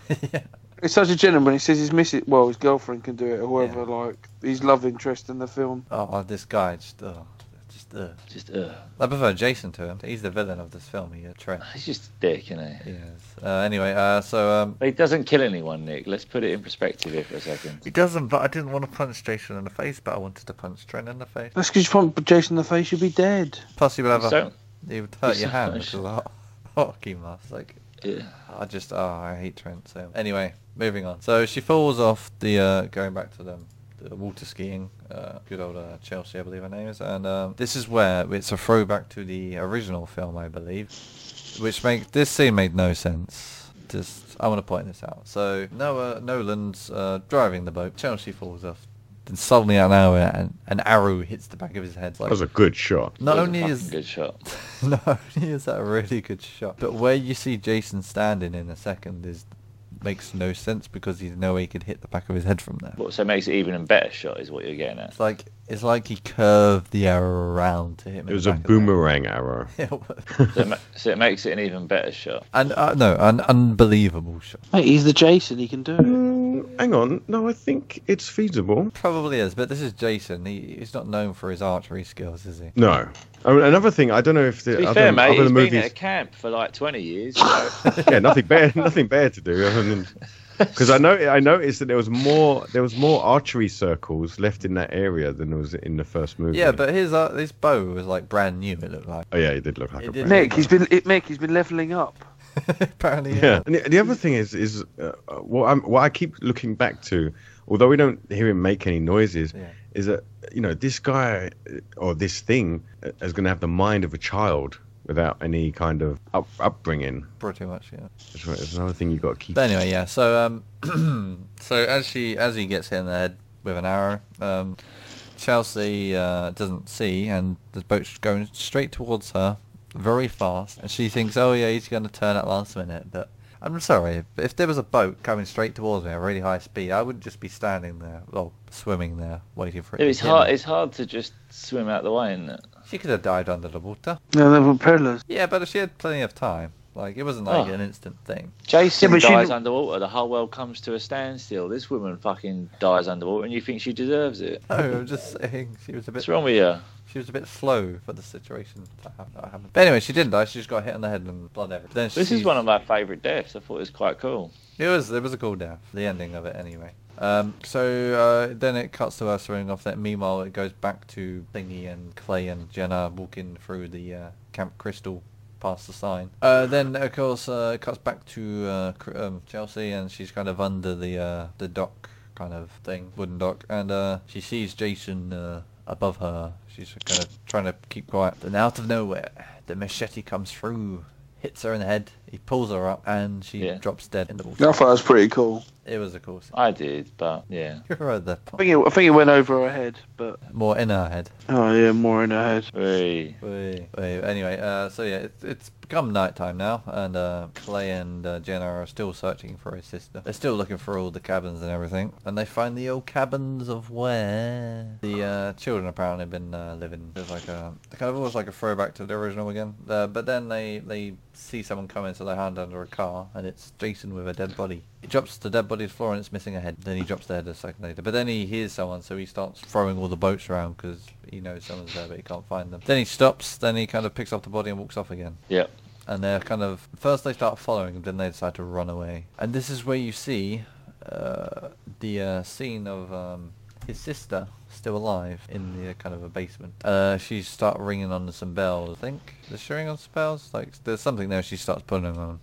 S4: It's such a gentleman. He says his missus, well, his girlfriend can do it, or whoever, like, his love interest in the film.
S3: Oh, this guy just, oh, just. Uh.
S1: just uh,
S3: I prefer Jason to him. He's the villain of this film. He, uh, Trent.
S1: he's just a dick, isn't he?
S3: He is. Uh, anyway, uh, so um,
S1: But he doesn't kill anyone, Nick. Let's put it in perspective here for a second.
S3: He doesn't, but I didn't want to punch Jason in the face, but I wanted to punch Trent in the face.
S4: That's because you pump Jason in the face, you'll be dead.
S3: Plus, he would have a,
S1: So-
S3: he would hurt your hand,
S1: so-
S3: which is a ho- hockey mask. Like,
S1: Yeah.
S3: I just, oh, I hate Trent. So anyway, moving on. So she falls off the, uh, going back to them, the water skiing. Uh, good old uh, Chelsea, I believe her name is. And um, this is where it's a throwback to the original film, I believe, which make this scene made no sense. Just, I want to point this out. So Noah Nolan's uh, driving the boat. Chelsea falls off. Then suddenly out of nowhere, an, an arrow hits the back of his head.
S5: That
S3: Like,
S5: was a good shot.
S3: not
S1: That was a
S3: only
S1: fucking
S3: is
S1: good shot.
S3: no, is that a really good shot? But where you see Jason standing in a second is makes no sense because he's no way he could hit the back of his head from there.
S1: What so makes it even a better shot is what you're getting at.
S3: It's like it's like he curved the arrow around to hit him.
S5: It
S3: in
S5: was
S3: the
S5: a
S3: back of the head.
S5: boomerang arrow.
S3: It was-
S1: So it, ma- so it makes it an even better shot.
S3: an uh, no, an unbelievable shot.
S4: Mate, he's the Jason, he can do it.
S5: Mm, hang on. No, I think it's feasible.
S3: Probably is, but this is Jason. He, he's not known for his archery skills, is he?
S5: No. I mean, another thing, I don't know if the
S1: To be
S5: other,
S1: fair, mate,
S5: other
S1: he's
S5: movies.
S1: been at a camp for like 20 years. so-
S5: yeah, nothing bad, nothing bad to do. Because I know, I noticed that there was more, there was more archery circles left in that area than there was in the first movie.
S3: Yeah, but his uh, his bow was like brand new. It looked like
S5: oh yeah, he did look like
S3: It
S5: a
S3: did.
S5: brand.
S4: Nick, he's been, it, Nick, he's been levelling up.
S3: apparently.
S5: Yeah, and the, the other thing is, is uh, uh, what I'm, what I keep looking back to, although we don't hear him make any noises,
S3: Yeah.
S5: is that you know this guy uh, or this thing uh, is going to have the mind of a child without any kind of up, upbringing.
S3: pretty much. Yeah.
S5: That's what- that's another thing you got to keep.
S3: But anyway, yeah. So um, so as she as he gets hit in the head with an arrow, um, Chelsea uh, doesn't see, and the boat's going straight towards her, very fast, and she thinks, oh yeah, he's going to turn at last minute. But I'm sorry, but if there was a boat coming straight towards me at really high speed, I wouldn't just be standing there, well, swimming there, waiting for it.
S1: It
S3: to
S1: was
S3: hit
S1: hard.
S3: me.
S1: It's hard to just swim out the way, isn't it?
S3: She could have died under the water.
S4: No, they were perilous.
S3: Yeah, but she had plenty of time. Like it wasn't like
S1: Oh.
S3: an instant thing.
S1: Jason
S4: Yeah, but she
S1: dies
S4: didn't-
S1: underwater. The whole world comes to a standstill. This woman fucking dies underwater, and you think she deserves it?
S3: No, I'm just saying she was a bit
S1: What's wrong with you?
S3: She was a bit slow for the situation that hap- that happened. But anyway, she didn't die. She just got hit on the head and blood everywhere. Then
S1: This
S3: she,
S1: is one of my favourite deaths. I thought it was quite cool.
S3: It was it was a cool death. The ending of it, anyway. Um, so uh, then it cuts to us running off. That meanwhile, it goes back to Thingy and Clay and Jenna walking through the uh, Camp Crystal past the sign. Uh, then of course uh, it cuts back to uh, Cr- um, Chelsea and she's kind of under the uh, the dock kind of thing, wooden dock, and uh, she sees Jason uh, above her. She's kind of trying to keep quiet. Then out of nowhere, the machete comes through, hits her in the head. He pulls her up, and she
S1: Yeah.
S3: drops dead in the water.
S6: I thought that was pretty cool.
S3: It was a cool scene.
S1: I did, but yeah.
S3: You're right there.
S6: I think it, I think it went over her head, but
S3: More in her head.
S6: oh yeah, more in her head.
S1: Very.
S3: Wait, wait, anyway, uh, so yeah, it's, it's become nighttime now, and uh, Clay and uh, Jenna are still searching for his sister. They're still looking for all the cabins and everything, and they find the old cabins of where the uh, children apparently have been uh, living. There's like a kind of almost like a throwback to the original again. Uh, but then they they see someone coming, so they hand under a car, and it's Jason with a dead body. He drops the dead body to the floor, and it's missing a head. Then he drops the head a second later, but then he hears someone, so he starts throwing all the boats around because he knows someone's there, but he can't find them. Then he stops. Then he kind of picks up the body and walks off again.
S1: Yep.
S3: And they're kind of first they start following him, then they decide to run away. And this is where you see uh, the uh, scene of um, his sister still alive in the kind of a basement. Uh, she start ringing on some bells. I think does she ring on some bells? Like there's something there. She starts putting them on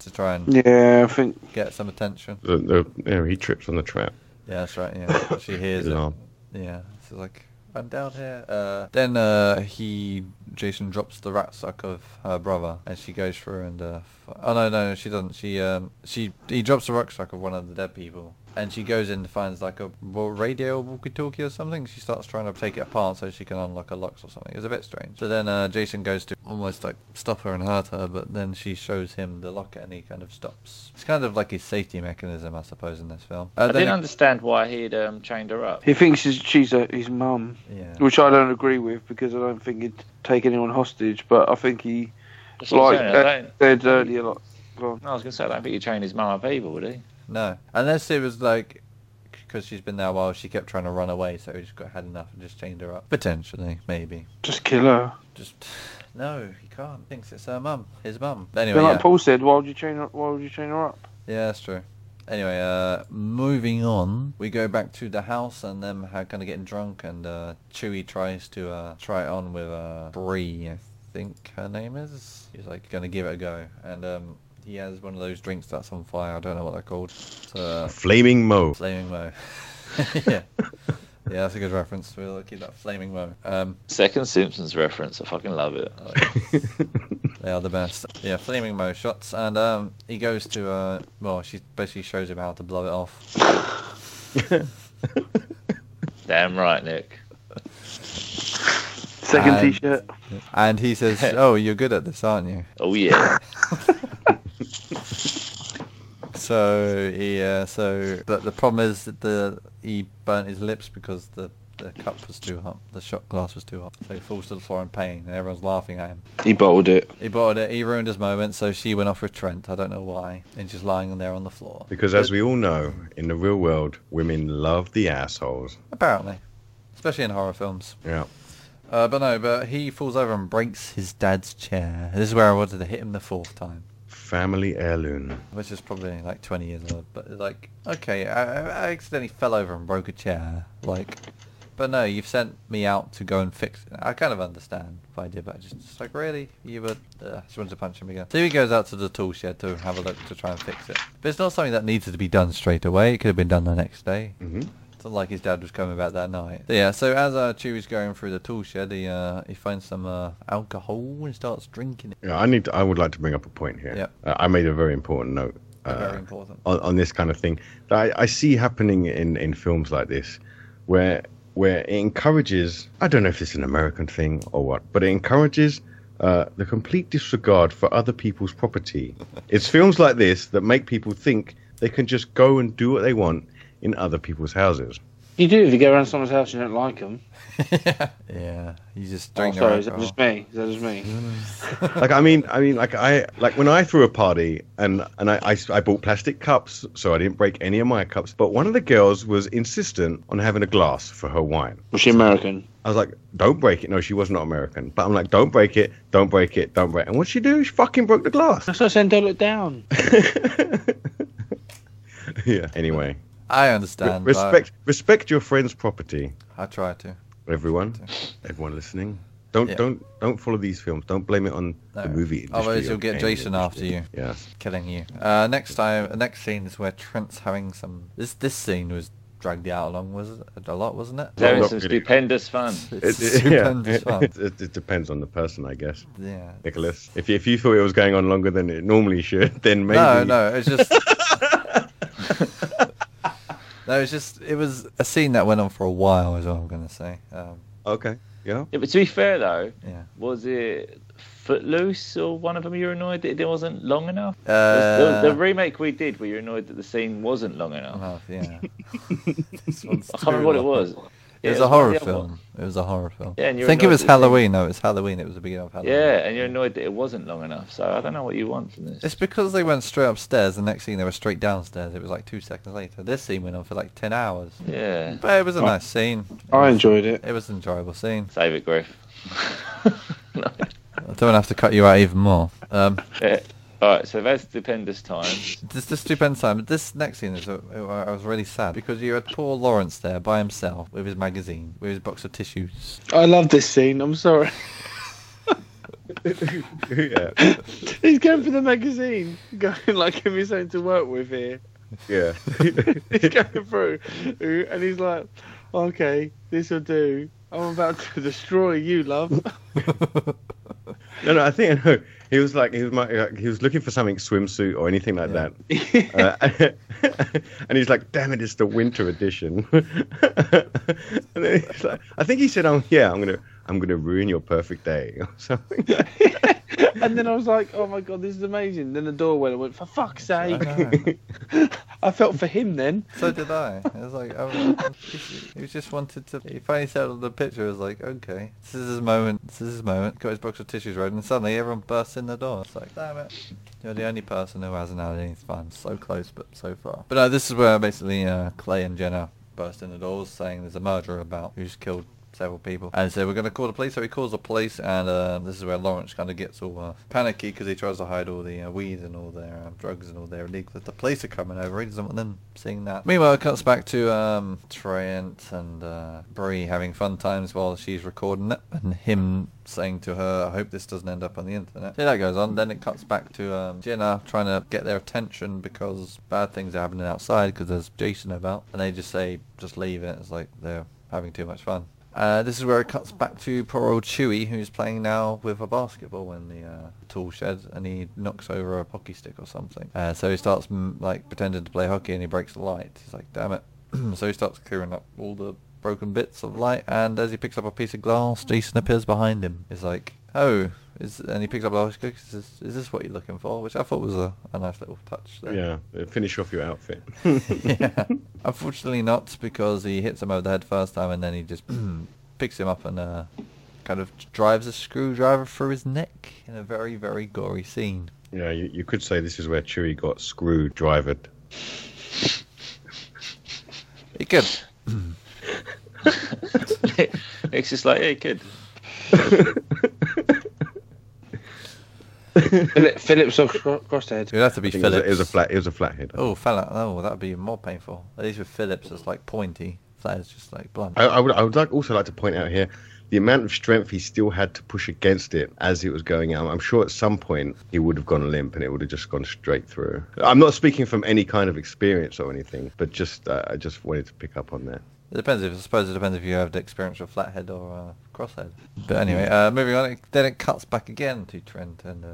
S3: to try and
S6: Yeah, I think
S3: get some attention.
S5: The, the, yeah, he trips on the trap.
S3: Yeah, that's right. Yeah, she hears
S5: His
S3: it.
S5: arm.
S3: Yeah, so like I'm down here. Uh, then uh, he Jason drops the rucksack of her brother, and she goes through and uh, f- oh no no she doesn't. She um she he drops the rucksack of one of the dead people, and she goes in and finds like a wa- radio walkie-talkie or something. She starts trying to take it apart so she can unlock a locks or something. It was a bit strange. So then uh, Jason goes to almost like stop her and hurt her, but then she shows him the locker and he kind of stops. It's kind of like his safety mechanism, I suppose, in this film. Uh,
S1: I
S3: then
S1: didn't understand why he'd um, chained her up.
S6: he thinks she's, she's a, his mum,
S3: yeah.
S6: which I don't agree with because I don't think he'd take anyone hostage. But I think he
S1: That's what I'm
S6: like
S1: saying, I don't-
S6: uh, said earlier, like
S1: No, I was gonna say I don't think he chained his mum up either, would he?
S3: No, unless it was like because she's been there a while, she kept trying to run away, so he just got had enough and just chained her up. Potentially, maybe.
S6: just kill her.
S3: Just no, he can't. Thinks it's her mum, his mum. Anyway,
S6: Then, like
S3: yeah.
S6: Paul said, why would you chain her? Why would you chain her up?
S3: yeah, that's true. Anyway, uh, moving on, we go back to the house and them ha- kind of getting drunk, and uh, Chewie tries to uh, try it on with uh, Bree, I think her name is. He's like going to give it a go, and um, he has one of those drinks that's on fire. I don't know what they're called. It's, uh,
S5: Flaming Mo.
S3: Flaming Mo. yeah. Yeah, that's a good reference. We'll keep that Flaming Mo. Um,
S1: Second Simpsons reference. I fucking love it.
S3: they are the best. Yeah, Flaming Mo shots. And um, he goes to, uh, well, she basically shows him how to blow it off.
S1: Damn right, Nick.
S6: Second
S3: Um,
S6: t-shirt.
S3: And he says, oh, you're good at this, aren't you?
S1: Oh yeah.
S3: So, he, uh, so, but the problem is that the, he burnt his lips because the, the cup was too hot. The shot glass was too hot. So he falls to the floor in pain and everyone's laughing at him.
S6: He bottled it.
S3: He bought it. He ruined his moment, so she went off with Trent. I don't know why. And she's lying there on the floor.
S5: Because as we all know, in the real world, women love the assholes.
S3: Apparently. Especially in horror films.
S5: Yeah.
S3: Uh, but no, but he falls over and breaks his dad's chair. This is where I wanted to hit him the fourth time,
S5: Family heirloom.
S3: which is probably like 20 years old. But it's like, okay, I, I accidentally fell over and broke a chair. Like, but no, you've sent me out to go and fix it. I kind of understand if I did, but I just, it's like, really? You were, uh, she wanted to punch him again. So he goes out to the tool shed to have a look to try and fix it. But it's not something that needed to be done straight away. It could have been done the next day.
S4: Mm-hmm.
S5: hmm
S3: It's not like his dad was coming back that night. Yeah, so as uh, Chewie's going through the tool shed, he, uh, he finds some uh, alcohol and starts drinking it.
S5: Yeah, I need. To, I would like to bring up a point here.
S3: Yep.
S5: Uh, I made a very important note
S3: Very
S5: uh,
S3: important.
S5: on, on this kind of thing that I, I see happening in, in films like this, where where it encourages. I don't know if it's an American thing or what, but it encourages. Uh, the complete disregard for other people's property. It's films like this that make people think they can just go and do what they want in other people's houses.
S4: You do if you go around someone's house and you don't like them.
S3: yeah, you just
S4: Oh,
S3: drink your
S4: sorry, is that
S3: alcohol.
S4: just me? Is that just me?
S5: like I mean, I mean, like I like when I threw a party and and I, I I bought plastic cups, so I didn't break any of my cups. But one of the girls was insistent on having a glass for her wine.
S4: Was she American?
S5: I was like, "Don't break it." No, she was not American, but I'm like, "Don't break it, don't break it, don't break." it. And what'd she do? She fucking broke the glass.
S4: That's what I said. Don't look down.
S5: yeah. Anyway,
S3: I
S5: re-
S3: understand. but I-
S5: respect respect your friend's property,
S3: I, try to.
S5: everyone. Everyone listening. Don't
S3: Yeah.
S5: don't don't follow these films. Don't blame it on
S3: No.
S5: the movie. Industry
S3: Otherwise,
S5: or
S3: you'll get
S5: game
S3: Jason after
S5: industry.
S3: you,
S5: Yeah.
S3: killing you. Uh, next time, next scene is where Trent's having some. This this scene was dragged out along, was it? A lot, wasn't it?
S5: Well,
S1: There
S5: not
S1: is some
S5: really.
S1: stupendous fun.
S3: It's
S5: It- it- yeah.
S3: stupendous fun.
S5: It, it- it depends on the person, I guess.
S3: Yeah.
S5: Nicholas, if you, if you thought it was going on longer than it normally should, then maybe
S3: No, no, it's just. no, it's just. It was a scene that went on for a while, is what I'm going to say. Um,
S5: Okay. Yeah.
S1: Yeah, but to be fair though,
S3: yeah.
S1: was it Footloose or one of them you were annoyed that it wasn't long enough?
S3: Uh, Oh,
S1: the, the remake we did where you were annoyed that the scene wasn't long enough.
S3: enough, yeah. This one's
S1: I can't remember what
S3: too
S1: it was.
S3: It
S1: Yeah,
S3: was a horror
S1: the other one.
S3: film. It was a horror film.
S1: Yeah, and
S3: I
S1: you're
S3: think it
S1: annoyed
S3: was
S1: that it's-
S3: Halloween. No, it was Halloween. It was the beginning of Halloween.
S1: Yeah, and you're annoyed that it wasn't long enough. So I don't know what you want from this.
S3: It's because they went straight upstairs. The next scene, they were straight downstairs. It was like two seconds later. This scene went on for like ten hours.
S1: Yeah,
S3: But it was a nice scene.
S4: I enjoyed it.
S3: It was an enjoyable scene.
S1: save it, Griff.
S3: I don't have to cut you out even more. Um,
S1: All right, so that's stupendous times.
S3: This, this stupendous time. This next scene is uh, uh, I was really sad because you had poor Lawrence there by himself with his magazine, with his box of tissues.
S4: I love this scene. I'm sorry.
S5: yeah.
S4: He's going for the magazine. Going like, give me something to work with here.
S5: Yeah.
S4: he's going through, and he's like, "Okay, this will do. I'm about to destroy you, love."
S5: no, no. I think no, he was like he was my, like, he was looking for something swimsuit or anything like that, uh, and he's like, "Damn it, it's the winter edition." and then he's like, I think he said, "Oh yeah, I'm gonna I'm gonna ruin your perfect day or something."
S4: and then I was like, "Oh my god, this is amazing." Then the door went. I went, "For fuck's sake!" I felt for him then.
S3: so did I. It was like, oh, he just wanted to. He finally settled the picture. It was like, okay, this is his moment. This is his moment. Got his box of tissues ready, and suddenly everyone bursts in the door. It's like, damn it. You're the only person who hasn't had any fun. So close, but so far. But no, this is where basically uh, Clay and Jenna burst in the doors, saying there's a murderer about who's killed several people. And so we're going to call the police. So he calls the police, and uh, this is where Lawrence kind of gets all uh, panicky because he tries to hide all the uh, weed and all their um, drugs and all their illegal. The police are coming over. He doesn't want them seeing that. Meanwhile, it cuts back to um, Trent and uh, Bree having fun times while she's recording it, and him saying to her, "I hope this doesn't end up on the internet." So that goes on. Then it cuts back to um, Jenna trying to get their attention because bad things are happening outside because there's Jason about, and they just say, "Just leave it." It's like they're having too much fun. Uh, this is where it cuts back to poor old Chewy, who's playing now with a basketball in the uh, tool shed, and he knocks over a hockey stick or something. Uh, so he starts mm, like pretending to play hockey, and he breaks the light. He's like, "Damn it!" so he starts clearing up all the broken bits of light, and as he picks up a piece of glass, Jason appears behind him. He's like, "Oh." Is, and he picks up the hockey stick. Is this, is this what you're looking for? Which I thought was a, a nice little touch there.
S5: yeah. uh, Finish off your outfit.
S3: yeah. Unfortunately not, because he hits him over the head first time and then he just picks him up and uh, kind of drives a screwdriver through his neck in a very, very gory scene.
S5: yeah. You, you could say this is where Chewie got screwdrivered.
S3: It could.
S1: it's just like, hey, kid.
S4: Philip, Philip's off cro- crosshead.
S3: It would have to
S5: I
S3: be
S5: think it was, a-
S3: Phillips.
S5: it was a flat. It was a flathead.
S3: Oh, fella. Oh, that would be even more painful. At least with Phillips, it's like pointy. That is just like blunt.
S5: I, I would. I would like also like to point out here the amount of strength he still had to push against it as it was going out. I'm sure at some point he would have gone limp and it would have just gone straight through. I'm not speaking from any kind of experience or anything, but just uh, I just wanted to pick up on that.
S3: It depends. If, I suppose it depends if you have the experience with flathead or uh, crosshead. But anyway, uh, moving on. It, then it cuts back again to Trent and uh,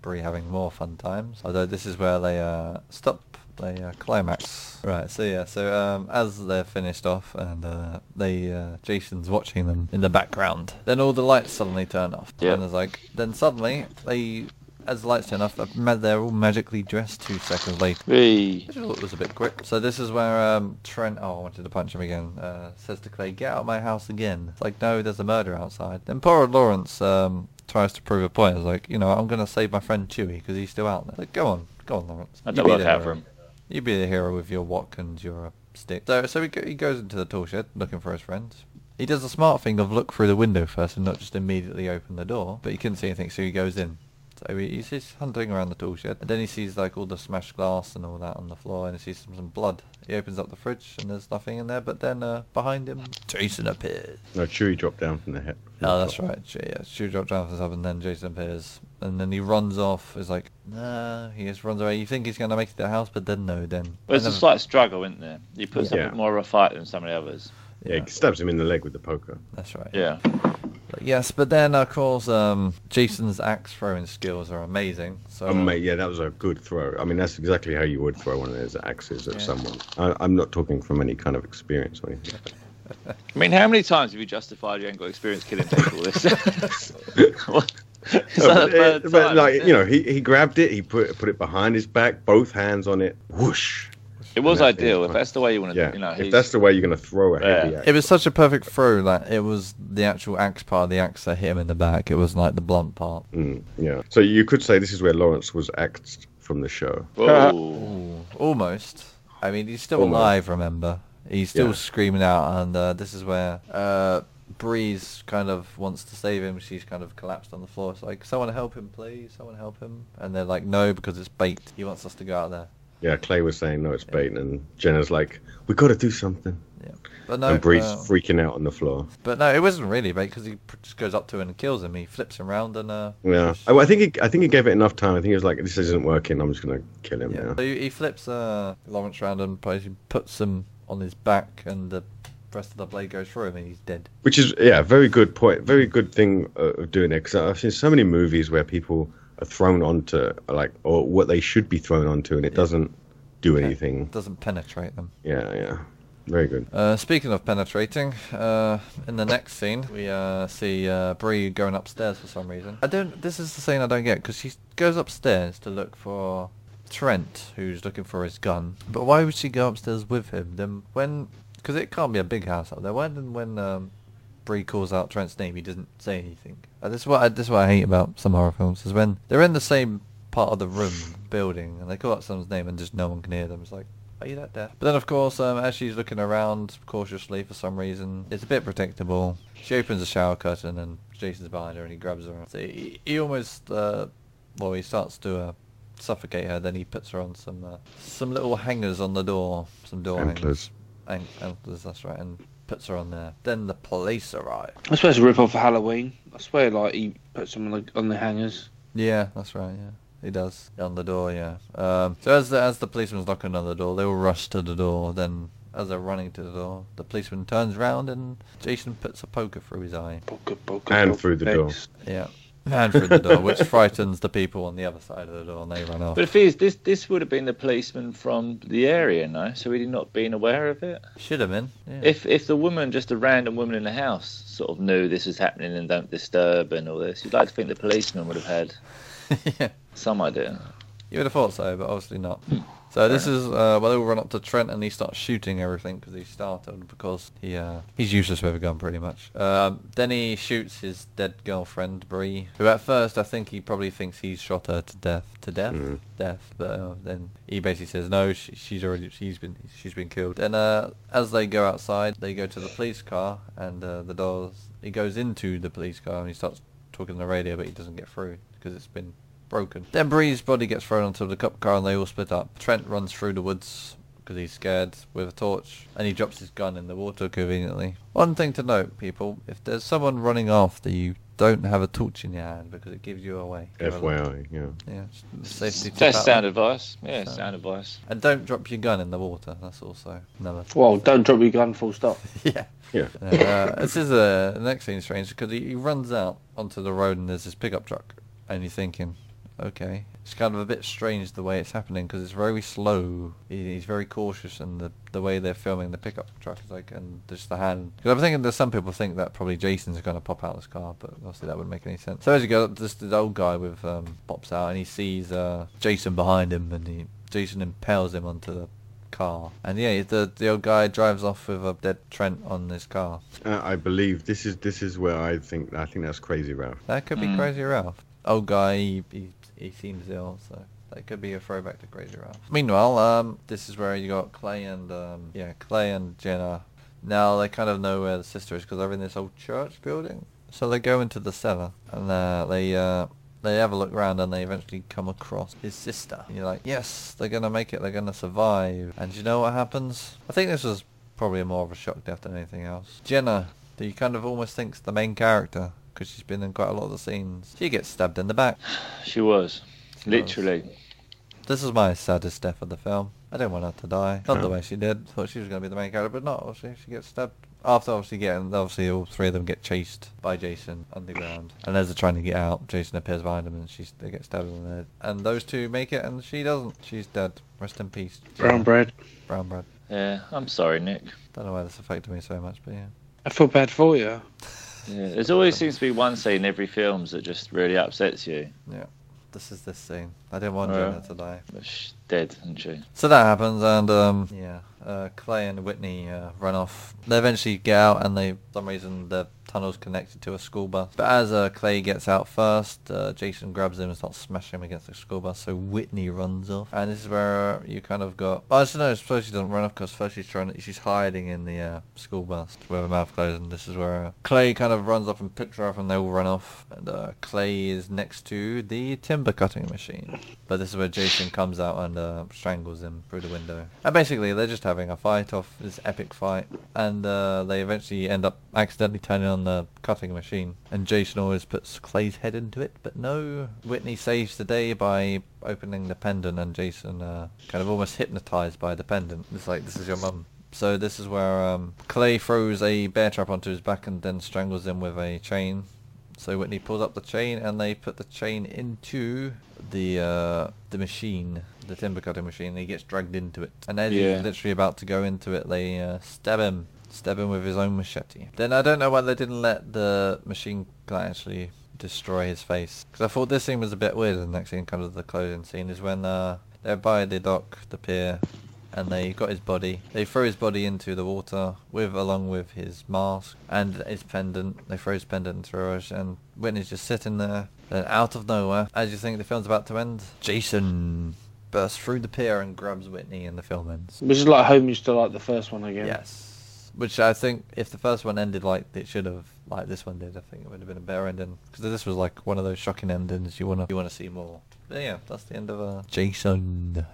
S3: Bree having more fun times. Although this is where they uh, stop. They uh, climax. Right. So yeah. So um, as they're finished off and uh, they uh, Jason's watching them in the background, then all the lights suddenly turn off.
S1: Yeah.
S3: And there's like then suddenly they. As the lights turn off, they're ma- they're all magically dressed two seconds later.
S1: Hey.
S3: I just thought it was a bit quick. So this is where um, Trent, oh, I wanted to punch him again, uh, says to Clay, get out of my house again. It's like, no, there's a murder outside. Then poor old Lawrence um, tries to prove a point. It's like, you know, I'm going to save my friend Chewy because he's still out there. Like, go on, go on, Lawrence.
S1: That
S3: You
S1: don't
S3: be
S1: work
S3: the
S1: out for
S3: hero.
S1: him.
S3: You be the hero with your Watkins, your uh, stick. So, so he, go, he goes into the tool shed looking for his friend. He does the smart thing of look through the window first and not just immediately open the door, but he couldn't see anything, so he goes in. So he, he's just hunting around the tool shed. And then he sees like all the smashed glass and all that on the floor, and he sees some, some blood. He opens up the fridge, and there's nothing in there. But then uh, behind him, Jason appears.
S5: No, Chewie dropped down from the head.
S3: Oh, that's right. She, yeah, she dropped down from the top, and then Jason appears, and then he runs off. He's like, nah. He just runs away. You think he's gonna make it to the house, but then no. Then
S1: Well, there's
S3: and
S1: a
S3: then-
S1: slight struggle, isn't there? He puts up
S5: Yeah.
S1: a bit more of a fight than some of the others.
S5: Yeah,
S3: Yeah.
S5: he stabs him in the leg with the poker.
S3: That's right.
S1: Yeah.
S3: But yes, but then of course, um, Jason's axe throwing skills are amazing. So uh,
S5: Oh, mate, yeah, that was a good throw. I mean, that's exactly how you would throw one of those axes at
S3: Yeah.
S5: someone. I, I'm not talking from any kind of experience or anything.
S1: I mean, how many times have you justified you ain't got experience killing people? This. What? Is
S5: No,
S1: that the
S5: but,
S1: third
S5: it- but
S1: time?
S5: like you know, he, he grabbed it, he put put it behind his back, both hands on it, whoosh.
S1: it was
S5: that's it,
S1: ideal if
S5: right.
S1: that's the way you want to.
S5: Yeah,
S1: You know,
S5: if
S1: he's-
S5: that's the way you're going to throw a heavy
S1: Yeah.
S5: axe.
S3: it was such a perfect throw that it was the actual axe part of the axe that hit him in the back. It wasn't like the blunt part.
S5: Mm, yeah. So you could say this is where Lawrence was axed from the show.
S1: Whoa.
S3: Ooh, almost. I mean, he's still
S5: Almost.
S3: alive. Remember, he's still
S5: Yeah.
S3: screaming out, and uh, this is where uh, Breeze kind of wants to save him. She's kind of collapsed on the floor. It's like, someone help him, please. Someone help him. And they're like, no, because it's bait. He wants us to go out there.
S5: Yeah, Clay was saying no, it's bait, and Jenna's like, we got to do something.
S3: But no,
S5: and Bree's
S3: uh,
S5: freaking out on the floor.
S3: but no, it wasn't really bait because he pr- just goes up to him and kills him. He flips him round and uh,
S5: Yeah, I, I think he, I think he gave it enough time. I think he was like, this isn't working. I'm just going to kill him
S3: Yeah.
S5: now.
S3: So he he flips uh, Lawrence round and basically puts him on his back, and the rest of the blade goes through him, and he's dead.
S5: Which is yeah, very good point. Very good thing uh, of doing it because I've seen so many movies where people are thrown onto like or what they should be thrown onto, and it doesn't do anything.
S3: Doesn't penetrate them.
S5: Yeah, yeah, very good.
S3: Uh, speaking of penetrating, uh, in the next scene we uh, see uh, Bree going upstairs for some reason. I don't. This is the scene I don't get because she goes upstairs to look for Trent, who's looking for his gun. But why would she go upstairs with him? Then when? Because it can't be a big house up there. Why then when um, Bree calls out Trent's name, he doesn't say anything? Uh, this is what I, this is what I hate about some horror films is when they're in the same part of the room building and they call out someone's name and just no one can hear them. It's like are you that deaf? But then, of course, um, as she's looking around cautiously for some reason, it's a bit predictable. She opens the shower curtain and Jason's behind her and he grabs her. So he, he almost, uh, well, he starts to uh, suffocate her. Then he puts her on some uh, some little hangers on the door, some door
S5: Antlers.
S3: hangers. An- antlers, that's right, and puts her on there. Then the police arrive.
S4: I swear it's a rip off for Halloween. I swear, like he put some on the, on the hangers.
S3: Yeah, that's right. Yeah, he does on the door. Yeah. Um, so as the, as the policeman's knocking on the door, they all rush to the door. Then, as they're running to the door, the policeman turns round and Jason puts a poker through his eye.
S4: Poker, poker,
S5: And
S4: poker
S5: through the door.
S4: face.
S3: Yeah, and through the door, which frightens the people on the other side of the door, and they run off.
S1: But if he's this, this would have been the policeman from the area, no? So he'd not been aware of it.
S3: Should have been. Yeah.
S1: If if the woman, just a random woman in the house, sort of knew this was happening and don't disturb and all this, you'd like to think the policeman would have had
S3: yeah.
S1: some idea.
S3: You would have thought so, but obviously not. So this is uh, well, they all run up to Trent and he starts shooting everything because he's startled because he uh, he's useless with a gun pretty much. Um, then he shoots his dead girlfriend Bree, who at first I think he probably thinks he's shot her to death, to death, death. But uh, then he basically says no, she, she's already she's been she's been killed. And uh, as they go outside, they go to the police car and uh, the doors. He goes into the police car and he starts talking on the radio, but he doesn't get through because it's been broken. Then Bree's body gets thrown onto the cop car and they all split up. Trent runs through the woods because he's scared with a torch and he drops his gun in the water conveniently. One thing to note, people, if there's someone running after you, don't have a torch in your hand because it gives you away.
S5: FYI, yeah.
S3: Yeah, just a safety tip
S1: That's
S3: out
S1: sound
S3: there.
S1: advice. Yeah,
S3: Sound.
S1: sound advice.
S3: And don't drop your gun in the water. That's also another.
S4: Well, don't drop your gun. Full stop.
S3: yeah.
S5: Yeah.
S3: Uh, this is a the next thing strange because he, he runs out onto the road and there's this pickup truck, and you're thinking, okay, it's kind of a bit strange the way it's happening because it's very slow. He, he's very cautious, and the the way they're filming the pickup truck is like, and just the hand. Because I'm thinking there's some people think that probably Jason's going to pop out of this car, but obviously that wouldn't make any sense. So as you go up, this, this old guy with um, pops out and he sees uh, Jason behind him, and he Jason impales him onto the car and yeah the the old guy drives off with a dead trent on his car
S5: Uh, I believe this is this is where I think I think that's crazy, Ralph.
S3: That could be
S1: Mm.
S3: Crazy Ralph. Old guy, he, he, he seems ill, so that could be a throwback to Crazy Ralph. Meanwhile, um, this is where you got Clay and um, yeah, Clay and Jenna. Now they kind of know where the sister is because they're in this old church building. So they go into the cellar and uh, they uh, They have a look around and they eventually come across his sister. And you're like, yes, they're gonna make it. They're gonna survive. And you know what happens? I think this was probably more of a shock death than anything else. Jenna, who you kind of almost think's the main character because she's been in quite a lot of the scenes. She gets stabbed in the back.
S1: She was. Literally.
S3: This is my saddest death of the film. I didn't want her to die. Not the way she did. Thought she was going to be the main character, but not. Obviously, she gets stabbed. After obviously getting, obviously all three of them get chased by Jason underground, and as they're trying to get out, Jason appears behind them, and she they get stabbed in the head. And those two make it, and she doesn't. She's dead. Rest in peace,
S4: Brown bread.
S3: Brown bread.
S1: Yeah, I'm sorry, Nick.
S3: Don't know why this affected me so much, but yeah.
S4: I feel bad for you.
S1: Yeah, there's always seems to be one scene in every films that just really upsets you.
S3: This is this scene. I didn't want
S1: Yeah.
S3: Jenna to die.
S1: But she's dead, isn't she?
S3: So that happens, and um, yeah, uh, Clay and Whitney uh, run off. They eventually get out, and they, for some reason, the tunnel's connected to a school bus. But as uh, Clay gets out first, uh, Jason grabs him and starts smashing him against the school bus. So Whitney runs off, and this is where uh, you kind of got. I don't know. Suppose she doesn't run off because first she's trying. She's hiding in the uh, school bus with her mouth closed, and this is where uh, Clay kind of runs up and picks her up, and they all run off. And uh, Clay is next to the timber cutting machine. But this is where Jason comes out and uh, strangles him through the window. And basically, they're just having a fight off this epic fight, and uh, they eventually end up accidentally turning on the cutting machine. And Jason always puts Clay's head into it, but no. Whitney saves the day by opening the pendant, and Jason uh, kind of almost hypnotized by the pendant. It's like this is your mum. So this is where um, Clay throws a bear trap onto his back and then strangles him with a chain. So Whitney pulls up the chain and they put the chain into the uh, the machine, the timber cutting machine. And he gets dragged into it, and as
S1: Yeah.
S3: he's literally about to go into it, they uh, stab him, stab him with his own machete. Then I don't know why they didn't let the machine gun actually destroy his face because I thought this scene was a bit weird. And the next scene comes to the closing scene is when uh, they're by the dock, the pier, and they got his body. They throw his body into the water with along with his mask and his pendant. They throw his pendant into a rush and Whitney's just sitting there. Then out of nowhere, as you think the film's about to end, Jason bursts through the pier and grabs Whitney and the film ends.
S4: Which is like homage to like the first one again.
S3: Yes. Which I think if the first one ended like it should have, like this one did, I think it would have been a better ending. Because this was like one of those shocking endings you wanna you wanna see more. But yeah, that's the end of uh, Jason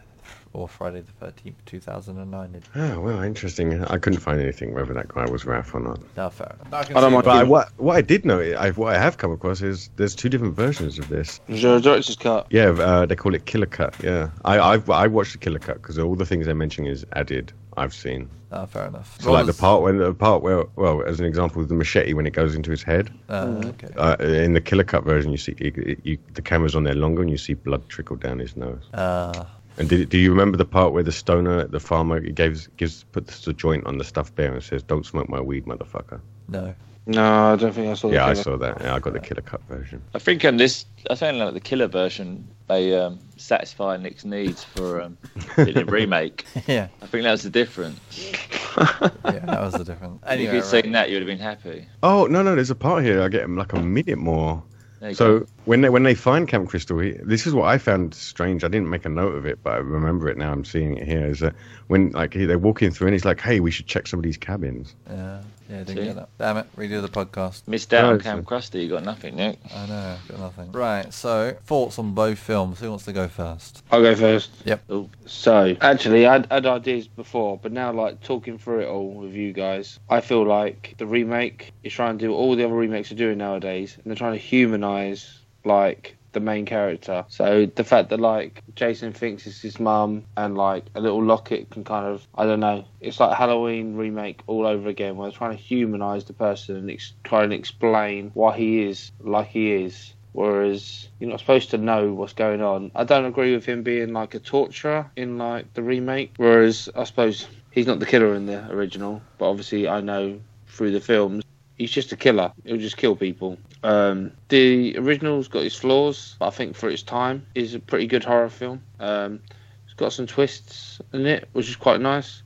S3: or Friday the Thirteenth, two thousand and nine.
S5: Ah, well, interesting. I couldn't find anything whether that guy was Raph or not.
S3: No, fair enough.
S4: I don't mind.
S5: But I, what, what I did know, I, what I have come across is there's two different versions of this.
S4: Is there a director's cut?
S5: Yeah, uh, they call it Killer Cut. Yeah, I I've, I watched the Killer Cut because all the things they're mentioning is added. I've seen.
S3: Ah, fair enough.
S5: So like the part when the part where well, as an example, the machete when it goes into his head.
S3: Uh,
S4: Mm-hmm.
S3: okay.
S5: Uh, in the Killer Cut version, you see you, you, the camera's on there longer and you see blood trickle down his nose.
S3: Uh,
S5: And did, do you remember the part where the stoner, the farmer, gives gives puts the joint on the stuffed bear and says, "Don't smoke my weed, motherfucker."
S3: no.
S4: No, I don't think I saw. the
S5: Yeah, I
S4: trailer.
S5: saw that. Yeah, I got the Killer Cut version.
S1: I think on this, I think like the killer version, they um, satisfy Nick's needs for um, the remake.
S3: yeah,
S1: I think that was the difference.
S3: yeah, that was the difference.
S1: if
S3: Anyway,
S1: you'd
S3: right.
S1: seen that, you'd have been happy.
S5: Oh no, no, there's a part here. I get him like a minute more.
S1: There you
S5: So
S1: go.
S5: when they when they find Camp Crystal, he, this is what I found strange. I didn't make a note of it, but I remember it now. I'm seeing it here. Is that when like he, they're walking through and he's like, "Hey, we should check somebody's cabins."
S3: yeah, yeah, I didn't
S1: See?
S3: get that. Damn it, redo the podcast.
S1: missed out
S5: No,
S1: on
S5: it's
S1: Cam
S5: a-
S1: Krusty. You got nothing, Nick.
S3: I know, got nothing. Right, so thoughts on both films. Who wants to go first?
S4: I'll go first.
S3: Yep.
S1: Ooh.
S4: So actually, I'd had ideas before, but now like talking through it all with you guys, I feel like the remake is trying to do all the other remakes are doing nowadays, and they're trying to humanize like the main character. So the fact that like Jason thinks it's his mum, and like a little locket can kind of I don't know, it's like Halloween remake all over again, where they're trying to humanize the person and ex- try and explain why he is like he is whereas you're not supposed to know what's going on. I don't agree with him being like a torturer in like the remake, whereas I suppose he's not the killer in the original, but obviously I know through the films he's just a killer. He'll just kill people. Um, the original's got its flaws, but I think for its time is a pretty good horror film. Um, it's got some twists in it, which is quite nice.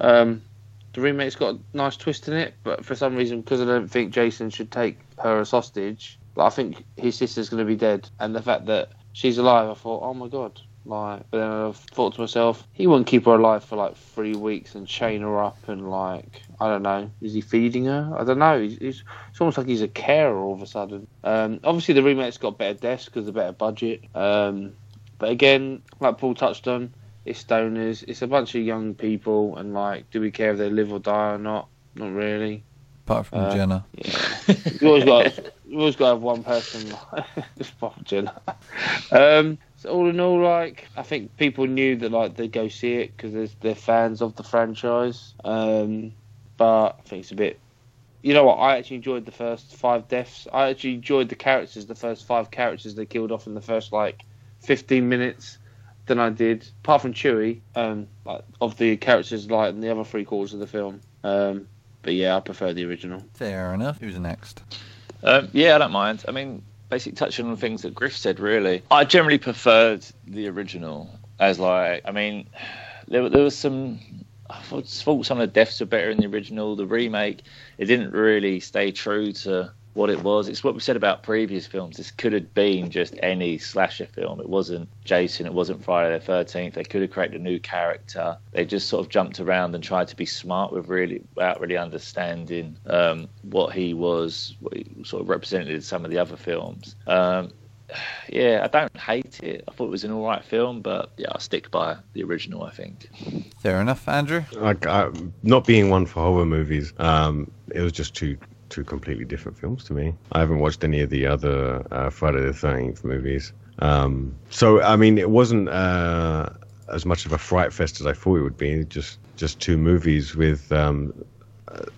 S4: Um, the remake's got a nice twist in it, but for some reason, because I don't think Jason should take her as hostage, like, I think his sister's going to be dead. And the fact that she's alive, I thought, oh my god. Like, but then I thought to myself, he wouldn't keep her alive for like three weeks and chain her up and like, I don't know, is he feeding her? I don't know. He's, he's, it's almost like he's a carer all of a sudden. Um, obviously, the remake's got better deaths because the better budget. Um, but again, like Paul touched on, it's stoners. It's a bunch of young people, and like, do we care if they live or die or not? Not really.
S3: Apart from
S4: Uh,
S3: Jenna.
S4: You always got, you always got to have one person. Just pop Jenna. Um, so all in all, like, I think people knew that like they would go see it because they're fans of the franchise. Um, but I think it's a bit. You know what? I actually enjoyed the first five deaths. I actually enjoyed the characters, the first five characters they killed off in the first like fifteen minutes. Than I did, apart from Chewie, um, like, of the characters like in the other three quarters of the film. Um, but yeah, I prefer the original.
S3: Fair enough. Who's next?
S1: Um, yeah, I don't mind. I mean, basically touching on things that Griff said. Really, I generally preferred the original as like. I mean, there were- there was some. I thought thought some of the deaths were better in the original. The remake, it didn't really stay true to what it was. It's what we said about previous films. This could have been just any slasher film. It wasn't Jason. It wasn't Friday the Thirteenth. They could have created a new character. They just sort of jumped around and tried to be smart with really without really understanding um, what he was, what he sort of represented in some of the other films. Um, yeah, I don't hate it. I thought it was an all right film, but yeah, I stick by the original. I think.
S3: Fair enough, Andrew.
S5: Like I, not being one for horror movies, um, it was just two two completely different films to me. I haven't watched any of the other uh, Friday the Thirteenth movies, um, so I mean, it wasn't uh, as much of a fright fest as I thought it would be. Just just two movies with um,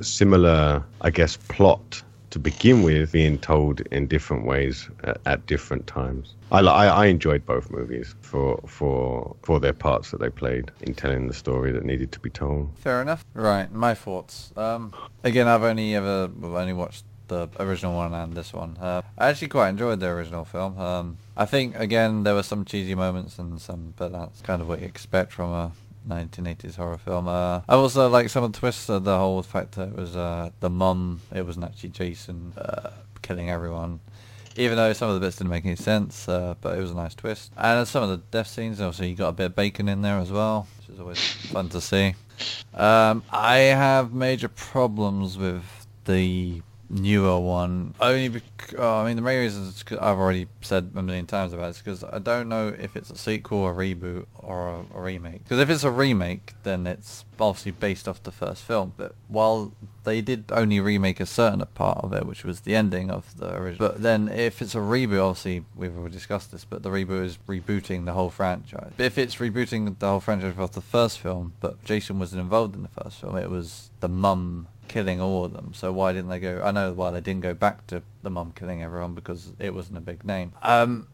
S5: similar, I guess, plot to begin with, being told in different ways at, at different times. I, li- I, I enjoyed both movies for for for their parts that they played in telling the story that needed to be told.
S3: Fair enough. Right, my thoughts. Um, again, I've only ever well, only watched the original one and this one. Uh, I actually quite enjoyed the original film. Um, I think again there were some cheesy moments and some, but that's kind of what you expect from a 1980s horror film. Uh, I also like some of the twists of the whole fact that it was uh, the mum. It wasn't actually Jason uh, killing everyone. Even though some of the bits didn't make any sense, uh, but it was a nice twist. And some of the death scenes, also you got a bit of bacon in there as well, which is always fun to see. Um, I have major problems with the newer one. Only because, I mean, the main reason is 'cause I've already said a million times about it, because I don't know if it's a sequel, a reboot, or a, a remake. Because if it's a remake, then it's obviously based off the first film. But while they did only remake a certain part of it, which was the ending of the original, but then if it's a reboot, obviously we've already discussed this, but the reboot is rebooting the whole franchise. But if it's rebooting the whole franchise of the first film, but Jason wasn't involved in the first film, it was the mum killing all of them. So why didn't they go? I know why they didn't go back to the mum killing everyone because it wasn't a big name. Um,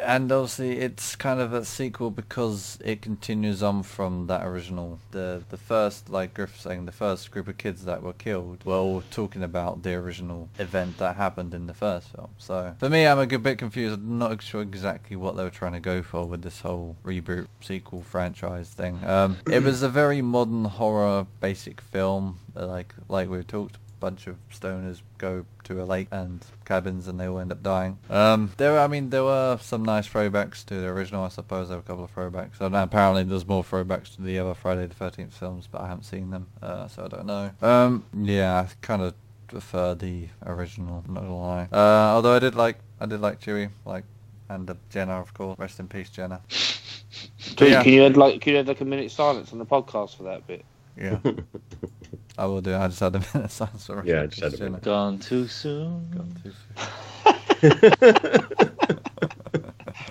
S3: and obviously it's kind of a sequel because it continues on from that original. The the first, like Griff was saying, the first group of kids that were killed were all talking about the original event that happened in the first film. So for me, I'm a good bit confused. I'm not sure exactly what they were trying to go for with this whole reboot sequel franchise thing. Um, it was a very modern horror basic film, like like we talked bunch of stoners go to a lake and cabins and they all end up dying. Um, there, were- I mean, there were some nice throwbacks to the original. I suppose there were a couple of throwbacks. And apparently, there's more throwbacks to the other Friday the Thirteenth films, but I haven't seen them, uh, so I don't know. Um, yeah, I kind of prefer the original. Not gonna lie. Uh, although I did like, I did like Chewie, like, and uh, Jenna, of course. Rest in peace, Jenna.
S4: Can,
S3: Yeah.
S4: can you add like can you add like a minute silence on the podcast for that bit?
S3: Yeah. I will do. it. I just had a minute of silence for
S5: Yeah, I just had a
S3: Jenna.
S1: Gone too soon.
S3: Gone too soon.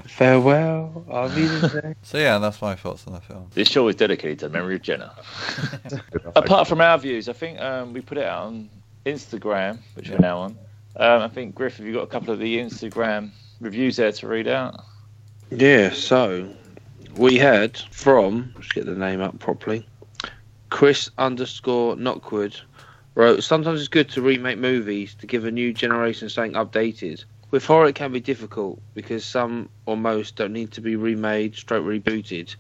S4: Farewell, I'll be there.
S3: So yeah, that's my thoughts on the film.
S1: This show is dedicated to the memory of Jenna. Apart from our views, I think um, we put it out on Instagram, which we're now on. Um, I think Griff, have you got a couple of the Instagram reviews there to read out?
S4: Yeah, so we had from let's get the name up properly. Chris underscore Knockwood wrote Sometimes it's good to remake movies to give a new generation something updated. With horror it can be difficult because some or most don't need to be remade stroke rebooted.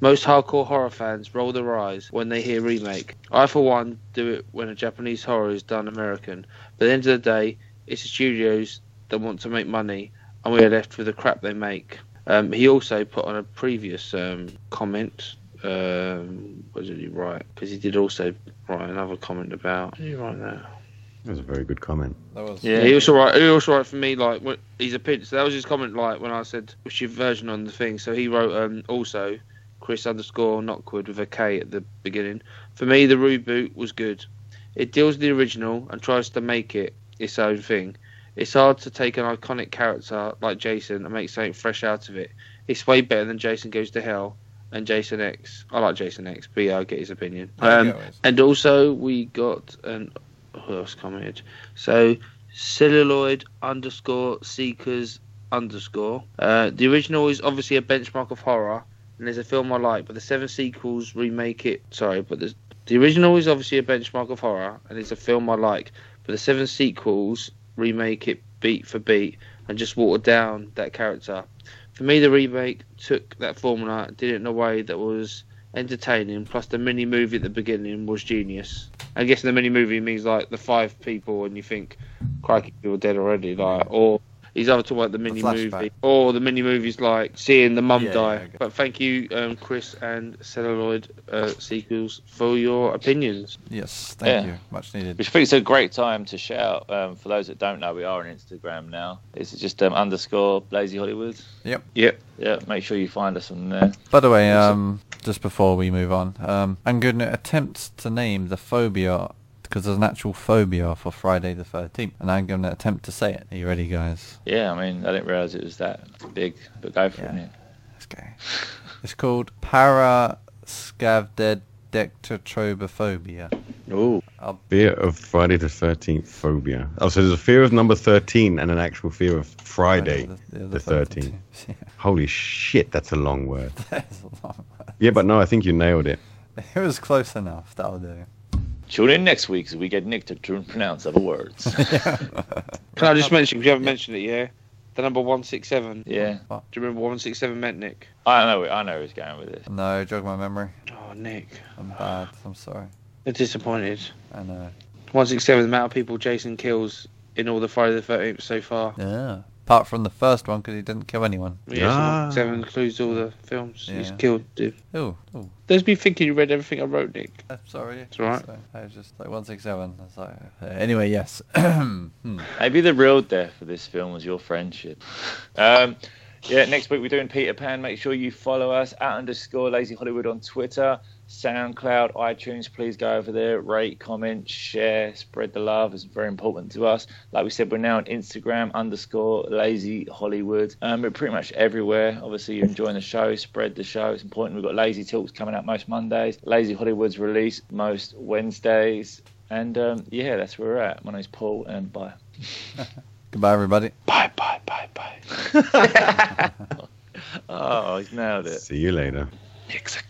S4: Most hardcore horror fans roll their eyes when they hear remake. I for one do it when a Japanese horror is done American. But at the end of the day, it's the studios that want to make money and we are left with the crap they make. Um, he also put on a previous um, comment. Um, what did he write? Because he did also write another comment about. Did he write that?
S5: That was a very good comment.
S3: That was
S1: Yeah.
S4: He was alright. He was alright for me. Like when, he's a pinch. That was his comment. Like when I said what's your version on the thing. So he wrote um, also Chris underscore Knockwood with a K at the beginning. For me, the reboot was good. It deals with the original and tries to make it its own thing. It's hard to take an iconic character like Jason and make something fresh out of it. It's way better than Jason Goes to Hell and Jason X. I like Jason X, but yeah, I get his opinion.
S3: Yeah,
S4: Um,
S3: it was.
S4: and also, we got an who else commented? So celluloid underscore seekers underscore. Uh, the original is obviously a benchmark of horror, and there's a film I like, but the seven sequels remake it. Sorry, but the the original is obviously a benchmark of horror, and it's a film I like, but the seven sequels remake it beat for beat and just watered down that character. For me, the remake took that formula, did it in a way that was entertaining. Plus, the mini movie at the beginning was genius. I guess the mini movie means like the five people, and you think, crikey, people are dead already. Like, or he's either talking about the mini
S3: flashback.
S4: movie, or the mini movie's like seeing the mum
S3: Yeah,
S4: die.
S3: yeah, I get-
S4: but thank you, um, Chris and Celluloid uh, Sequels, for your opinions.
S3: Yes, thank
S1: Yeah.
S3: you. Much needed.
S1: Which I think it's a great time to shout. Um, for those that don't know, we are on Instagram now. It's just um, underscore Lazy Hollywood.
S3: Yep.
S4: Yep.
S1: Yeah, make sure you find us on there.
S3: By the way, um, just before we move on, um, I'm going to attempt to name the phobia because there's an actual phobia for Friday the 13th, and I'm going to attempt to say it. Are you ready, guys?
S1: Yeah, I mean, I didn't realise it was that big, but go for
S3: Yeah.
S1: it.
S3: Let's go. It's called parascavdedectatrobophobia.
S4: Oh,
S5: Fear of Friday the 13th phobia. Oh, so there's a fear of number 13 and an actual fear of Friday the, 13th. Holy shit, that's a long word.
S3: That's a long one.
S5: Yeah, but no, I think you nailed it.
S3: It was close enough. That'll do.
S1: Tune in next week as we get Nick to tr- pronounce other words.
S4: can I just mention? Because you haven't mentioned it, yeah. The number one six seven. Do
S1: yeah,
S4: you remember one six seven meant Nick?
S1: I know. I know he's going with this.
S3: No, jog my memory.
S4: Oh, Nick,
S3: I'm bad. I'm sorry.
S4: they're disappointed.
S3: I know.
S4: One six seven. The amount of people Jason kills in all the Friday the Thirteenth so far.
S3: Yeah. Apart from the first one, because he didn't kill anyone.
S4: Yeah,
S5: Ah.
S4: seven includes all the films he's
S3: Yeah.
S4: killed. Dude.
S3: Oh, oh,
S4: There's me thinking you read everything I wrote, Nick.
S3: I'm Uh, sorry.
S4: It's all right.
S3: So, I was just like one six seven. I was like, uh, anyway, yes. Hmm.
S1: Maybe the real death of this film was your friendship. Um, yeah, next week we're doing Peter Pan. Make sure you follow us at underscore Lazy Hollywood on Twitter, SoundCloud, iTunes. Please go over there, rate, comment, share, spread the love. It's very important to us. Like we said, we're now on Instagram underscore Lazy Hollywood. Um, we're pretty much everywhere. Obviously, you're enjoying the show. Spread the show. It's important. We've got Lazy Talks coming out most Mondays. Lazy Hollywood's release most Wednesdays. And um, yeah, that's where we're at. My name's Paul, and bye.
S3: Goodbye, everybody.
S1: Bye, bye, bye, bye. oh, he's nailed it.
S5: See you later.
S1: Nick's a